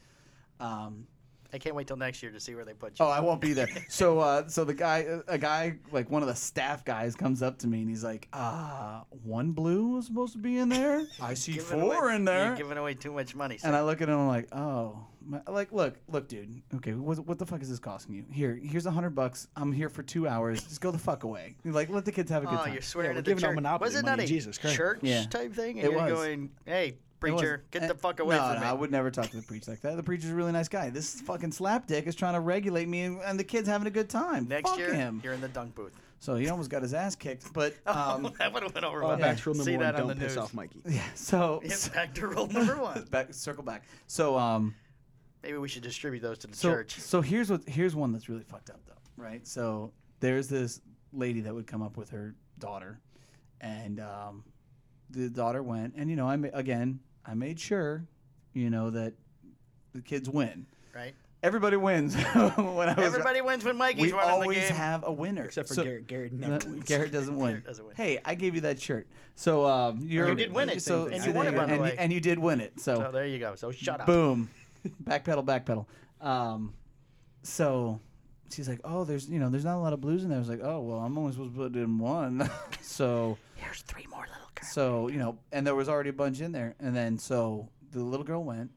[SPEAKER 3] Um,
[SPEAKER 1] I can't wait till next year to see where they put you.
[SPEAKER 3] Oh, I won't be there. So, uh, so the guy, a guy, like one of the staff guys, comes up to me and he's like, "Ah, one blue was supposed to be in there. I see
[SPEAKER 1] Giving
[SPEAKER 3] four
[SPEAKER 1] away-
[SPEAKER 3] in there."
[SPEAKER 1] You're giving away too much money. So
[SPEAKER 3] And I look at him I'm like, "Oh, my, like look, look, dude. Okay, what, what the fuck is this costing you? Here, here's a hundred bucks. I'm here for two hours. Just go the fuck away. Like, let the kids have a good
[SPEAKER 1] oh,
[SPEAKER 3] time."
[SPEAKER 1] you're swearing
[SPEAKER 4] we're
[SPEAKER 1] at the
[SPEAKER 4] giving out
[SPEAKER 1] church.
[SPEAKER 4] Monopoly
[SPEAKER 1] was it not
[SPEAKER 4] money,
[SPEAKER 1] a
[SPEAKER 4] Jesus Christ.
[SPEAKER 1] church
[SPEAKER 3] Yeah.
[SPEAKER 1] type thing? And
[SPEAKER 3] It
[SPEAKER 1] you're
[SPEAKER 3] was.
[SPEAKER 1] going, hey,
[SPEAKER 3] It wasn't-
[SPEAKER 1] preacher, get the
[SPEAKER 3] eh,
[SPEAKER 1] fuck away
[SPEAKER 3] no,
[SPEAKER 1] from
[SPEAKER 3] no,
[SPEAKER 1] me.
[SPEAKER 3] I would never talk to the preacher like that. The preacher's a really nice guy. This fucking slapdick is trying to regulate me, and, and the kid's having a good time.
[SPEAKER 1] Next
[SPEAKER 3] Fuck
[SPEAKER 1] year,
[SPEAKER 3] him.
[SPEAKER 1] you're in the dunk booth.
[SPEAKER 3] So he almost got his ass kicked, but um,
[SPEAKER 1] that would have went over
[SPEAKER 4] Oh,
[SPEAKER 1] well.
[SPEAKER 4] back to rule number
[SPEAKER 1] See
[SPEAKER 4] one.
[SPEAKER 1] that on
[SPEAKER 4] Don't
[SPEAKER 1] the
[SPEAKER 4] piss
[SPEAKER 1] news.
[SPEAKER 4] off Mikey.
[SPEAKER 3] Yeah. So,
[SPEAKER 1] Yeah,
[SPEAKER 3] so-
[SPEAKER 1] back to rule number one.
[SPEAKER 3] back circle back. So um
[SPEAKER 1] Maybe we should distribute those to the
[SPEAKER 3] so
[SPEAKER 1] church.
[SPEAKER 3] so here's what here's one that's really fucked up though, right? So there's this lady that would come up with her daughter, and um, the daughter went, and you know I ma- again I made sure, you know that the kids win.
[SPEAKER 1] Right?
[SPEAKER 3] Everybody wins. when I was,
[SPEAKER 1] Everybody wins when Mikey's
[SPEAKER 3] we
[SPEAKER 1] running
[SPEAKER 3] always
[SPEAKER 1] the game.
[SPEAKER 3] have a winner
[SPEAKER 4] Except for
[SPEAKER 3] So-
[SPEAKER 4] Garrett. Garrett
[SPEAKER 3] No,
[SPEAKER 4] never wins.
[SPEAKER 3] Garrett doesn't win.
[SPEAKER 1] Garrett doesn't win.
[SPEAKER 3] Hey, I gave you that shirt. So um, you're,
[SPEAKER 1] You did win it.
[SPEAKER 3] So
[SPEAKER 1] And
[SPEAKER 4] you won it, by
[SPEAKER 1] the
[SPEAKER 3] and,
[SPEAKER 1] way.
[SPEAKER 3] you- and you did win it. So
[SPEAKER 1] so there you go. So shut up.
[SPEAKER 3] boom backpedal backpedal um so she's like oh there's you know there's not a lot of blues in there i was like oh well i'm only supposed to put in one so
[SPEAKER 1] Here's three more little girls.
[SPEAKER 3] so you know and there was already a bunch in there and then so the little girl went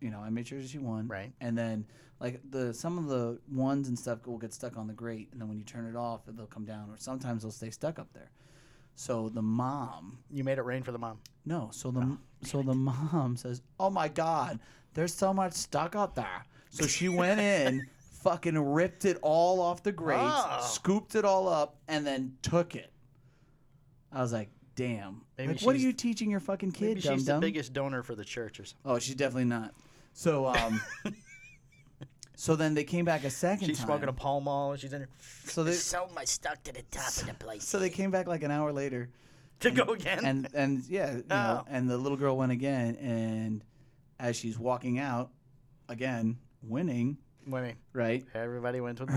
[SPEAKER 3] you know i made sure she won
[SPEAKER 1] Right.
[SPEAKER 3] and then like the some of the ones and stuff will get stuck on the grate and then when you turn it off they'll come down or sometimes they'll stay stuck up there so the mom
[SPEAKER 1] You made it rain for the mom.
[SPEAKER 3] no, so the so the mom says, "Oh my god, there's so much stuck up there." So she went in, fucking ripped it all off the grates,
[SPEAKER 1] Oh.
[SPEAKER 3] scooped it all up, and then took it. I was like, "Damn!
[SPEAKER 1] Maybe
[SPEAKER 3] like, what are
[SPEAKER 1] she's-
[SPEAKER 3] you teaching your fucking
[SPEAKER 1] Maybe
[SPEAKER 3] kid,
[SPEAKER 1] she's
[SPEAKER 3] dum
[SPEAKER 1] the
[SPEAKER 3] dum?"
[SPEAKER 1] biggest donor for the church or something.
[SPEAKER 3] Oh, she's definitely not. So um, so then they came back a second
[SPEAKER 1] She's
[SPEAKER 3] time.
[SPEAKER 1] smoking a Pall Mall. and She's in her.
[SPEAKER 3] so they
[SPEAKER 2] Sold my stock to the top of the place.
[SPEAKER 3] so they came back like an hour later.
[SPEAKER 1] to go again.
[SPEAKER 3] and and yeah, you know,
[SPEAKER 1] Oh.
[SPEAKER 3] and the little girl went again, and as she's walking out, again winning,
[SPEAKER 1] Winning.
[SPEAKER 3] right?
[SPEAKER 1] Everybody wins with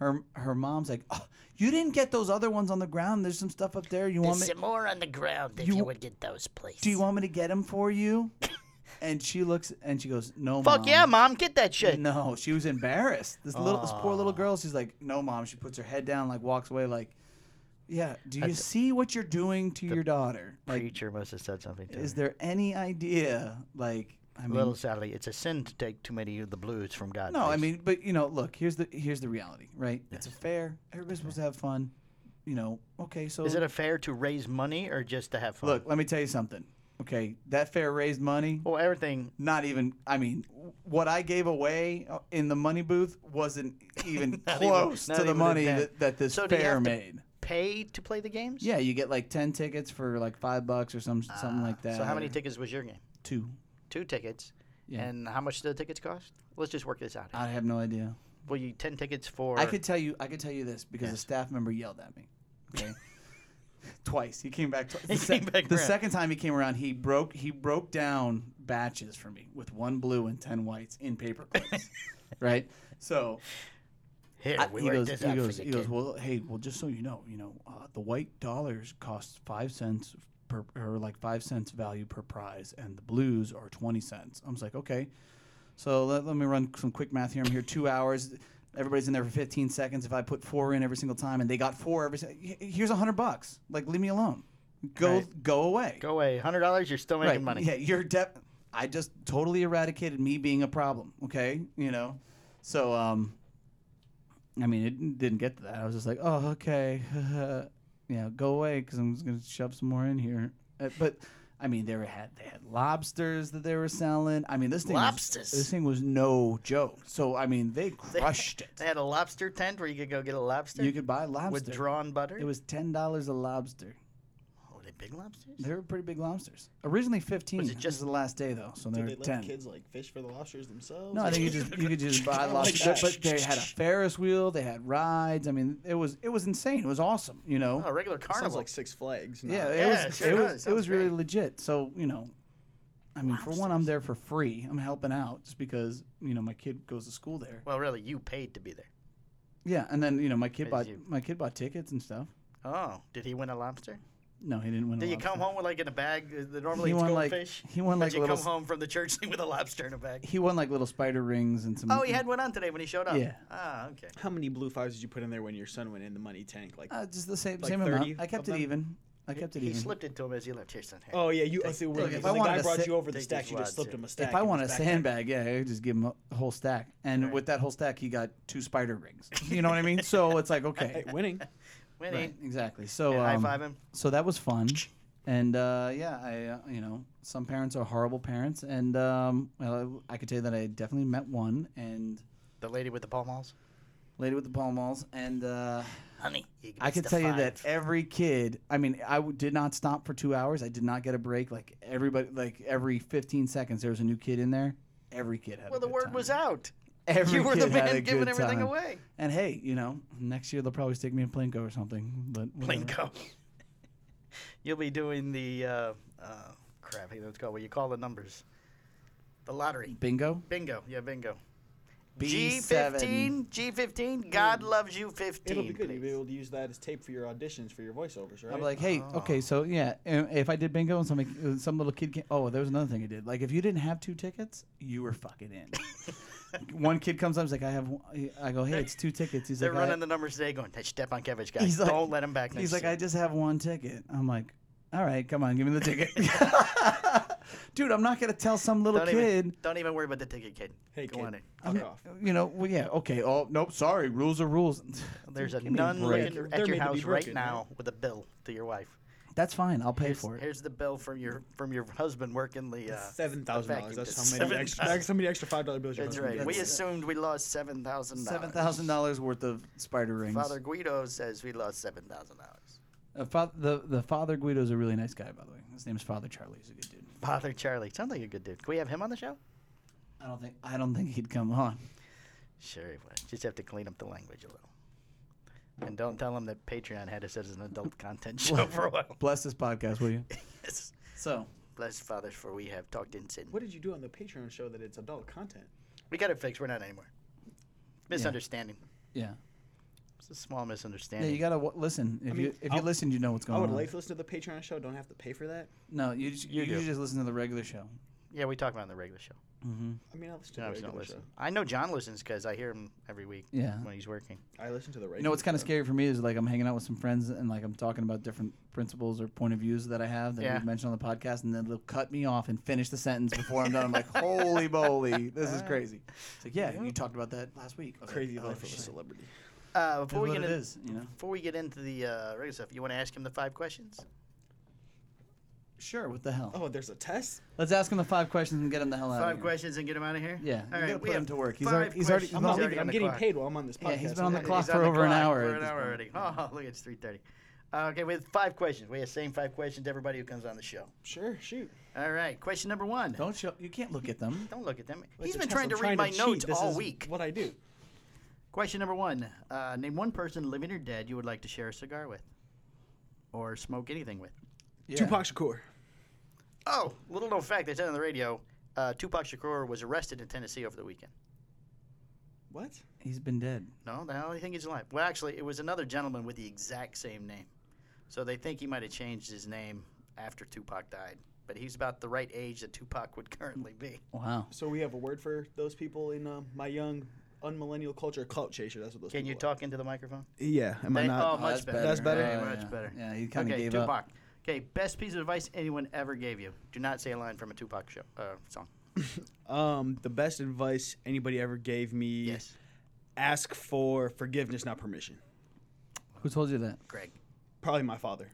[SPEAKER 3] Her her mom's like, oh, "You didn't get those other ones on the ground. There's some stuff up there. You want me?
[SPEAKER 2] Some more on the ground if
[SPEAKER 3] You-
[SPEAKER 2] you, would get those, please.
[SPEAKER 3] Do you want me to get them for you?" And she looks and she goes, "No,
[SPEAKER 1] Fuck
[SPEAKER 3] mom.
[SPEAKER 1] yeah, mom, get that shit.
[SPEAKER 3] No, she was embarrassed. This little, this poor little girl. She's like, "No, mom." She puts her head down, like walks away, like, "Yeah, do you see what you're doing to your daughter? Like,
[SPEAKER 1] Preacher must have said something to
[SPEAKER 3] is
[SPEAKER 1] her.
[SPEAKER 3] there any idea? Like, I mean,
[SPEAKER 1] Little Sally, it's a sin to take too many of the blues from God.
[SPEAKER 3] no, I
[SPEAKER 1] please.
[SPEAKER 3] mean, but you know, look, here's the here's the reality, right? It's a fair. Everybody's supposed to have fun. You know, okay, so
[SPEAKER 1] is it a fair to raise money or just to have fun? Oh.
[SPEAKER 3] look? Let me tell you something. Okay, that fair raised money.
[SPEAKER 1] well, everything.
[SPEAKER 3] Not even. I mean, what I gave away uh, in the money booth wasn't even
[SPEAKER 1] Not even-
[SPEAKER 3] close
[SPEAKER 1] not
[SPEAKER 3] to the
[SPEAKER 1] even a
[SPEAKER 3] money
[SPEAKER 1] dent.
[SPEAKER 3] that, that this
[SPEAKER 1] So do you
[SPEAKER 3] fair
[SPEAKER 1] have to-
[SPEAKER 3] made.
[SPEAKER 1] Pay to play the games.
[SPEAKER 3] Yeah, you get like ten tickets for like five bucks or some something like that.
[SPEAKER 1] Ah, So how many
[SPEAKER 3] or
[SPEAKER 1] tickets was your game?
[SPEAKER 3] Two.
[SPEAKER 1] Two tickets.
[SPEAKER 3] Yeah.
[SPEAKER 1] And how much do the tickets cost? Let's just work this out.
[SPEAKER 3] I have no idea.
[SPEAKER 1] Will you ten tickets for?
[SPEAKER 3] I could tell you. I could tell you this because a staff member yelled at me. Okay. twice. He came back. Twice. The, sec-
[SPEAKER 1] came back
[SPEAKER 3] the
[SPEAKER 1] around.
[SPEAKER 3] second time he came around, he broke. He broke down batches for me with one blue and ten whites in paper clips. right. So
[SPEAKER 1] Here,
[SPEAKER 3] I-
[SPEAKER 1] we
[SPEAKER 3] he
[SPEAKER 1] worked
[SPEAKER 3] goes.
[SPEAKER 1] this
[SPEAKER 3] He
[SPEAKER 1] out
[SPEAKER 3] goes.
[SPEAKER 1] for you,
[SPEAKER 3] He goes.
[SPEAKER 1] kid.
[SPEAKER 3] Well, hey. Well, just so you know, you know, uh, the white dollars cost five cents per, or like five cents value per prize, and the blues are twenty cents. I was like, okay. So let, let me run some quick math here. I'm here two hours. Everybody's in there for 15 seconds. If I put four in every single time, and they got four every, se- he- here's a hundred bucks. Like, leave me alone. Go,
[SPEAKER 1] Right.
[SPEAKER 3] go away.
[SPEAKER 1] Go away. Hundred dollars. You're still making
[SPEAKER 3] right.
[SPEAKER 1] money.
[SPEAKER 3] Yeah, you're de- I just totally eradicated me being a problem. Okay, you know. So, um, I mean, it didn't get to that. I was just like, oh, okay, yeah, go away because I'm just gonna shove some more in here. Uh, but I mean, they were had they had lobsters that they were selling. I mean, this thing
[SPEAKER 1] Lobsters.
[SPEAKER 3] Was, this thing was no joke. So I mean, they crushed
[SPEAKER 1] They
[SPEAKER 3] it.
[SPEAKER 1] had a lobster tent where you could go get a lobster
[SPEAKER 3] You could buy lobster.
[SPEAKER 1] with drawn butter.
[SPEAKER 3] it was ten dollars a lobster.
[SPEAKER 1] oh, they big lobsters.
[SPEAKER 3] They were pretty big lobsters. Originally fifteen.
[SPEAKER 1] Was it
[SPEAKER 3] This
[SPEAKER 1] just-
[SPEAKER 3] is the last day though, so they were ten.
[SPEAKER 4] like fish for the lobsters themselves.
[SPEAKER 3] No, I think you just you could just buy lobster.
[SPEAKER 4] that.
[SPEAKER 3] but they had a Ferris wheel. They had rides. I mean, it was it was insane. It was awesome. You know.
[SPEAKER 1] Oh, a regular carnival.
[SPEAKER 4] Six Flags.
[SPEAKER 3] yeah, it
[SPEAKER 1] Yeah,
[SPEAKER 3] was
[SPEAKER 1] sure
[SPEAKER 3] it
[SPEAKER 1] does.
[SPEAKER 3] was it
[SPEAKER 1] Sounds
[SPEAKER 3] was really
[SPEAKER 1] great.
[SPEAKER 3] legit. So you know, I mean, for one, I'm there for free. I'm helping out just because you know my kid goes to school there.
[SPEAKER 1] well, really, you paid to be there.
[SPEAKER 3] Yeah, and then you know my kid
[SPEAKER 1] Is
[SPEAKER 3] bought
[SPEAKER 1] you-
[SPEAKER 3] my kid bought tickets and stuff.
[SPEAKER 1] Oh, did he win a lobster?
[SPEAKER 3] No, he didn't win.
[SPEAKER 1] Did
[SPEAKER 3] a
[SPEAKER 1] you come
[SPEAKER 3] lobster.
[SPEAKER 1] home with like in a bag? uh, the- Normally
[SPEAKER 3] He
[SPEAKER 1] it's
[SPEAKER 3] won like
[SPEAKER 1] goldfish.
[SPEAKER 3] he won
[SPEAKER 1] But
[SPEAKER 3] like
[SPEAKER 1] you
[SPEAKER 3] little
[SPEAKER 1] come home from the church with a lobster in a bag.
[SPEAKER 3] he won like little spider rings and some.
[SPEAKER 1] Oh, he had one on today when he showed up.
[SPEAKER 3] Mm-hmm. Yeah.
[SPEAKER 1] Ah, okay.
[SPEAKER 4] How many blue fives did you put in there when your son went in the money tank? Like,
[SPEAKER 3] uh, just the same
[SPEAKER 4] Like
[SPEAKER 3] same
[SPEAKER 4] 30
[SPEAKER 3] amount. I kept
[SPEAKER 4] of
[SPEAKER 3] it
[SPEAKER 4] them?
[SPEAKER 3] even. I kept it
[SPEAKER 1] He
[SPEAKER 3] even.
[SPEAKER 1] slipped it to him as he left. Here, son. Here.
[SPEAKER 4] oh yeah, you. I see,
[SPEAKER 3] Look,
[SPEAKER 4] we're,
[SPEAKER 3] if
[SPEAKER 4] if
[SPEAKER 3] I
[SPEAKER 4] the
[SPEAKER 3] wanted
[SPEAKER 4] guy
[SPEAKER 3] to
[SPEAKER 4] brought
[SPEAKER 3] sit-
[SPEAKER 4] you over the
[SPEAKER 1] take
[SPEAKER 4] stack,
[SPEAKER 1] these
[SPEAKER 4] you just
[SPEAKER 1] wads
[SPEAKER 4] slipped
[SPEAKER 1] in.
[SPEAKER 4] him a stack.
[SPEAKER 3] If I
[SPEAKER 4] and
[SPEAKER 3] want a
[SPEAKER 4] it's back there.
[SPEAKER 3] sandbag, yeah, I just give him a whole stack. And with that whole stack, he got two spider rings. You know what I mean? So it's like, okay,
[SPEAKER 4] Hey, winning.
[SPEAKER 1] Winnie.
[SPEAKER 3] right, exactly. So
[SPEAKER 1] Yeah, high
[SPEAKER 3] um,
[SPEAKER 1] five him.
[SPEAKER 3] So that was fun. And uh, yeah, I uh, you know some parents are horrible parents, and um, well, I, I could tell you that I definitely met one and
[SPEAKER 1] The lady with the palm malls.
[SPEAKER 3] lady with the palm malls, and uh,
[SPEAKER 1] Honey, you
[SPEAKER 3] I
[SPEAKER 1] missed
[SPEAKER 3] could
[SPEAKER 1] the
[SPEAKER 3] tell you that
[SPEAKER 1] five.
[SPEAKER 3] every kid. I mean, I w- did not stop for two hours. I did not get a break. Like everybody, like every fifteen seconds, there was a new kid in there. Every kid had. a
[SPEAKER 1] Well, the
[SPEAKER 3] good
[SPEAKER 1] word
[SPEAKER 3] time.
[SPEAKER 1] was out.
[SPEAKER 3] Every
[SPEAKER 1] you were the
[SPEAKER 3] kid had a
[SPEAKER 1] man giving
[SPEAKER 3] good
[SPEAKER 1] everything
[SPEAKER 3] time.
[SPEAKER 1] away.
[SPEAKER 3] And hey, you know, next year they'll probably stick me in Plinko or something. But whatever.
[SPEAKER 1] Plinko. You'll be doing the uh, uh, crap. Hey, what's it called? What you call the numbers? The lottery.
[SPEAKER 3] Bingo.
[SPEAKER 1] Bingo. Yeah, bingo. G15.
[SPEAKER 3] B7.
[SPEAKER 1] G15. God loves you. 15.
[SPEAKER 4] It'll be good. You'll be
[SPEAKER 1] please.
[SPEAKER 4] able to use that as tape for your auditions for your voiceovers, right?
[SPEAKER 3] I'm like, hey, okay, so yeah, and if I did bingo and somebody, uh, some little kid came, oh, there was another thing I did. Like, if you didn't have two tickets, you were fucking in. one kid comes up, he's like, I have, one- I go, hey, it's two tickets. He's
[SPEAKER 1] They're
[SPEAKER 3] like,
[SPEAKER 1] running
[SPEAKER 3] I,
[SPEAKER 1] the numbers today going, that Stepankevich guy.
[SPEAKER 3] He's like-
[SPEAKER 1] Don't let him back next
[SPEAKER 3] he's like,
[SPEAKER 1] year."
[SPEAKER 3] I just have one ticket. I'm like, all right, come on, give me the ticket, dude. I'm not gonna tell some little
[SPEAKER 1] don't
[SPEAKER 3] kid.
[SPEAKER 1] Even, don't even worry about the ticket, kid.
[SPEAKER 4] Hey,
[SPEAKER 1] Go
[SPEAKER 4] kid.
[SPEAKER 1] on in.
[SPEAKER 4] Fuck
[SPEAKER 3] I'm-
[SPEAKER 4] off.
[SPEAKER 3] You know, well, yeah, okay. Oh, nope, sorry. Rules are rules.
[SPEAKER 1] There's a
[SPEAKER 3] Give me a
[SPEAKER 1] nun looking
[SPEAKER 3] break.
[SPEAKER 4] They're
[SPEAKER 1] at
[SPEAKER 4] made
[SPEAKER 1] your
[SPEAKER 4] to be
[SPEAKER 1] house right
[SPEAKER 4] broken,
[SPEAKER 1] now with a bill to your wife.
[SPEAKER 3] That's fine. I'll pay
[SPEAKER 1] Here's,
[SPEAKER 3] for it.
[SPEAKER 1] here's the bill from your from your husband working the uh,
[SPEAKER 4] Seven thousand dollars.
[SPEAKER 1] vacuum
[SPEAKER 4] That's
[SPEAKER 1] disc.
[SPEAKER 4] how many
[SPEAKER 1] Seven
[SPEAKER 4] extra.
[SPEAKER 1] thousand.
[SPEAKER 4] That's how many extra five dollar bills. your
[SPEAKER 1] That's
[SPEAKER 4] husband
[SPEAKER 1] right. We
[SPEAKER 4] gets.
[SPEAKER 1] assumed we lost seven thousand dollars.
[SPEAKER 3] Seven thousand dollars worth of spider rings.
[SPEAKER 1] Father Guido says we lost seven thousand dollars.
[SPEAKER 3] Uh, fa- the the father Guido's a really nice guy, by the way. His name's Father Charlie. He's a good dude.
[SPEAKER 1] Father Charlie sounds like a good dude. Can we have him on the show?
[SPEAKER 3] I don't think I don't think he'd come on.
[SPEAKER 1] Sure, he would. Just have to clean up the language a little. And don't tell him that Patreon had us as an adult content show for a while.
[SPEAKER 3] Bless this podcast, will you?
[SPEAKER 1] Yes.
[SPEAKER 3] So
[SPEAKER 1] Bless fathers for we have talked in sin.
[SPEAKER 4] What did you do on the Patreon show that it's adult content?
[SPEAKER 1] We got it fixed. We're not anymore. Misunderstanding.
[SPEAKER 3] yeah,
[SPEAKER 1] It's a small
[SPEAKER 3] yeah.
[SPEAKER 1] misunderstanding.
[SPEAKER 3] You gotta w- listen. If
[SPEAKER 4] mean,
[SPEAKER 3] you if you
[SPEAKER 4] I'll-
[SPEAKER 3] listen, you know what's
[SPEAKER 4] I
[SPEAKER 3] going
[SPEAKER 4] would
[SPEAKER 3] on.
[SPEAKER 4] like to listen to the Patreon show. Don't have to pay for that.
[SPEAKER 3] No, you just, you,
[SPEAKER 1] do.
[SPEAKER 3] just listen to the regular show.
[SPEAKER 1] Yeah, we talk about it in the regular show.
[SPEAKER 5] I mean, I listen to the
[SPEAKER 1] John don't
[SPEAKER 5] regular
[SPEAKER 1] listen.
[SPEAKER 5] show.
[SPEAKER 1] I know John listens because I hear him every week
[SPEAKER 3] Yeah.
[SPEAKER 1] when he's working.
[SPEAKER 5] I listen to the regular.
[SPEAKER 3] You know what's kind of
[SPEAKER 5] show.
[SPEAKER 3] scary for me is like I'm hanging out with some friends and like I'm talking about different principles or point of views that I have that
[SPEAKER 1] Yeah.
[SPEAKER 3] we've mentioned on the podcast, and then they'll cut me off and finish the sentence before I'm done. I'm like, holy moly, this
[SPEAKER 1] Ah.
[SPEAKER 3] is crazy. It's like, yeah, you talked about that last week. I was like,
[SPEAKER 5] Crazy
[SPEAKER 3] oh,
[SPEAKER 5] life of a
[SPEAKER 3] shit.
[SPEAKER 5] celebrity.
[SPEAKER 1] Uh,
[SPEAKER 3] That's
[SPEAKER 1] before we
[SPEAKER 3] what
[SPEAKER 1] get
[SPEAKER 3] it
[SPEAKER 1] in,
[SPEAKER 3] is, you know.
[SPEAKER 1] before we get into the uh, regular stuff, you want to ask him the five questions?
[SPEAKER 3] Sure, what the hell?
[SPEAKER 5] Oh, there's a test.
[SPEAKER 3] Let's ask him the five questions and get him the hell out.
[SPEAKER 1] Five
[SPEAKER 3] of here.
[SPEAKER 1] questions and get him out of here.
[SPEAKER 3] Yeah, you
[SPEAKER 1] All
[SPEAKER 3] gotta
[SPEAKER 1] right, we
[SPEAKER 3] put him
[SPEAKER 1] have
[SPEAKER 3] to work. He's
[SPEAKER 1] five
[SPEAKER 3] already- he's already-
[SPEAKER 1] questions.
[SPEAKER 5] I'm
[SPEAKER 3] not
[SPEAKER 5] not
[SPEAKER 1] He's
[SPEAKER 5] leaving.
[SPEAKER 1] already on
[SPEAKER 5] I'm
[SPEAKER 1] the
[SPEAKER 5] getting
[SPEAKER 1] clock.
[SPEAKER 5] paid while I'm on this podcast.
[SPEAKER 3] Yeah, he's been on the
[SPEAKER 5] I'm
[SPEAKER 1] He's
[SPEAKER 5] not-
[SPEAKER 3] clock
[SPEAKER 1] on
[SPEAKER 3] for
[SPEAKER 1] the
[SPEAKER 3] over an
[SPEAKER 1] clock
[SPEAKER 3] hour
[SPEAKER 1] For
[SPEAKER 3] at
[SPEAKER 1] an
[SPEAKER 3] this
[SPEAKER 1] hour
[SPEAKER 3] point.
[SPEAKER 1] already. Oh, look, it's three thirty. Uh, okay, we have five questions. We have the same five questions to everybody who comes on the show.
[SPEAKER 5] Sure, shoot.
[SPEAKER 1] All right, question number one. Don't,
[SPEAKER 3] Don't show. You can't look at them.
[SPEAKER 1] look at them.
[SPEAKER 5] Like
[SPEAKER 1] He's
[SPEAKER 5] the
[SPEAKER 1] been
[SPEAKER 5] test,
[SPEAKER 1] trying
[SPEAKER 5] I'm
[SPEAKER 1] to read my
[SPEAKER 5] cheat.
[SPEAKER 1] notes
[SPEAKER 5] This
[SPEAKER 1] all
[SPEAKER 5] is
[SPEAKER 1] week.
[SPEAKER 5] What I do.
[SPEAKER 1] Question number one. Uh, name one person, living or dead, you would like to share a cigar with, or smoke anything with.
[SPEAKER 3] Yeah.
[SPEAKER 4] Tupac Shakur.
[SPEAKER 1] Oh, little known fact they said on the radio, uh, Tupac Shakur was arrested in Tennessee over the weekend.
[SPEAKER 5] What?
[SPEAKER 3] He's been dead.
[SPEAKER 1] No, the only thing he's alive. Well, actually, it was another gentleman with the exact same name, so they think he might have changed his name after Tupac died. But he's about the right age that Tupac would currently be.
[SPEAKER 3] Wow.
[SPEAKER 5] So we have a word for those people in um, my young unmillennial culture, clout chaser. That's what those.
[SPEAKER 1] Can you
[SPEAKER 5] people are.
[SPEAKER 1] talk into the microphone?
[SPEAKER 4] Yeah. Am I
[SPEAKER 1] Thank-
[SPEAKER 4] not?
[SPEAKER 1] oh, much
[SPEAKER 3] that's
[SPEAKER 1] better.
[SPEAKER 3] better.
[SPEAKER 4] That's better?
[SPEAKER 1] Very
[SPEAKER 3] Yeah,
[SPEAKER 1] much
[SPEAKER 3] yeah.
[SPEAKER 1] better.
[SPEAKER 3] Yeah, he kinda
[SPEAKER 1] okay,
[SPEAKER 3] gave up.
[SPEAKER 1] Tupac. Okay, best piece of advice anyone ever gave you. Do not say a line from a Tupac show, uh, song.
[SPEAKER 4] Um, the best advice anybody ever gave me.
[SPEAKER 1] Yes,
[SPEAKER 4] Ask for forgiveness, not permission.
[SPEAKER 3] Who told you that?
[SPEAKER 1] Greg.
[SPEAKER 4] Probably my father,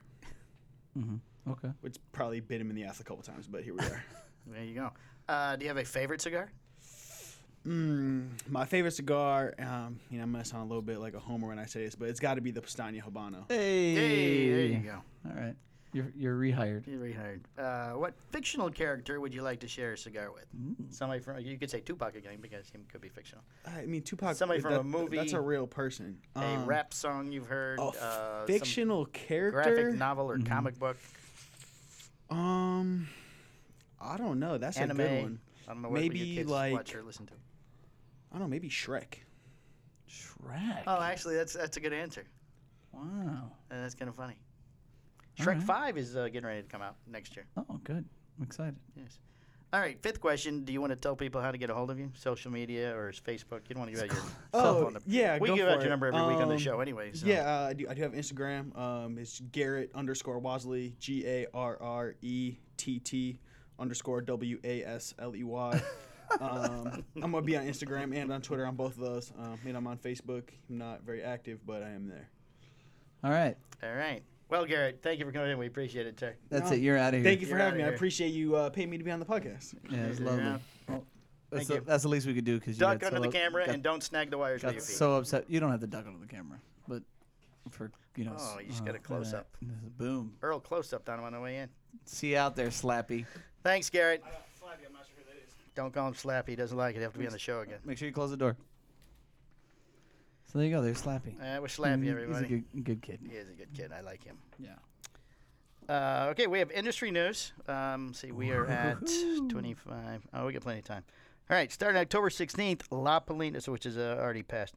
[SPEAKER 3] Okay.
[SPEAKER 4] which probably bit him in the ass a couple times, but here we are.
[SPEAKER 1] There you go. Uh, do you have a favorite cigar?
[SPEAKER 4] Mm, my favorite cigar, um, you know, I'm gonna sound a little bit like a homer when I say this, but it's got to be the Pistana Habano.
[SPEAKER 3] Hey.
[SPEAKER 1] Hey, there you go.
[SPEAKER 3] All right. You're you're rehired.
[SPEAKER 1] You're rehired. Uh, what fictional character would you like to share a cigar with? Somebody from you could say Tupac again because he could be fictional.
[SPEAKER 4] I mean, Tupac.
[SPEAKER 1] Somebody
[SPEAKER 4] uh,
[SPEAKER 1] from a movie,
[SPEAKER 4] That's a real person. Um,
[SPEAKER 1] a rap song you've heard,
[SPEAKER 4] a
[SPEAKER 1] uh, some
[SPEAKER 4] fictional
[SPEAKER 1] graphic
[SPEAKER 4] character. Mm-hmm.
[SPEAKER 1] novel or comic book,
[SPEAKER 4] um, I don't know. That's
[SPEAKER 1] anime.
[SPEAKER 4] a good one.
[SPEAKER 1] I don't know what what
[SPEAKER 4] Maybe,
[SPEAKER 1] your kids watch
[SPEAKER 4] like-
[SPEAKER 1] or listen to.
[SPEAKER 4] I don't know. Maybe Shrek.
[SPEAKER 3] Shrek.
[SPEAKER 1] Oh, actually, that's that's a good answer.
[SPEAKER 3] Wow.
[SPEAKER 1] Uh, that's kind of funny.
[SPEAKER 3] All
[SPEAKER 1] Shrek
[SPEAKER 3] right.
[SPEAKER 1] Five is uh, getting ready to come out next year.
[SPEAKER 3] Oh, good. I'm excited.
[SPEAKER 1] Yes. All right. Fifth question: Do you want to tell people how to get a hold of you? Social media or is Facebook? You don't want to give out your cell
[SPEAKER 4] Oh,
[SPEAKER 1] phone number.
[SPEAKER 4] yeah,
[SPEAKER 1] we
[SPEAKER 4] go
[SPEAKER 1] give out
[SPEAKER 4] for
[SPEAKER 1] your
[SPEAKER 4] it.
[SPEAKER 1] number every week on the
[SPEAKER 4] Um,
[SPEAKER 1] show anyway. So.
[SPEAKER 4] Yeah, uh, I do. I do have Instagram. Um, it's Garrett underscore Wasley. G A R R E T T underscore W A S L E Y. Um, I'm gonna be on Instagram and on Twitter on both of those. Um, and I'm on Facebook. I'm not very active, but I am there.
[SPEAKER 3] All right.
[SPEAKER 1] All right. Well, Garrett, thank you for coming in. We appreciate it, sir.
[SPEAKER 3] That's
[SPEAKER 4] No.
[SPEAKER 3] it. You're out of here.
[SPEAKER 4] Thank you
[SPEAKER 1] You're
[SPEAKER 4] for having
[SPEAKER 1] outta
[SPEAKER 4] me. I
[SPEAKER 1] here.
[SPEAKER 4] appreciate you uh, paying me to be on the podcast.
[SPEAKER 3] Yeah, it was
[SPEAKER 1] You're
[SPEAKER 3] lovely.
[SPEAKER 1] out.
[SPEAKER 3] Well, that's,
[SPEAKER 1] Thank
[SPEAKER 3] the,
[SPEAKER 1] you.
[SPEAKER 3] that's the least we could do because you
[SPEAKER 1] Duck
[SPEAKER 3] got
[SPEAKER 1] under
[SPEAKER 3] so
[SPEAKER 1] the
[SPEAKER 3] up-
[SPEAKER 1] camera
[SPEAKER 3] got-
[SPEAKER 1] and don't snag the wires with
[SPEAKER 3] got
[SPEAKER 1] your feet.
[SPEAKER 3] so upset. You don't have to duck under the camera, but for you know.
[SPEAKER 1] Oh,
[SPEAKER 3] s-
[SPEAKER 1] you just
[SPEAKER 3] uh,
[SPEAKER 1] gotta
[SPEAKER 3] look at
[SPEAKER 1] close
[SPEAKER 3] that.
[SPEAKER 1] up.
[SPEAKER 3] Boom.
[SPEAKER 1] Earl close up down on the way in.
[SPEAKER 3] See you out there, Slappy.
[SPEAKER 1] Thanks, Garrett. Don't call him Slappy. He doesn't like it. He'll have to be on the show again.
[SPEAKER 3] Make sure you close the door. So there you go. There's Slappy.
[SPEAKER 1] Uh, we're Slappy, everybody.
[SPEAKER 3] Mm, He's a good, good kid.
[SPEAKER 1] he is a good kid. I like him.
[SPEAKER 3] Yeah.
[SPEAKER 1] Uh, okay, we have industry news. Um, see, we are at 25. Oh, we got plenty of time. All right, starting October 16th, La Polina, which is uh, already passed.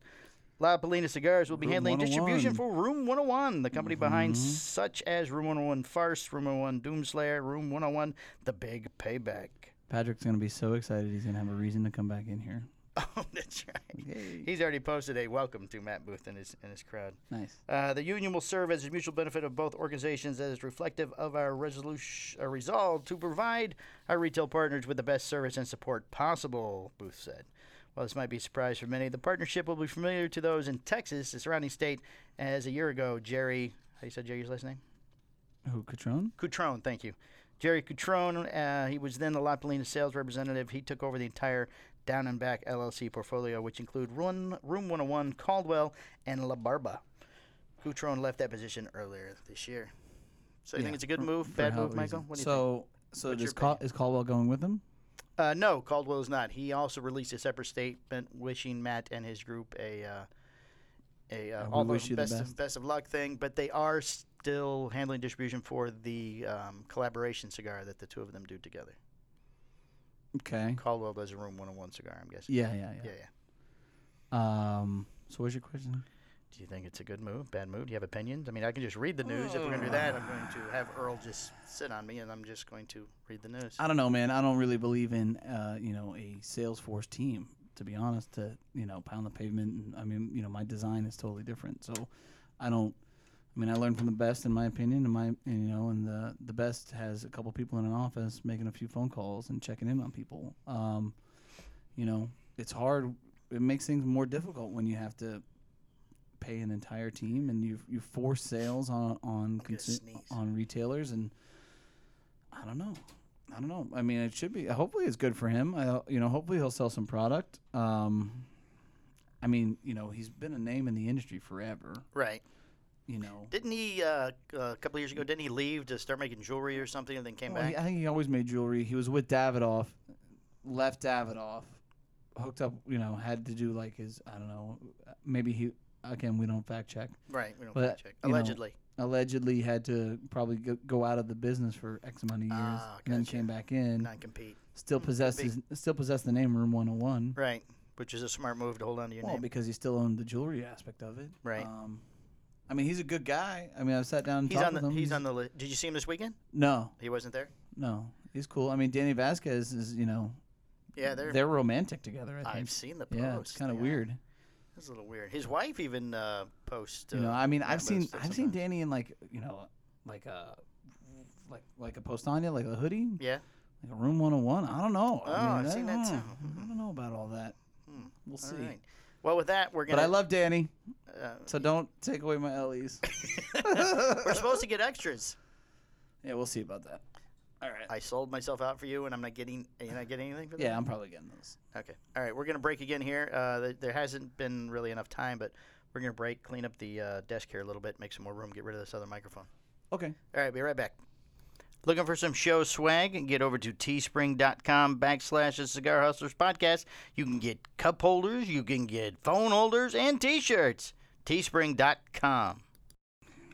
[SPEAKER 1] La Polina Cigars will be
[SPEAKER 3] Room
[SPEAKER 1] handling distribution
[SPEAKER 3] 101.
[SPEAKER 1] for Room 101, the company
[SPEAKER 3] Mm-hmm.
[SPEAKER 1] behind such as Room 101 Farce, Room 101 Doomslayer, Room 101 The Big Payback.
[SPEAKER 3] Patrick's gonna be so excited. He's gonna have a reason to come back in here.
[SPEAKER 1] Oh, that's right. He's already posted a welcome to Matt Booth and his and his crowd.
[SPEAKER 3] Nice.
[SPEAKER 1] Uh, the union will serve as a mutual benefit of both organizations that is reflective of our resolution, uh, resolve to provide our retail partners with the best service and support possible, Booth said. While this might be a surprise for many, the partnership will be familiar to those in Texas, the surrounding state, as a year ago, Jerry, how do you say Jerry's last name?
[SPEAKER 3] Who, Catrone?
[SPEAKER 1] Cutrone, thank you. Jerry Cutrone, uh, he was then the La Polina sales representative. He took over the entire Down and Back LLC portfolio, which include Room, Room 101, Caldwell, and La Barba. Cutrone left that position earlier this year. So you think
[SPEAKER 3] Yeah,
[SPEAKER 1] it's a good
[SPEAKER 3] for-
[SPEAKER 1] move,
[SPEAKER 3] for
[SPEAKER 1] bad
[SPEAKER 3] health
[SPEAKER 1] move, Michael?
[SPEAKER 3] reasons.
[SPEAKER 1] What do you think?
[SPEAKER 3] so, so
[SPEAKER 1] What's
[SPEAKER 3] does
[SPEAKER 1] your
[SPEAKER 3] Cal- is Caldwell going with him?
[SPEAKER 1] Uh, no, Caldwell is not. He also released a separate statement wishing Matt and his group a uh, a uh,
[SPEAKER 3] we
[SPEAKER 1] all
[SPEAKER 3] wish
[SPEAKER 1] those
[SPEAKER 3] you the
[SPEAKER 1] best,
[SPEAKER 3] best.
[SPEAKER 1] Of, best of luck thing, but they are still handling distribution for the um, collaboration cigar that the two of them do together.
[SPEAKER 3] Okay.
[SPEAKER 1] Caldwell does a room 101 cigar, I'm guessing.
[SPEAKER 3] Yeah, yeah, yeah.
[SPEAKER 1] Yeah, yeah.
[SPEAKER 3] Um. So, what's your question?
[SPEAKER 1] Do Do you think it's a good move, bad move? Do you have opinions? I mean, I can just read the news. If we're going to do that, I'm going to have Earl just sit on me and I'm just going to read the news.
[SPEAKER 3] I don't know, man. I don't really believe in uh, you know a Salesforce team to be honest. To you know pound the pavement. And, I mean, you know my design is totally different, so I don't. I mean, I learn from the best, in my opinion, and my and, you know, and the the best has a couple people in an office making a few phone calls and checking in on people. Um, you know, it's hard. It makes things more difficult when you have to pay an entire team and you you force sales on on consu-
[SPEAKER 1] sneeze.
[SPEAKER 3] on retailers and I don't know. I don't know. I mean, it should be. Hopefully, it's good for him. I, you know, hopefully he'll sell some product. Um, I mean, you know, he's been a name in the industry forever.
[SPEAKER 1] Right.
[SPEAKER 3] You know,
[SPEAKER 1] Didn't he, uh, a couple years ago, didn't he leave to start making jewelry or something and then came
[SPEAKER 3] Well,
[SPEAKER 1] back?
[SPEAKER 3] he- I think he always made jewelry. He was with Davidoff, left Davidoff, hooked up. You know, had to do like his. I don't know. Maybe he again. We don't fact check.
[SPEAKER 1] Right. We don't
[SPEAKER 3] But,
[SPEAKER 1] fact check.
[SPEAKER 3] you know,
[SPEAKER 1] Allegedly.
[SPEAKER 3] Allegedly, had to probably go, go out of the business for X amount of years,
[SPEAKER 1] Ah,
[SPEAKER 3] and then
[SPEAKER 1] gotcha.
[SPEAKER 3] came back in.
[SPEAKER 1] non compete.
[SPEAKER 3] Still possessed his, still possessed the name Room One Hundred One.
[SPEAKER 1] Right. Which is a smart move to hold on to your
[SPEAKER 3] Well,
[SPEAKER 1] name.
[SPEAKER 3] because he still owned the jewelry aspect of it.
[SPEAKER 1] Right.
[SPEAKER 3] Um, I mean, he's a good guy. I mean, I've sat down and
[SPEAKER 1] he's
[SPEAKER 3] talked
[SPEAKER 1] on the
[SPEAKER 3] with him.
[SPEAKER 1] he's on the li- Did you see him this weekend?
[SPEAKER 3] No,
[SPEAKER 1] He wasn't there.
[SPEAKER 3] no, he's cool. I mean, Danny Vasquez is, you know,
[SPEAKER 1] Yeah, they're.
[SPEAKER 3] they're romantic together. I think.
[SPEAKER 1] I've seen the post.
[SPEAKER 3] yeah, it's kind of
[SPEAKER 1] yeah.
[SPEAKER 3] weird.
[SPEAKER 1] It's a little weird. His wife even uh, posts. Uh,
[SPEAKER 3] You know, I mean,
[SPEAKER 1] yeah,
[SPEAKER 3] I've seen
[SPEAKER 1] posts
[SPEAKER 3] I've
[SPEAKER 1] it
[SPEAKER 3] seen
[SPEAKER 1] sometimes.
[SPEAKER 3] Danny in like you know, like a like like a postania, like a hoodie,
[SPEAKER 1] Yeah.
[SPEAKER 3] like a room 101. I don't know.
[SPEAKER 1] Oh,
[SPEAKER 3] I
[SPEAKER 1] I've
[SPEAKER 3] I
[SPEAKER 1] seen that
[SPEAKER 3] don't-
[SPEAKER 1] too. Mm-hmm. Hmm.
[SPEAKER 3] I don't know about all that. We'll
[SPEAKER 1] All
[SPEAKER 3] see.
[SPEAKER 1] right. Well, with that, we're
[SPEAKER 3] But
[SPEAKER 1] gonna.
[SPEAKER 3] I love Danny,
[SPEAKER 1] uh,
[SPEAKER 3] so don't take away my Ellie's.
[SPEAKER 1] we're supposed to get extras.
[SPEAKER 3] yeah, we'll see about that.
[SPEAKER 1] All right. I sold myself out for you, and I'm not getting. You're not getting anything for that.
[SPEAKER 3] Yeah, I'm probably getting those.
[SPEAKER 1] Okay. All right. We're gonna break again here. Uh, th- there hasn't been really enough time, but we're gonna break, clean up the uh, desk here a little bit, make some more room, get rid of this other microphone.
[SPEAKER 3] Okay.
[SPEAKER 1] All right, be right back. Looking for some show swag? Get over to teespring.com backslash the Cigar Hustlers podcast. You can get cup holders, you can get phone holders, and t shirts. Teespring.com.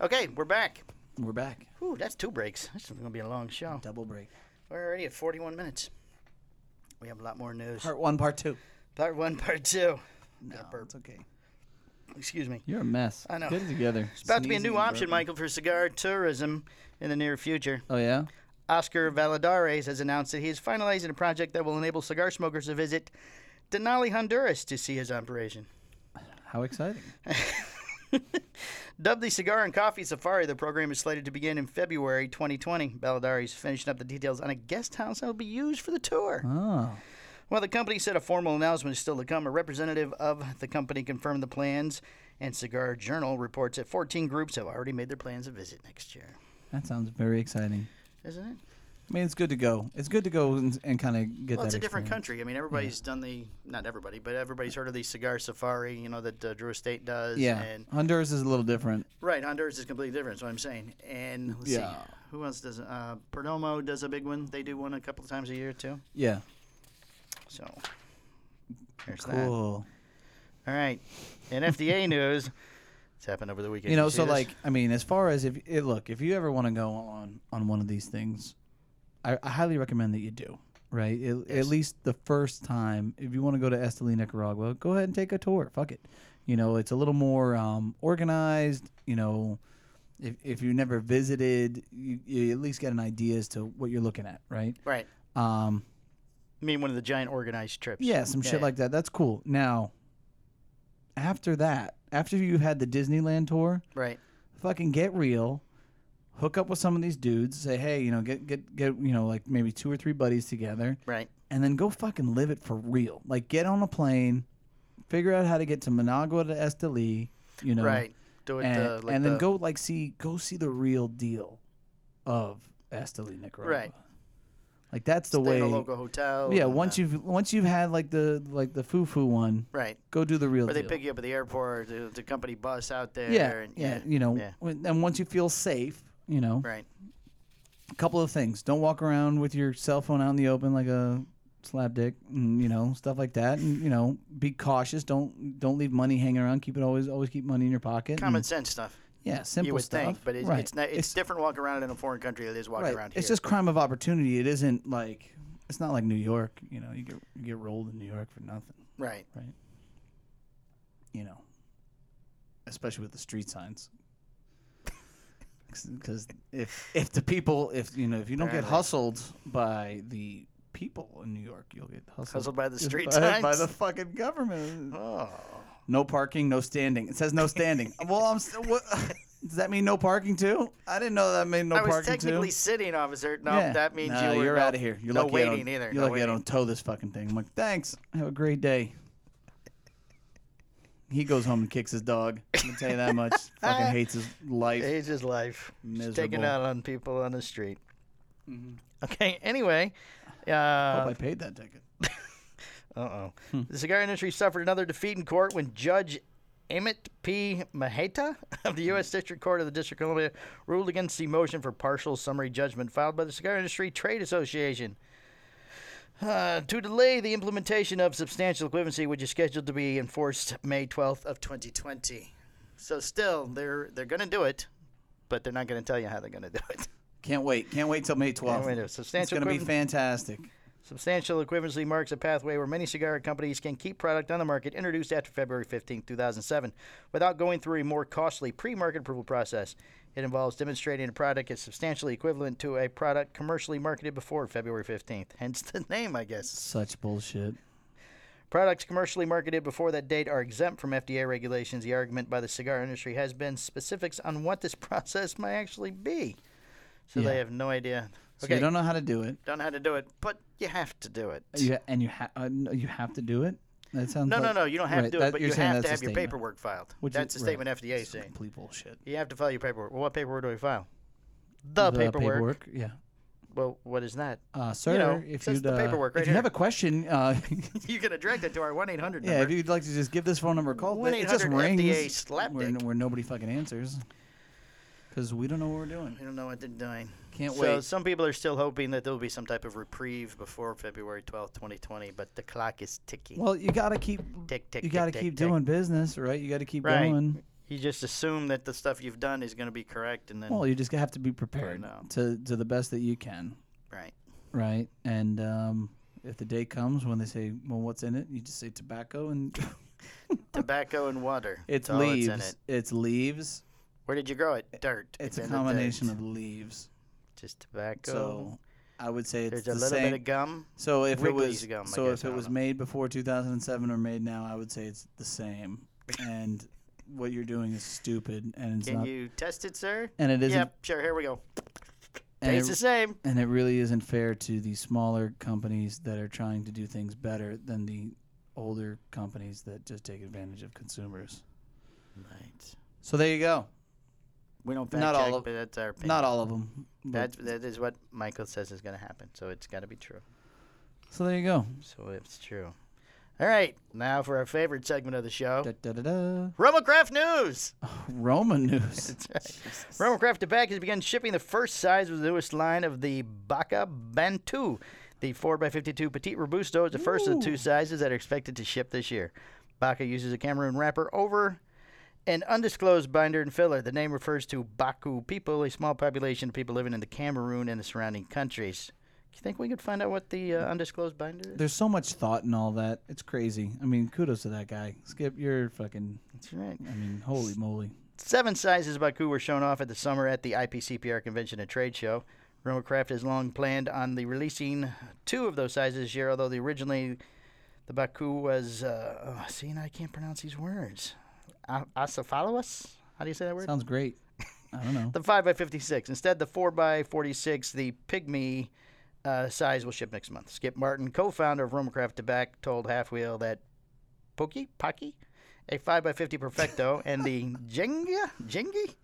[SPEAKER 1] Okay, we're back.
[SPEAKER 3] We're back.
[SPEAKER 1] Whew, that's two breaks. This is going to be a long show.
[SPEAKER 3] Double break.
[SPEAKER 1] We're already at 41 minutes. We have a lot more news.
[SPEAKER 3] Part one, part two.
[SPEAKER 1] Part one, part two.
[SPEAKER 3] No, it's okay.
[SPEAKER 1] Excuse me.
[SPEAKER 3] You're a mess.
[SPEAKER 1] I know.
[SPEAKER 3] Get it together.
[SPEAKER 1] It's about to be a new option, Michael, for cigar tourism in the near future.
[SPEAKER 3] Oh yeah.
[SPEAKER 1] Oscar Valadares has announced that he is finalizing a project that will enable cigar smokers to visit Denali, Honduras to see his operation.
[SPEAKER 3] How exciting.
[SPEAKER 1] Dubbed the Cigar and Coffee Safari, the program is slated to begin in February 2020. Valadares finishing up the details on a guest house that will be used for the tour.
[SPEAKER 3] Oh.
[SPEAKER 1] While the company said a formal announcement is still to come, a representative of the company confirmed the plans, and Cigar Journal reports that 14 groups have already made their plans to visit next year.
[SPEAKER 3] That sounds very exciting.
[SPEAKER 1] Isn't it?
[SPEAKER 3] I mean, it's good to go. It's good to go and, and kind of get
[SPEAKER 1] Well,
[SPEAKER 3] that.
[SPEAKER 1] it's a different
[SPEAKER 3] experience.
[SPEAKER 1] country. I mean, everybody's done the not everybody, but everybody's heard of the cigar safari. You know that uh, Drew Estate does.
[SPEAKER 3] Yeah,
[SPEAKER 1] And,
[SPEAKER 3] Honduras is a little different.
[SPEAKER 1] right. Honduras is completely different. That's what I'm saying. And let's
[SPEAKER 3] Yeah.
[SPEAKER 1] see, who else does? Uh, Perdomo does a big one. They do one a couple of times a year too.
[SPEAKER 3] Yeah,
[SPEAKER 1] So there's
[SPEAKER 3] cool.
[SPEAKER 1] that. All right. And FDA news. It's happened over the weekend.
[SPEAKER 3] You know,
[SPEAKER 1] see
[SPEAKER 3] so
[SPEAKER 1] this?
[SPEAKER 3] like, I mean, as far as if it, look, if you ever want to go on on one of these things, I, I highly recommend that you do. Right, At- at least the first time, if you want to go to Esteli, Nicaragua, go ahead and take a tour. Fuck it, you know, it's a little more um, organized. You know, if if you never visited, you, you at least get an idea as to what you're looking at. Right.
[SPEAKER 1] right.
[SPEAKER 3] Um,
[SPEAKER 1] I mean, one of the giant organized trips.
[SPEAKER 3] Yeah, some shit
[SPEAKER 1] yeah.
[SPEAKER 3] like that. That's cool. Now, after that, after you had the Disneyland tour,
[SPEAKER 1] Right.
[SPEAKER 3] fucking get real, hook up with some of these dudes, say, hey, you know, get get get, you know, like maybe two or three buddies together,
[SPEAKER 1] Right.
[SPEAKER 3] and then go fucking live it for real. Like, get on a plane, figure out how to get to Managua to Esteli, you know,
[SPEAKER 1] Right. Do it.
[SPEAKER 3] and,
[SPEAKER 1] uh, like
[SPEAKER 3] and then
[SPEAKER 1] the-
[SPEAKER 3] go like see go see the real deal of Esteli Nicaragua.
[SPEAKER 1] Right.
[SPEAKER 3] Like that's the
[SPEAKER 1] stay
[SPEAKER 3] way.
[SPEAKER 1] in a local hotel.
[SPEAKER 3] yeah,
[SPEAKER 1] and,
[SPEAKER 3] once
[SPEAKER 1] uh,
[SPEAKER 3] you've once you've had like the like the foo foo one,
[SPEAKER 1] Right.
[SPEAKER 3] go do the real
[SPEAKER 1] Or they
[SPEAKER 3] deal.
[SPEAKER 1] pick you up at the airport, the, the company bus out there.
[SPEAKER 3] yeah,
[SPEAKER 1] and,
[SPEAKER 3] yeah, you know,
[SPEAKER 1] yeah.
[SPEAKER 3] when- and once you feel safe, you know,
[SPEAKER 1] Right.
[SPEAKER 3] a couple of things. Don't walk around with your cell phone out in the open like a slab dick, and, you know, stuff like that. And you know, be cautious. Don't don't leave money hanging around. Keep it always always keep money in your pocket. and-
[SPEAKER 1] Common sense stuff.
[SPEAKER 3] yeah, simple
[SPEAKER 1] you would
[SPEAKER 3] stuff.
[SPEAKER 1] think, but it's,
[SPEAKER 3] right.
[SPEAKER 1] it's, not, it's different walking around in a foreign country than it is walking
[SPEAKER 3] right.
[SPEAKER 1] around here.
[SPEAKER 3] It's just crime of opportunity. It isn't like it's not like New York. You know, you get you get rolled in New York for nothing.
[SPEAKER 1] right.
[SPEAKER 3] you know, especially with the street signs. Because if if the people if you know if you don't get
[SPEAKER 1] Apparently.
[SPEAKER 3] hustled by the people in New York, you'll get hustled,
[SPEAKER 1] Hustled by the street
[SPEAKER 3] by, by
[SPEAKER 1] signs?
[SPEAKER 3] the fucking government.
[SPEAKER 1] Oh.
[SPEAKER 3] No parking, no standing. It says no standing. well, I'm. St- what, does that mean no parking too? I didn't know that meant no
[SPEAKER 1] I was
[SPEAKER 3] parking
[SPEAKER 1] technically
[SPEAKER 3] too.
[SPEAKER 1] sitting, officer. No,
[SPEAKER 3] Yeah.
[SPEAKER 1] that means
[SPEAKER 3] No,
[SPEAKER 1] you were
[SPEAKER 3] you're
[SPEAKER 1] no,
[SPEAKER 3] out of here. You're
[SPEAKER 1] no
[SPEAKER 3] lucky I
[SPEAKER 1] waiting
[SPEAKER 3] don't-
[SPEAKER 1] either.
[SPEAKER 3] You're
[SPEAKER 1] no
[SPEAKER 3] lucky
[SPEAKER 1] waiting.
[SPEAKER 3] I don't tow this fucking thing. I'm like, thanks. Have a great day. He goes home and kicks his dog. I'm gonna tell you that much. fucking hates his life.
[SPEAKER 1] Age is life. Just taking
[SPEAKER 3] Miserable. Mm-hmm.
[SPEAKER 1] out on people on the street. Okay. Anyway, uh,
[SPEAKER 3] Hope I paid that ticket.
[SPEAKER 1] Uh
[SPEAKER 3] Hmm.
[SPEAKER 1] oh. The cigar industry suffered another defeat in court when Judge Emmett P. Maheta of the U.S. District Court of the District of Columbia ruled against the motion for partial summary judgment filed by the Cigar Industry Trade Association. Uh, to delay the implementation of substantial equivalency, which is scheduled to be enforced May 12th of 2020. So still, they're they're going to do it, but they're not going to tell you how they're going to do it.
[SPEAKER 3] Can't wait. Can't wait till May 12th.
[SPEAKER 1] wait, it was
[SPEAKER 3] it's
[SPEAKER 1] substantial
[SPEAKER 3] gonna be
[SPEAKER 1] equivalent-
[SPEAKER 3] fantastic.
[SPEAKER 1] Substantial equivalency marks a pathway where many cigar companies can keep product on the market introduced after February 15, 2007, without going through a more costly pre market approval process. It involves demonstrating a product is substantially equivalent to a product commercially marketed before February 15th, hence the name, I guess.
[SPEAKER 3] Such bullshit.
[SPEAKER 1] Products commercially marketed before that date are exempt from FDA regulations. The argument by the cigar industry has been specifics on what this process might actually be. So they
[SPEAKER 3] Yeah.
[SPEAKER 1] have no idea.
[SPEAKER 3] So
[SPEAKER 1] okay,
[SPEAKER 3] you
[SPEAKER 1] don't
[SPEAKER 3] don't know how to do it.
[SPEAKER 1] know how to do it, but you have to do it.
[SPEAKER 3] You, and you have uh, no, you have to do it. That sounds
[SPEAKER 1] No, no,
[SPEAKER 3] like-
[SPEAKER 1] no. You don't have
[SPEAKER 3] right,
[SPEAKER 1] to do
[SPEAKER 3] that-
[SPEAKER 1] it, but
[SPEAKER 3] you're
[SPEAKER 1] you
[SPEAKER 3] saying
[SPEAKER 1] have
[SPEAKER 3] that's
[SPEAKER 1] to
[SPEAKER 3] a
[SPEAKER 1] have your
[SPEAKER 3] statement.
[SPEAKER 1] paperwork filed.
[SPEAKER 3] Which is-
[SPEAKER 1] that's a
[SPEAKER 3] right.
[SPEAKER 1] statement FDA is
[SPEAKER 3] It's
[SPEAKER 1] saying.
[SPEAKER 3] complete bullshit.
[SPEAKER 1] You have to file your paperwork. Well, what paperwork do we file? The,
[SPEAKER 3] The
[SPEAKER 1] Uh, paperwork.
[SPEAKER 3] Yeah.
[SPEAKER 1] Well, what is that?
[SPEAKER 3] Uh, sir,
[SPEAKER 1] know,
[SPEAKER 3] if
[SPEAKER 1] just
[SPEAKER 3] you'd
[SPEAKER 1] the
[SPEAKER 3] uh,
[SPEAKER 1] paperwork right
[SPEAKER 3] if you have
[SPEAKER 1] here.
[SPEAKER 3] a question, uh,
[SPEAKER 1] you can direct it to our 1 800
[SPEAKER 3] yeah, if
[SPEAKER 1] number.
[SPEAKER 3] you'd like to just give this phone number a call, it just
[SPEAKER 1] 1-800-FDA
[SPEAKER 3] rings
[SPEAKER 1] slap
[SPEAKER 3] where,
[SPEAKER 1] dick.
[SPEAKER 3] where nobody fucking answers because we don't know what we're doing.
[SPEAKER 1] I don't know what they're doing.
[SPEAKER 3] Can't
[SPEAKER 1] so
[SPEAKER 3] wait.
[SPEAKER 1] some people are still hoping that there will be some type of reprieve before February twelfth, 2020, but the clock is ticking.
[SPEAKER 3] Well, you gotta keep
[SPEAKER 1] tick, tick,
[SPEAKER 3] you gotta
[SPEAKER 1] tick, tick,
[SPEAKER 3] keep
[SPEAKER 1] tick.
[SPEAKER 3] doing business, right? You gotta keep
[SPEAKER 1] Right.
[SPEAKER 3] going.
[SPEAKER 1] You just assume that the stuff you've done is going to be correct, and then
[SPEAKER 3] Well, you just have to be prepared
[SPEAKER 1] now.
[SPEAKER 3] to to the best that you can,
[SPEAKER 1] right.
[SPEAKER 3] right? And um, if the day comes when they say, "Well, what's in it?" you just say tobacco and
[SPEAKER 1] Tobacco and water.
[SPEAKER 3] it's
[SPEAKER 1] That's all that's
[SPEAKER 3] leaves.
[SPEAKER 1] in it.
[SPEAKER 3] It's leaves.
[SPEAKER 1] Where did you grow it? Dirt.
[SPEAKER 3] It's
[SPEAKER 1] in
[SPEAKER 3] a
[SPEAKER 1] the dirt.
[SPEAKER 3] combination of leaves.
[SPEAKER 1] just tobacco.
[SPEAKER 3] So I would say it's
[SPEAKER 1] There's
[SPEAKER 3] the
[SPEAKER 1] a little
[SPEAKER 3] same.
[SPEAKER 1] bit of gum.
[SPEAKER 3] So if it
[SPEAKER 1] Wrigley's
[SPEAKER 3] was
[SPEAKER 1] gum, I
[SPEAKER 3] so
[SPEAKER 1] guess,
[SPEAKER 3] if
[SPEAKER 1] I
[SPEAKER 3] it
[SPEAKER 1] don't
[SPEAKER 3] was
[SPEAKER 1] know.
[SPEAKER 3] made before 2007 or made now, I would say it's the same. and what you're doing is stupid, and it's
[SPEAKER 1] Can
[SPEAKER 3] not,
[SPEAKER 1] you test it, sir?
[SPEAKER 3] and it isn't,
[SPEAKER 1] Yep, sure. Here we go.
[SPEAKER 3] and,
[SPEAKER 1] Tastes the
[SPEAKER 3] it,
[SPEAKER 1] same.
[SPEAKER 3] and it really isn't fair to the smaller companies that are trying to do things better than the older companies that just take advantage of consumers.
[SPEAKER 1] Right.
[SPEAKER 3] So there you go.
[SPEAKER 1] We don't fact
[SPEAKER 3] Not all
[SPEAKER 1] check,
[SPEAKER 3] of-
[SPEAKER 1] but that's our opinion.
[SPEAKER 3] Not all of them.
[SPEAKER 1] That's that is what Michael says is going to happen. So it's got to be true.
[SPEAKER 3] so there you go.
[SPEAKER 1] So it's true. All right, now for our favorite segment of the show,
[SPEAKER 3] Da, da, da, da.
[SPEAKER 1] Romacraft News.
[SPEAKER 3] Roman news.
[SPEAKER 1] Romacraft Tobacco has begun shipping the first size of the newest line of the Baca Bantu. The 4x52 Petite Robusto is the first of the two sizes that are expected to ship this year. Baca uses a Cameroon wrapper over an undisclosed binder and filler. The name refers to Baku people, a small population of people living in the Cameroon and the surrounding countries. Do you think we could find out what the uh, undisclosed binder is?
[SPEAKER 3] There's so much thought in all that. It's crazy. I mean, kudos to that guy. Skip, you're fucking.
[SPEAKER 1] That's right.
[SPEAKER 3] I mean, holy moly.
[SPEAKER 1] Seven sizes of Baku were shown off at the summer at the IPCPR convention and trade show. Romacraft has long planned on the releasing two of those sizes this year, although the originally the Baku was uh, oh, see now I can't pronounce these words. A- Acephalous? How do you say that word?
[SPEAKER 3] Sounds great. I don't know.
[SPEAKER 1] the five by fifty six. Instead, the four by forty six, the pygmy uh, size will ship next month. Skip Martin, co-founder of Romacraft Tobacco, told Half Wheel that Pokey Pocky, a five by fifty Perfecto, and the Jenga Jengi.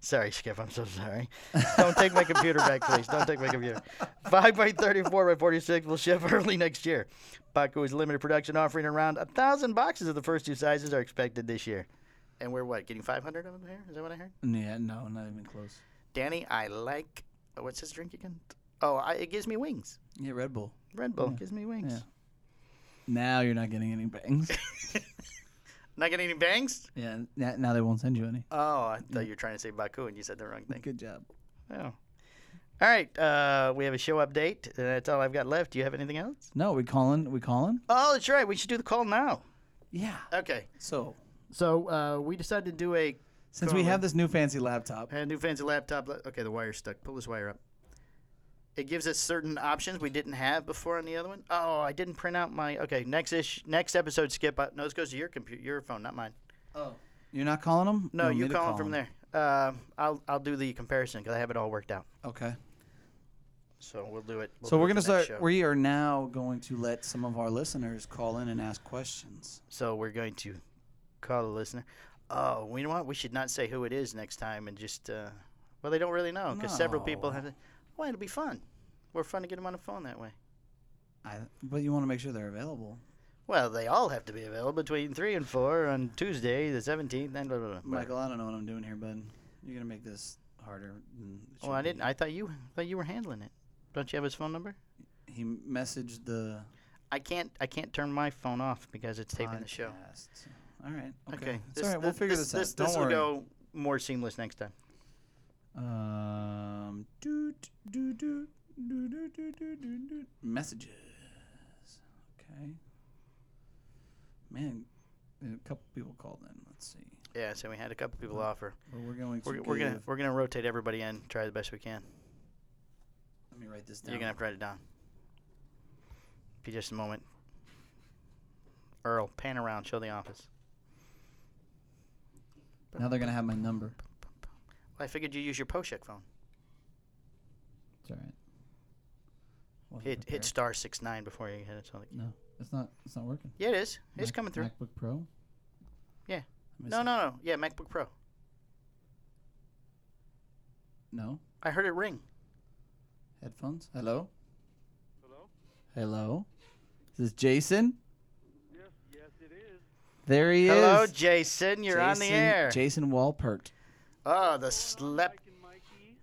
[SPEAKER 1] sorry, Skip, I'm so sorry. Don't take my computer back, please. Don't take my computer. Five by thirty-four by forty-six will ship early next year. Paco is limited production, offering around a thousand boxes of the first two sizes are expected this year. And we're what getting five hundred of them here? Is that what I heard?
[SPEAKER 3] Yeah, no, not even close.
[SPEAKER 1] Danny, I like. oh, What's his drink again? Oh, I, it gives me wings.
[SPEAKER 3] Yeah, Red Bull.
[SPEAKER 1] Red Bull gives me wings.
[SPEAKER 3] Yeah. Now you're not getting any bangs.
[SPEAKER 1] Not getting any bangs?
[SPEAKER 3] yeah, n- now they won't send you any.
[SPEAKER 1] Oh, I thought you were trying to say Baku and you said the wrong thing.
[SPEAKER 3] Good job.
[SPEAKER 1] Oh. All right. Uh, we have a show update. Uh, that's all I've got left. Do you have anything else?
[SPEAKER 3] No, we calling. We calling.
[SPEAKER 1] Oh, that's right. We should do the call now.
[SPEAKER 3] Yeah.
[SPEAKER 1] Okay.
[SPEAKER 3] So
[SPEAKER 1] So uh, we decided to do a
[SPEAKER 3] Since we
[SPEAKER 1] Totally.
[SPEAKER 3] have this new fancy laptop,
[SPEAKER 1] had a new fancy laptop. Le- Okay, the wire's stuck. Pull this wire up. It gives us certain options we didn't have before on the other one. Oh, I didn't print out my. Okay, next ish, next episode, skip. Uh, no, this goes to your computer, your phone, not mine.
[SPEAKER 3] you're not calling them.
[SPEAKER 1] No, you call, 'em from there. Uh, I'll I'll do the comparison because I have it all worked out.
[SPEAKER 3] Okay.
[SPEAKER 1] So we'll do it. we'll
[SPEAKER 3] So
[SPEAKER 1] do
[SPEAKER 3] we're
[SPEAKER 1] it
[SPEAKER 3] gonna
[SPEAKER 1] for next
[SPEAKER 3] start.
[SPEAKER 1] show.
[SPEAKER 3] We are now going to let some of our listeners call in and ask questions.
[SPEAKER 1] so we're going to call the listener. Oh, we know what? We should not say who it is next time and just. Uh, well, they don't really know because several people
[SPEAKER 3] No.
[SPEAKER 1] have. Well, it'll be fun. We're fun to get them on the phone that way.
[SPEAKER 3] I, but you want to make sure they're available.
[SPEAKER 1] Well, they all have to be available between three and four on Tuesday, the seventeenth, and blah blah blah.
[SPEAKER 3] Michael, I don't know what I'm doing here, bud. You're gonna make this harder. Than it
[SPEAKER 1] Well,
[SPEAKER 3] should
[SPEAKER 1] I
[SPEAKER 3] be.
[SPEAKER 1] didn't. I thought you thought you were handling it. Don't you have his phone number?
[SPEAKER 3] He messaged the
[SPEAKER 1] I can't. I can't turn my phone off because it's taping the show.
[SPEAKER 3] podcast. All right. Okay.
[SPEAKER 1] Okay.
[SPEAKER 3] It's all right. We'll figure this, out.
[SPEAKER 1] This,
[SPEAKER 3] Don't
[SPEAKER 1] this will
[SPEAKER 3] worry.
[SPEAKER 1] go more seamless next time.
[SPEAKER 3] Um, doot, doot, doot, doot, doot, doot, doot, doot, doot. Messages. Okay. Man, a couple people called in. Let's see.
[SPEAKER 1] Yeah. So we had a couple
[SPEAKER 3] Mm-hmm.
[SPEAKER 1] people offer.
[SPEAKER 3] But we're going to.
[SPEAKER 1] We're, we're gonna
[SPEAKER 3] give-
[SPEAKER 1] we're gonna rotate everybody in. Try the best we can.
[SPEAKER 3] Let me write this down.
[SPEAKER 1] You're gonna have to write it down. Be just a moment. Earl, pan around. Show the office.
[SPEAKER 3] now they're gonna have my number.
[SPEAKER 1] Well, I figured you use your Poshek phone.
[SPEAKER 3] It's all right. Wasn't
[SPEAKER 1] Hit
[SPEAKER 3] prepared.
[SPEAKER 1] hit star six nine before you hit it. So
[SPEAKER 3] No, it's not. It's not working.
[SPEAKER 1] yeah, it is. It's
[SPEAKER 3] Mac-
[SPEAKER 1] coming through.
[SPEAKER 3] MacBook Pro.
[SPEAKER 1] Yeah.
[SPEAKER 3] Let me
[SPEAKER 1] No,
[SPEAKER 3] see.
[SPEAKER 1] no, no. Yeah, MacBook Pro.
[SPEAKER 3] No.
[SPEAKER 1] I heard it ring.
[SPEAKER 3] Headphones. Hello. Hello. Hello. Is this Jason? Yes. Yes, it is. There he
[SPEAKER 1] Hello,
[SPEAKER 3] is.
[SPEAKER 1] Jason. You're on the
[SPEAKER 3] Jason-
[SPEAKER 1] air.
[SPEAKER 3] Jason Walpert.
[SPEAKER 1] oh, the slap,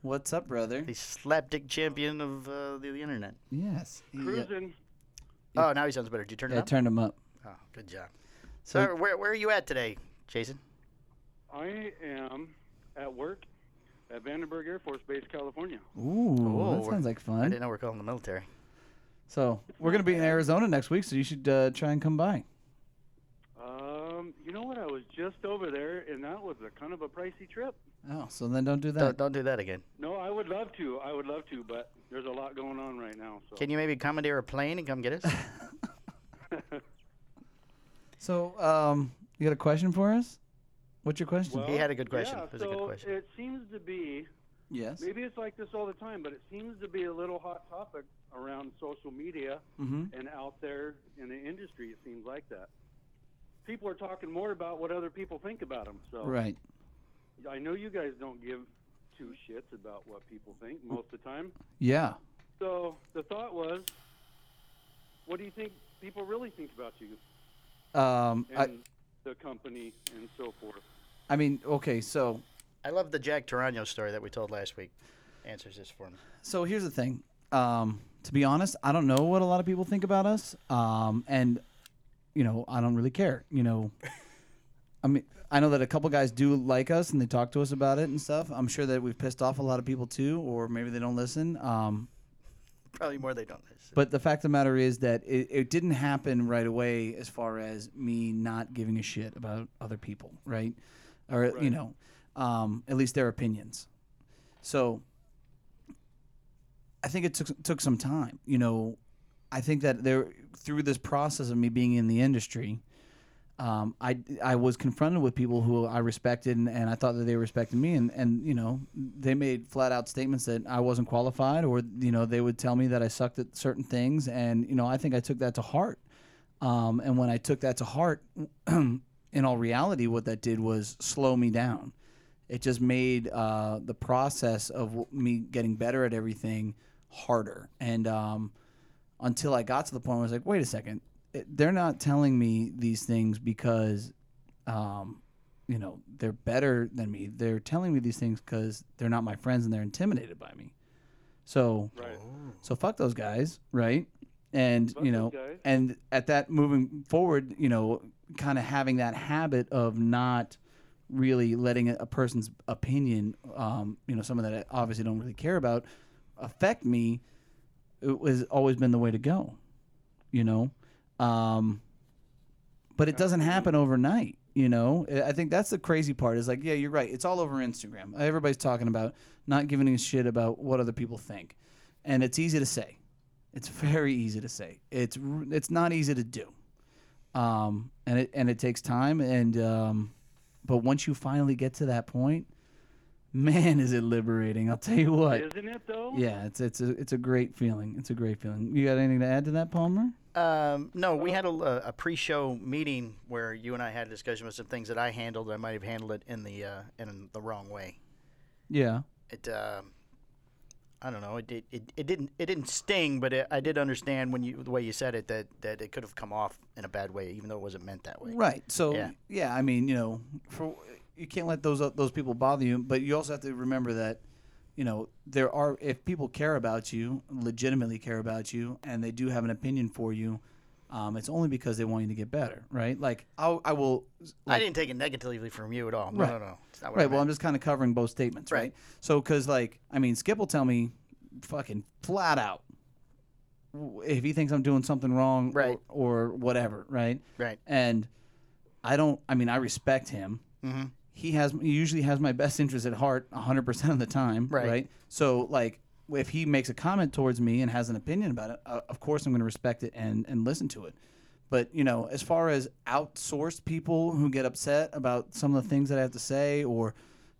[SPEAKER 3] What's up, brother?
[SPEAKER 1] the slapdick champion of uh, the, the internet.
[SPEAKER 3] Yes. he-
[SPEAKER 6] Cruising.
[SPEAKER 1] Oh, now he sounds better. Did you turn
[SPEAKER 3] Yeah, I
[SPEAKER 1] it up?
[SPEAKER 3] turned him up.
[SPEAKER 1] oh, good job.
[SPEAKER 3] So,
[SPEAKER 1] So, where where are you at today, Jason?
[SPEAKER 6] I am at work at Vandenberg Air Force Base, California.
[SPEAKER 3] ooh,
[SPEAKER 1] Oh,
[SPEAKER 3] that sounds like
[SPEAKER 1] I
[SPEAKER 3] fun.
[SPEAKER 1] didn't know we're calling the military.
[SPEAKER 3] So, we're gonna be in Arizona next week, so you should uh, try and come by.
[SPEAKER 6] Um, you know what? I was just over there, and that was a kind of a pricey trip.
[SPEAKER 3] Oh, so then don't do
[SPEAKER 1] Don't,
[SPEAKER 3] that.
[SPEAKER 1] don't do that again.
[SPEAKER 6] No, I would love to. I would love to, but there's a lot going on right now. So
[SPEAKER 1] Can you maybe commandeer a plane and come get us?
[SPEAKER 3] So, um, you got a question for us? What's your question?
[SPEAKER 6] Well,
[SPEAKER 1] He had a good question.
[SPEAKER 6] Yeah,
[SPEAKER 1] It was a
[SPEAKER 6] so
[SPEAKER 1] good question.
[SPEAKER 6] it seems to be
[SPEAKER 3] yes.
[SPEAKER 6] maybe it's like this all the time, but it seems to be a little hot topic around social media
[SPEAKER 3] Mm-hmm.
[SPEAKER 6] and out there in the industry. It seems like that. People are talking more about what other people think about them. So
[SPEAKER 3] Right.
[SPEAKER 6] I know you guys don't give two shits about what people think most of the time.
[SPEAKER 3] Yeah.
[SPEAKER 6] So the thought was, what do you think people really think about you
[SPEAKER 3] Um,
[SPEAKER 6] and
[SPEAKER 3] I,
[SPEAKER 6] the company and so forth?
[SPEAKER 3] I mean, okay, so
[SPEAKER 1] I love the Jack Tarano story that we told last week. Answers this for me.
[SPEAKER 3] so here's the thing. Um, to be honest, I don't know what a lot of people think about us. Um, and you know, I don't really care. You know, I mean, I know that a couple guys do like us and they talk to us about it and stuff. I'm sure that we've pissed off a lot of people too, or maybe they don't listen. Um,
[SPEAKER 1] Probably more they don't listen.
[SPEAKER 3] but the fact of the matter is that it, it didn't happen right away as far as me not giving a shit about other people, right? Or, you know, um, at least their opinions. So I think it took, took some time. You know, I think that there through this process of me being in the industry, um, I, I was confronted with people who I respected and, and I thought that they respected me and, and you know they made flat out statements that I wasn't qualified or you know they would tell me that I sucked at certain things and you know I think I took that to heart um, and when I took that to heart in all reality what that did was slow me down it just made uh, the process of w- me getting better at everything harder and um, until I got to the point where I was like, wait a second, it- they're not telling me these things because, um, you know, they're better than me. They're telling me these things because they're not my friends and they're intimidated by me. So,
[SPEAKER 6] Right.
[SPEAKER 1] Oh.
[SPEAKER 3] so fuck those guys, right? And you know,
[SPEAKER 6] those guys.
[SPEAKER 3] and at that moving forward, you know, kind of having that habit of not really letting a- a person's opinion, um, you know, someone that I obviously don't really care about, affect me it was always been the way to go, you know. Um, but it doesn't happen overnight. You know, I I think that's the crazy part. Is like, yeah, you're right. It's all over Instagram. Everybody's talking about not giving a shit about what other people think, and it's easy to say. It's very easy to say. It's r- it's not easy to do, um, and it and it takes time. And um, but once you finally get to that point, man, is it liberating! I'll tell you what.
[SPEAKER 6] Isn't it though?
[SPEAKER 3] Yeah, it's it's a it's a great feeling. It's a great feeling. You got anything to add to that, Palmer?
[SPEAKER 1] Um, no, we had a, l- a pre-show meeting where you and I had a discussion about some things that I handled. I might have handled it in the uh, in the wrong way.
[SPEAKER 3] Yeah.
[SPEAKER 1] It, um, I don't know. It, it, it, it didn't it didn't sting, but it, I did understand when you the way you said it that, that it could have come off in a bad way, even though it wasn't meant that way.
[SPEAKER 3] Right. So
[SPEAKER 1] Yeah.
[SPEAKER 3] yeah. I mean, you know, for you can't let those uh, those people bother you, but you also have to remember that, you know, there are if people care about you, legitimately care about you, and they do have an opinion for you, um, it's only because they want you to get better, right? Like I'll, I will.
[SPEAKER 1] I didn't take it negatively from you at all. No,
[SPEAKER 3] Right.
[SPEAKER 1] no, no. It's not what I
[SPEAKER 3] Right. Well,
[SPEAKER 1] meant.
[SPEAKER 3] I'm just kind of covering both statements, right?
[SPEAKER 1] Right.
[SPEAKER 3] So, because like, I mean, Skip will tell me, fucking flat out, w- if he thinks I'm doing something wrong,
[SPEAKER 1] Right.
[SPEAKER 3] or, or whatever, right?
[SPEAKER 1] Right.
[SPEAKER 3] And I don't. I mean, I respect him.
[SPEAKER 1] Mhm.
[SPEAKER 3] He has he usually has my best interest at heart 100 percent of the time,
[SPEAKER 1] Right.
[SPEAKER 3] right? So like. If he makes a comment towards me and has an opinion about it, uh, of course I'm going to respect it and, and listen to it. But you know, as far as outsourced people who get upset about some of the things that I have to say, or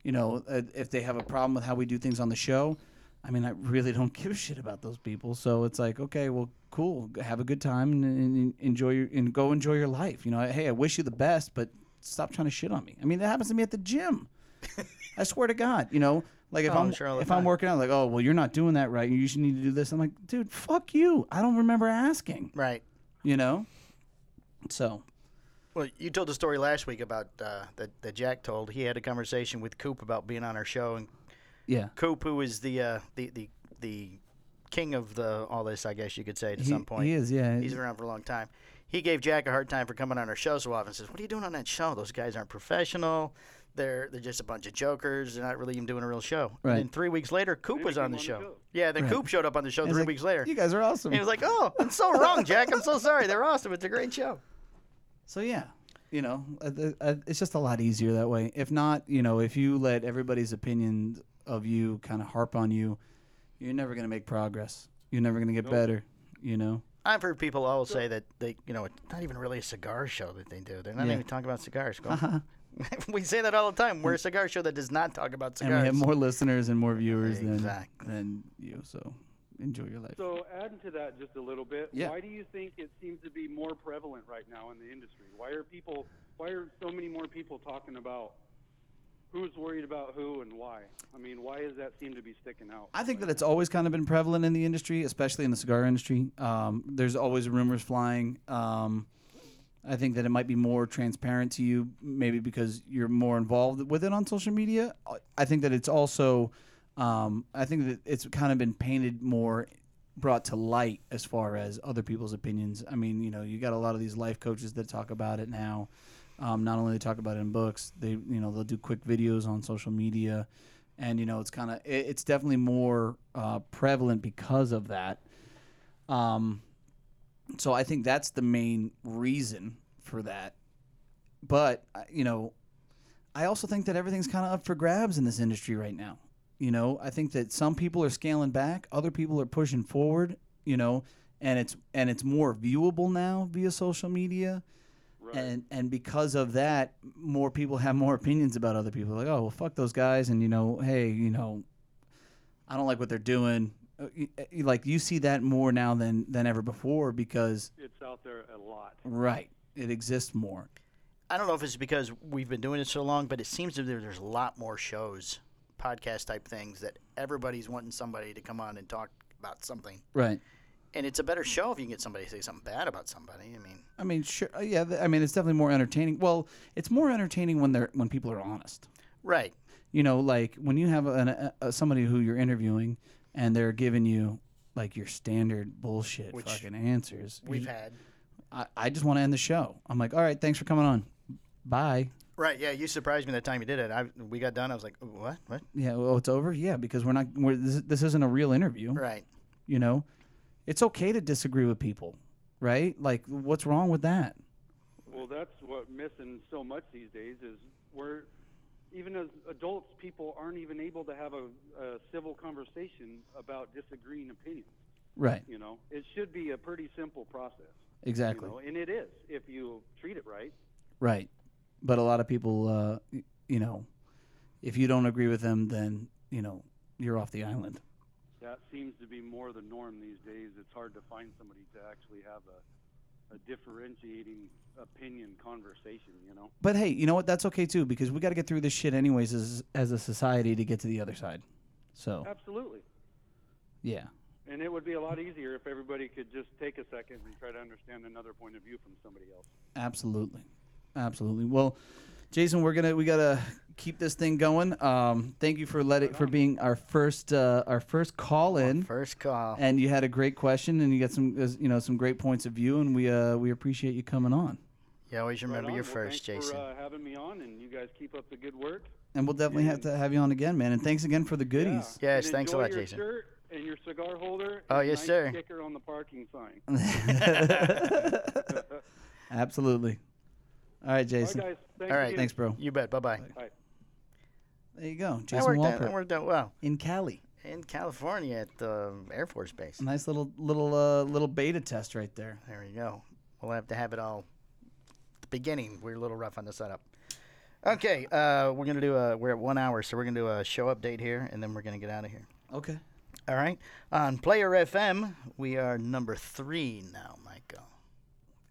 [SPEAKER 3] you know, uh, if they have a problem with how we do things on the show, I mean, I really don't give a shit about those people. So it's like, okay, well, cool, G- have a good time and, and and enjoy your and go enjoy your life. You know, hey, I wish you the best, but stop trying to shit on me. I mean, that happens to me at the gym. I swear to God, you know, like if
[SPEAKER 1] Oh, I'm
[SPEAKER 3] I'm
[SPEAKER 1] sure all the
[SPEAKER 3] if I'm
[SPEAKER 1] time.
[SPEAKER 3] working out, like, oh, well, you're not doing that right. You should need to do this. I'm like, dude, fuck you. I don't remember asking.
[SPEAKER 1] right.
[SPEAKER 3] You know. So
[SPEAKER 1] Well, you told the story last week about uh, that that Jack told. He had a conversation with Coop about being on our show, and
[SPEAKER 3] yeah,
[SPEAKER 1] Coop, who is the uh, the the the king of the all this, I guess you could say, to
[SPEAKER 3] he,
[SPEAKER 1] some point.
[SPEAKER 3] he is. Yeah,
[SPEAKER 1] He's been around for a long time. He gave Jack a hard time for coming on our show so often. Says, "What are you doing on that show? Those guys aren't professional. They're they're just a bunch of jokers. They're not really even doing a real show."
[SPEAKER 3] Right.
[SPEAKER 1] And then three weeks later, Coop was
[SPEAKER 6] came
[SPEAKER 1] on the
[SPEAKER 6] on the
[SPEAKER 1] show.
[SPEAKER 6] show.
[SPEAKER 1] Yeah, then
[SPEAKER 3] Right.
[SPEAKER 1] Coop showed up on the show
[SPEAKER 3] I was
[SPEAKER 1] three
[SPEAKER 3] like,
[SPEAKER 1] weeks later.
[SPEAKER 3] You guys are awesome.
[SPEAKER 1] And he was like, "Oh, I'm so wrong, Jack. I'm so sorry. They're awesome. It's a great show."
[SPEAKER 3] So yeah, you know, uh, th- uh, it's just a lot easier that way. If not, you know, if you let everybody's opinion of you kind of harp on you, you're never gonna make progress. You're never gonna get better. You know.
[SPEAKER 1] I've heard people always say that they, you know, it's not even really a cigar show that they do. They're not
[SPEAKER 3] Yeah.
[SPEAKER 1] even talking about cigars. Go- we say that all the time. We're a cigar show that does not talk about
[SPEAKER 3] And
[SPEAKER 1] cigars.
[SPEAKER 3] we have more listeners and more viewers
[SPEAKER 1] Exactly.
[SPEAKER 3] than than you. So enjoy your life.
[SPEAKER 6] So adding to that just a little bit,
[SPEAKER 3] Yeah.
[SPEAKER 6] why do you think it seems to be more prevalent right now in the industry? Why are people? Why are so many more people talking about who's worried about who and why? I mean, why does that seem to be sticking out?
[SPEAKER 3] I think that it's always kind of been prevalent in the industry, especially in the cigar industry. Um, there's always rumors flying. Um, I think that it might be more transparent to you, maybe because you're more involved with it on social media. I- I think that it's also, um, I think that it's kind of been painted more, brought to light as far as other people's opinions. I mean, you know, you got a lot of these life coaches that talk about it now. Um, not only they talk about it in books, they you know they'll do quick videos on social media, and you know it's kind of it, it's definitely more uh, prevalent because of that. Um, so I think that's the main reason for that. But uh, you know, I also think that everything's kind of up for grabs in this industry right now. You know, I think that some people are scaling back, other people are pushing forward. You know, and it's and it's more viewable now via social media,
[SPEAKER 6] Right.
[SPEAKER 3] and and because of that, more people have more opinions about other people. Like, oh well, fuck those guys, and you know, hey, you know, I don't like what they're doing. Uh, y- y- Like you see that more now than than ever before because
[SPEAKER 6] it's out there a lot.
[SPEAKER 3] Right. It exists more.
[SPEAKER 1] I don't know if it's because we've been doing it so long, but it seems that there- there's a lot more shows, podcast type things that everybody's wanting somebody to come on and talk about something.
[SPEAKER 3] Right.
[SPEAKER 1] And it's a better show if you can get somebody to say something bad about somebody. I mean,
[SPEAKER 3] I mean, sure. uh, Yeah. th- I mean, it's definitely more entertaining. Well, it's more entertaining when they're when people are honest.
[SPEAKER 1] right?
[SPEAKER 3] You know, like when you have an, a, a, somebody who you're interviewing and they're giving you like your standard bullshit
[SPEAKER 1] Which
[SPEAKER 3] fucking answers. you
[SPEAKER 1] We've
[SPEAKER 3] ju-
[SPEAKER 1] had
[SPEAKER 3] I, I just want to end the show. I'm like, all right, thanks for coming on. Bye.
[SPEAKER 1] right. Yeah, you surprised me that time you did it. I we got done. I was like, what? What?
[SPEAKER 3] Yeah. Oh, it's over. Yeah, because we're not. We're, this, this isn't a real interview.
[SPEAKER 1] Right.
[SPEAKER 3] You know, it's okay to disagree with people, right? Like, what's wrong with that?
[SPEAKER 6] Well, Well, that's what missing so much these days is we're even as adults, people aren't even able to have a, a civil conversation about disagreeing opinions.
[SPEAKER 3] Right.
[SPEAKER 6] You know, it should be a pretty simple process.
[SPEAKER 3] Exactly.
[SPEAKER 6] You know, and it is if you treat it right.
[SPEAKER 3] Right. But a lot of people, uh, y- you know, if you don't agree with them, then you know you're off the island.
[SPEAKER 6] That seems to be more the norm these days. It's hard to find somebody to actually have a, a differentiating opinion conversation. You know.
[SPEAKER 3] But hey, you know what? That's okay too because we got to get through this shit anyways as as a society to get to the other side. So
[SPEAKER 6] Absolutely.
[SPEAKER 3] yeah,
[SPEAKER 6] And it would be a lot easier if everybody could just take a second and try to understand another point of view from somebody else.
[SPEAKER 3] absolutely, absolutely. Well, Jason, we're gonna we gotta keep this thing going. Um, thank you for letting for being our first uh, our first call in.
[SPEAKER 1] First call.
[SPEAKER 3] and you had a great question and you got some uh, you know some great points of view and we uh we appreciate you coming on
[SPEAKER 1] You always remember
[SPEAKER 6] Right on.
[SPEAKER 1] your
[SPEAKER 6] Well,
[SPEAKER 1] first,
[SPEAKER 6] thanks
[SPEAKER 1] Jason.
[SPEAKER 6] For, uh, having me on, and you guys keep up the good work.
[SPEAKER 3] and we'll definitely have to have you on again man and thanks again for the goodies
[SPEAKER 6] Yeah.
[SPEAKER 1] Yes,
[SPEAKER 6] And
[SPEAKER 1] thanks a
[SPEAKER 6] enjoy
[SPEAKER 1] lot,
[SPEAKER 6] your
[SPEAKER 1] Jason.
[SPEAKER 6] Shirt and your cigar holder.
[SPEAKER 1] Oh,
[SPEAKER 6] and
[SPEAKER 1] yes,
[SPEAKER 6] nice
[SPEAKER 1] sir.
[SPEAKER 6] Sticker on the parking sign.
[SPEAKER 3] absolutely all right
[SPEAKER 6] All right,
[SPEAKER 3] jason
[SPEAKER 6] guys. Thanks
[SPEAKER 1] All right,
[SPEAKER 6] again.
[SPEAKER 3] thanks bro
[SPEAKER 1] You bet. Bye bye.
[SPEAKER 3] there you go
[SPEAKER 1] That
[SPEAKER 3] jason
[SPEAKER 1] worked out.
[SPEAKER 3] walper
[SPEAKER 1] That worked out well.
[SPEAKER 3] in cali
[SPEAKER 1] In California at the um, Air Force Base.
[SPEAKER 3] nice little little uh little beta test right there
[SPEAKER 1] There we go. We'll have to have it all. The beginning, we are a little rough on the setup. Okay, uh, we're gonna do a. We're at one hour, so we're gonna do a show update here, and then we're gonna get out of here.
[SPEAKER 3] okay
[SPEAKER 1] All right. On Player FM, we are number three now, Michael.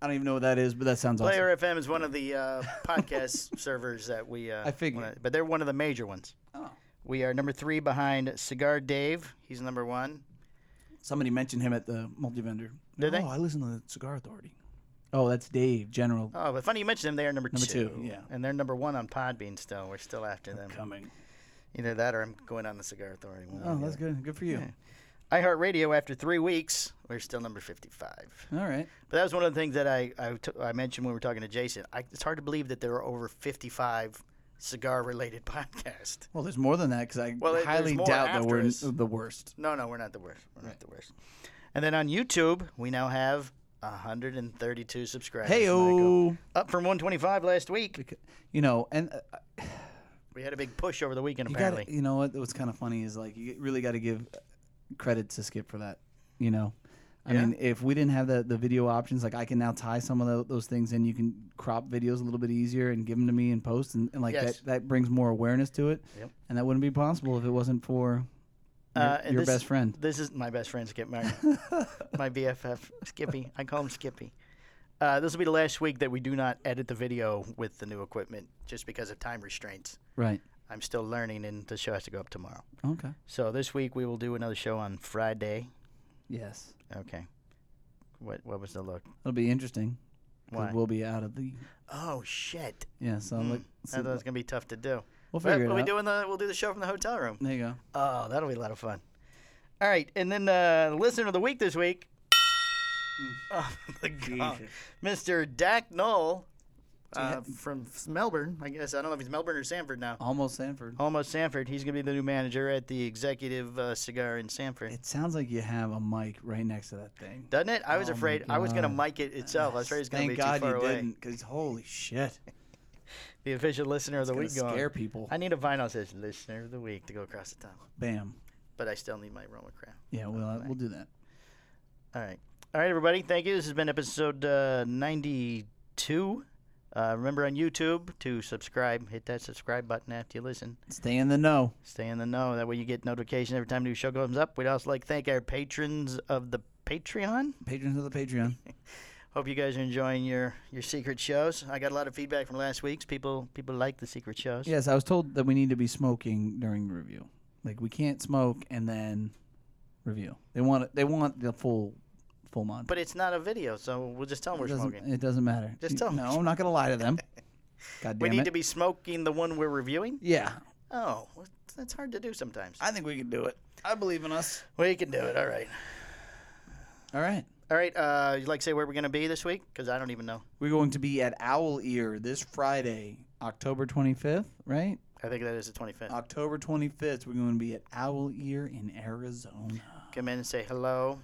[SPEAKER 3] i don't even know what that is but that sounds awesome
[SPEAKER 1] Player FM is one of the uh, podcast servers that we. Uh,
[SPEAKER 3] I figured.
[SPEAKER 1] wanna- but they're one of the major ones.
[SPEAKER 3] Oh.
[SPEAKER 1] We are number three behind Cigar Dave. He's number one.
[SPEAKER 3] somebody mentioned him at the multi-vendor
[SPEAKER 1] Did
[SPEAKER 3] oh
[SPEAKER 1] they?
[SPEAKER 3] i listen to the cigar authority oh that's dave general
[SPEAKER 1] Oh, but funny you mentioned them. They are number,
[SPEAKER 3] Number
[SPEAKER 1] two.
[SPEAKER 3] two, yeah.
[SPEAKER 1] And they're number one on Podbean still. We're still after them.
[SPEAKER 3] coming
[SPEAKER 1] Either that or I'm going on the Cigar Authority. one way or
[SPEAKER 3] oh
[SPEAKER 1] the
[SPEAKER 3] that's
[SPEAKER 1] other.
[SPEAKER 3] good good for you
[SPEAKER 1] iHeartRadio, after three weeks, we're still number 55.
[SPEAKER 3] all right
[SPEAKER 1] But that was one of the things that I I t- I mentioned when we were talking to Jason. I, it's hard to believe that there are over 55 cigar related podcasts.
[SPEAKER 3] Well, there's more than that because I
[SPEAKER 1] Well, there- there's
[SPEAKER 3] highly
[SPEAKER 1] more
[SPEAKER 3] doubt that we're
[SPEAKER 1] after us.
[SPEAKER 3] the worst.
[SPEAKER 1] No, no, we're not the worst. We're not the worst. And then on YouTube, we now have 132 subscribers.
[SPEAKER 3] Hey,
[SPEAKER 1] Michael.
[SPEAKER 3] you
[SPEAKER 1] Up from 125 last week.
[SPEAKER 3] know, and uh,
[SPEAKER 1] We had a big push over the weekend,
[SPEAKER 3] you got
[SPEAKER 1] apparently.
[SPEAKER 3] you know what? What's kind of funny is like you really got to give credit to Skip for that. You know, I
[SPEAKER 1] Yeah.
[SPEAKER 3] mean, if we didn't have the the video options, like I can now tie some of tho- those things in. You can crop videos a little bit easier and give them to me and post, and, and like
[SPEAKER 1] Yes.
[SPEAKER 3] that that brings more awareness to it.
[SPEAKER 1] Yep.
[SPEAKER 3] And that wouldn't be possible if it wasn't for your,
[SPEAKER 1] Uh, and
[SPEAKER 3] your
[SPEAKER 1] this-
[SPEAKER 3] best friend.
[SPEAKER 1] This is my best friend, Skip Martin. my BFF, Skippy. I call him Skippy. Uh, this will be the last week that we do not edit the video with the new equipment just because of time restraints.
[SPEAKER 3] Right.
[SPEAKER 1] I'm still learning, and the show has to go up tomorrow.
[SPEAKER 3] Okay.
[SPEAKER 1] So this week we will do another show on Friday.
[SPEAKER 3] Yes.
[SPEAKER 1] Okay. What what was the look?
[SPEAKER 3] It'll be interesting. 'cause
[SPEAKER 1] Why?
[SPEAKER 3] We'll be out of the
[SPEAKER 1] Oh shit!
[SPEAKER 3] yeah. So
[SPEAKER 1] Hmm.
[SPEAKER 3] like,
[SPEAKER 1] I thought it was gonna be tough to do.
[SPEAKER 3] we'll
[SPEAKER 1] But
[SPEAKER 3] figure
[SPEAKER 1] we'll
[SPEAKER 3] it
[SPEAKER 1] be
[SPEAKER 3] out.
[SPEAKER 1] doing the we'll do the show from the hotel room.
[SPEAKER 3] There you go.
[SPEAKER 1] Oh, that'll be a lot of fun. All right, and then uh, the listener of the week this week, oh, my God. Mr. Dak Knoll uh, from Melbourne. I guess I don't know if he's Melbourne or Sanford now.
[SPEAKER 3] Almost Sanford.
[SPEAKER 1] Almost Sanford. He's gonna be the new manager at the Executive uh, Cigar in Sanford.
[SPEAKER 3] It sounds like you have a mic right next to that thing.
[SPEAKER 1] Doesn't it? I was
[SPEAKER 3] Oh my
[SPEAKER 1] afraid I was gonna
[SPEAKER 3] God.
[SPEAKER 1] mic it itself. I was afraid it was gonna
[SPEAKER 3] Thank
[SPEAKER 1] be
[SPEAKER 3] God
[SPEAKER 1] too far
[SPEAKER 3] you
[SPEAKER 1] away.
[SPEAKER 3] didn't, because holy shit,
[SPEAKER 1] The official listener of the
[SPEAKER 3] gonna
[SPEAKER 1] week. going,
[SPEAKER 3] scare people.
[SPEAKER 1] I need a vinyl that says listener of the week to go across the top,
[SPEAKER 3] Bam.
[SPEAKER 1] but I still need my Roma crown.
[SPEAKER 3] Yeah, well, uh, we'll do that.
[SPEAKER 1] All right. All right, everybody. Thank you. This has been episode uh, 92. Uh, remember on YouTube to subscribe. Hit that subscribe button after you listen.
[SPEAKER 3] Stay in the know.
[SPEAKER 1] Stay in the know. That way you get notification every time a new show comes up. We'd also like to thank our patrons of the Patreon.
[SPEAKER 3] Patrons of the Patreon.
[SPEAKER 1] Hope you guys are enjoying your, your secret shows. I got a lot of feedback from last week's. People people like the secret shows.
[SPEAKER 3] yes, I was told that we need to be smoking during the review. Like we can't smoke and then review. They want it, they want the full full month.
[SPEAKER 1] But it's not a video, so we'll just tell them
[SPEAKER 3] it
[SPEAKER 1] we're
[SPEAKER 3] doesn't,
[SPEAKER 1] smoking.
[SPEAKER 3] it doesn't matter.
[SPEAKER 1] Just
[SPEAKER 3] You-
[SPEAKER 1] tell 'em
[SPEAKER 3] No,
[SPEAKER 1] we're
[SPEAKER 3] I'm not gonna lie to them. God damn
[SPEAKER 1] We need
[SPEAKER 3] it.
[SPEAKER 1] to be smoking the one we're reviewing?
[SPEAKER 3] yeah,
[SPEAKER 1] Oh, well, that's hard to do sometimes.
[SPEAKER 3] I think we can do it. I believe in us.
[SPEAKER 1] Well, you can do it. All right.
[SPEAKER 3] All right.
[SPEAKER 1] All right. Uh, you'd like to say where we're going to be this week? Because I don't even know.
[SPEAKER 3] We're going to be at Owl Ear this Friday, October 25th, right?
[SPEAKER 1] I think that is the 25th.
[SPEAKER 3] October 25th, we're going to be at Owl Ear in Arizona.
[SPEAKER 1] Come in and say hello.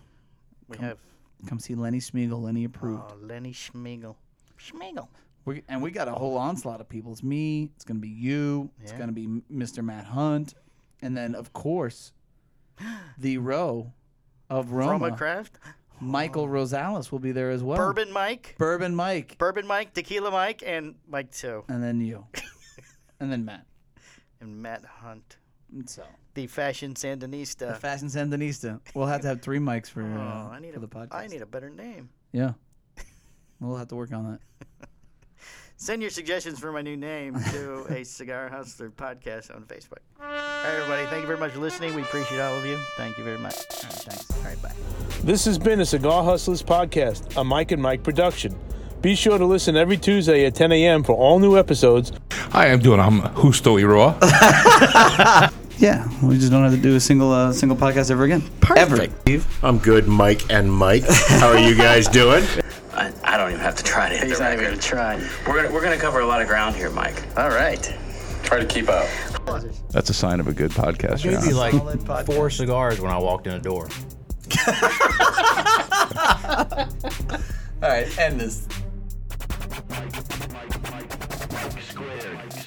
[SPEAKER 1] We have
[SPEAKER 3] Come see Lenny Smeagol, Lenny approved.
[SPEAKER 1] oh, Lenny Schmiegel. Schmiegel.
[SPEAKER 3] We, and we got a whole onslaught of people. It's me. It's gonna be you. It's
[SPEAKER 1] Yeah.
[SPEAKER 3] gonna be M- Mr. Matt Hunt, and then of course, the row of Roma,
[SPEAKER 1] Roma Craft,
[SPEAKER 3] Oh. Michael Rosales will be there as well.
[SPEAKER 1] Bourbon Mike,
[SPEAKER 3] Bourbon Mike,
[SPEAKER 1] Bourbon Mike, Tequila Mike, and Mike Two,
[SPEAKER 3] and then you, and then Matt.
[SPEAKER 1] and Matt Hunt,
[SPEAKER 3] And so
[SPEAKER 1] the fashion
[SPEAKER 3] the
[SPEAKER 1] Sandinista.
[SPEAKER 3] Fashion Sandinista. We'll have to have three mics for,
[SPEAKER 1] Uh, oh,
[SPEAKER 3] uh,
[SPEAKER 1] I need
[SPEAKER 3] for
[SPEAKER 1] a,
[SPEAKER 3] the podcast.
[SPEAKER 1] I need a better name.
[SPEAKER 3] yeah. We'll have to work on that.
[SPEAKER 1] Send your suggestions for my new name to a Cigar Hustler podcast on Facebook. All right, everybody. Thank you very much for listening. We appreciate all of you. Thank you very much.
[SPEAKER 3] Thanks.
[SPEAKER 1] All right, bye.
[SPEAKER 7] This has been a Cigar Hustlers podcast, a Mike and Mike production. Be sure to listen every Tuesday at 10 a.m. for all new episodes
[SPEAKER 8] Hi, I'm doing. I'm Husto Iroa.
[SPEAKER 3] Yeah, we just don't have to do a single uh, single podcast ever again. Perfect. Ever.
[SPEAKER 9] I'm good, Mike and Mike. How are you guys doing?
[SPEAKER 10] I, I don't even have to try to hit the record.
[SPEAKER 2] try.
[SPEAKER 10] We're gonna we're gonna cover a lot of ground here, Mike.
[SPEAKER 2] All right.
[SPEAKER 10] Try to keep up.
[SPEAKER 8] That's a sign of a good podcast. John.
[SPEAKER 11] Maybe like four cigars when I walked in the door.
[SPEAKER 9] All right, end this.
[SPEAKER 10] Squared.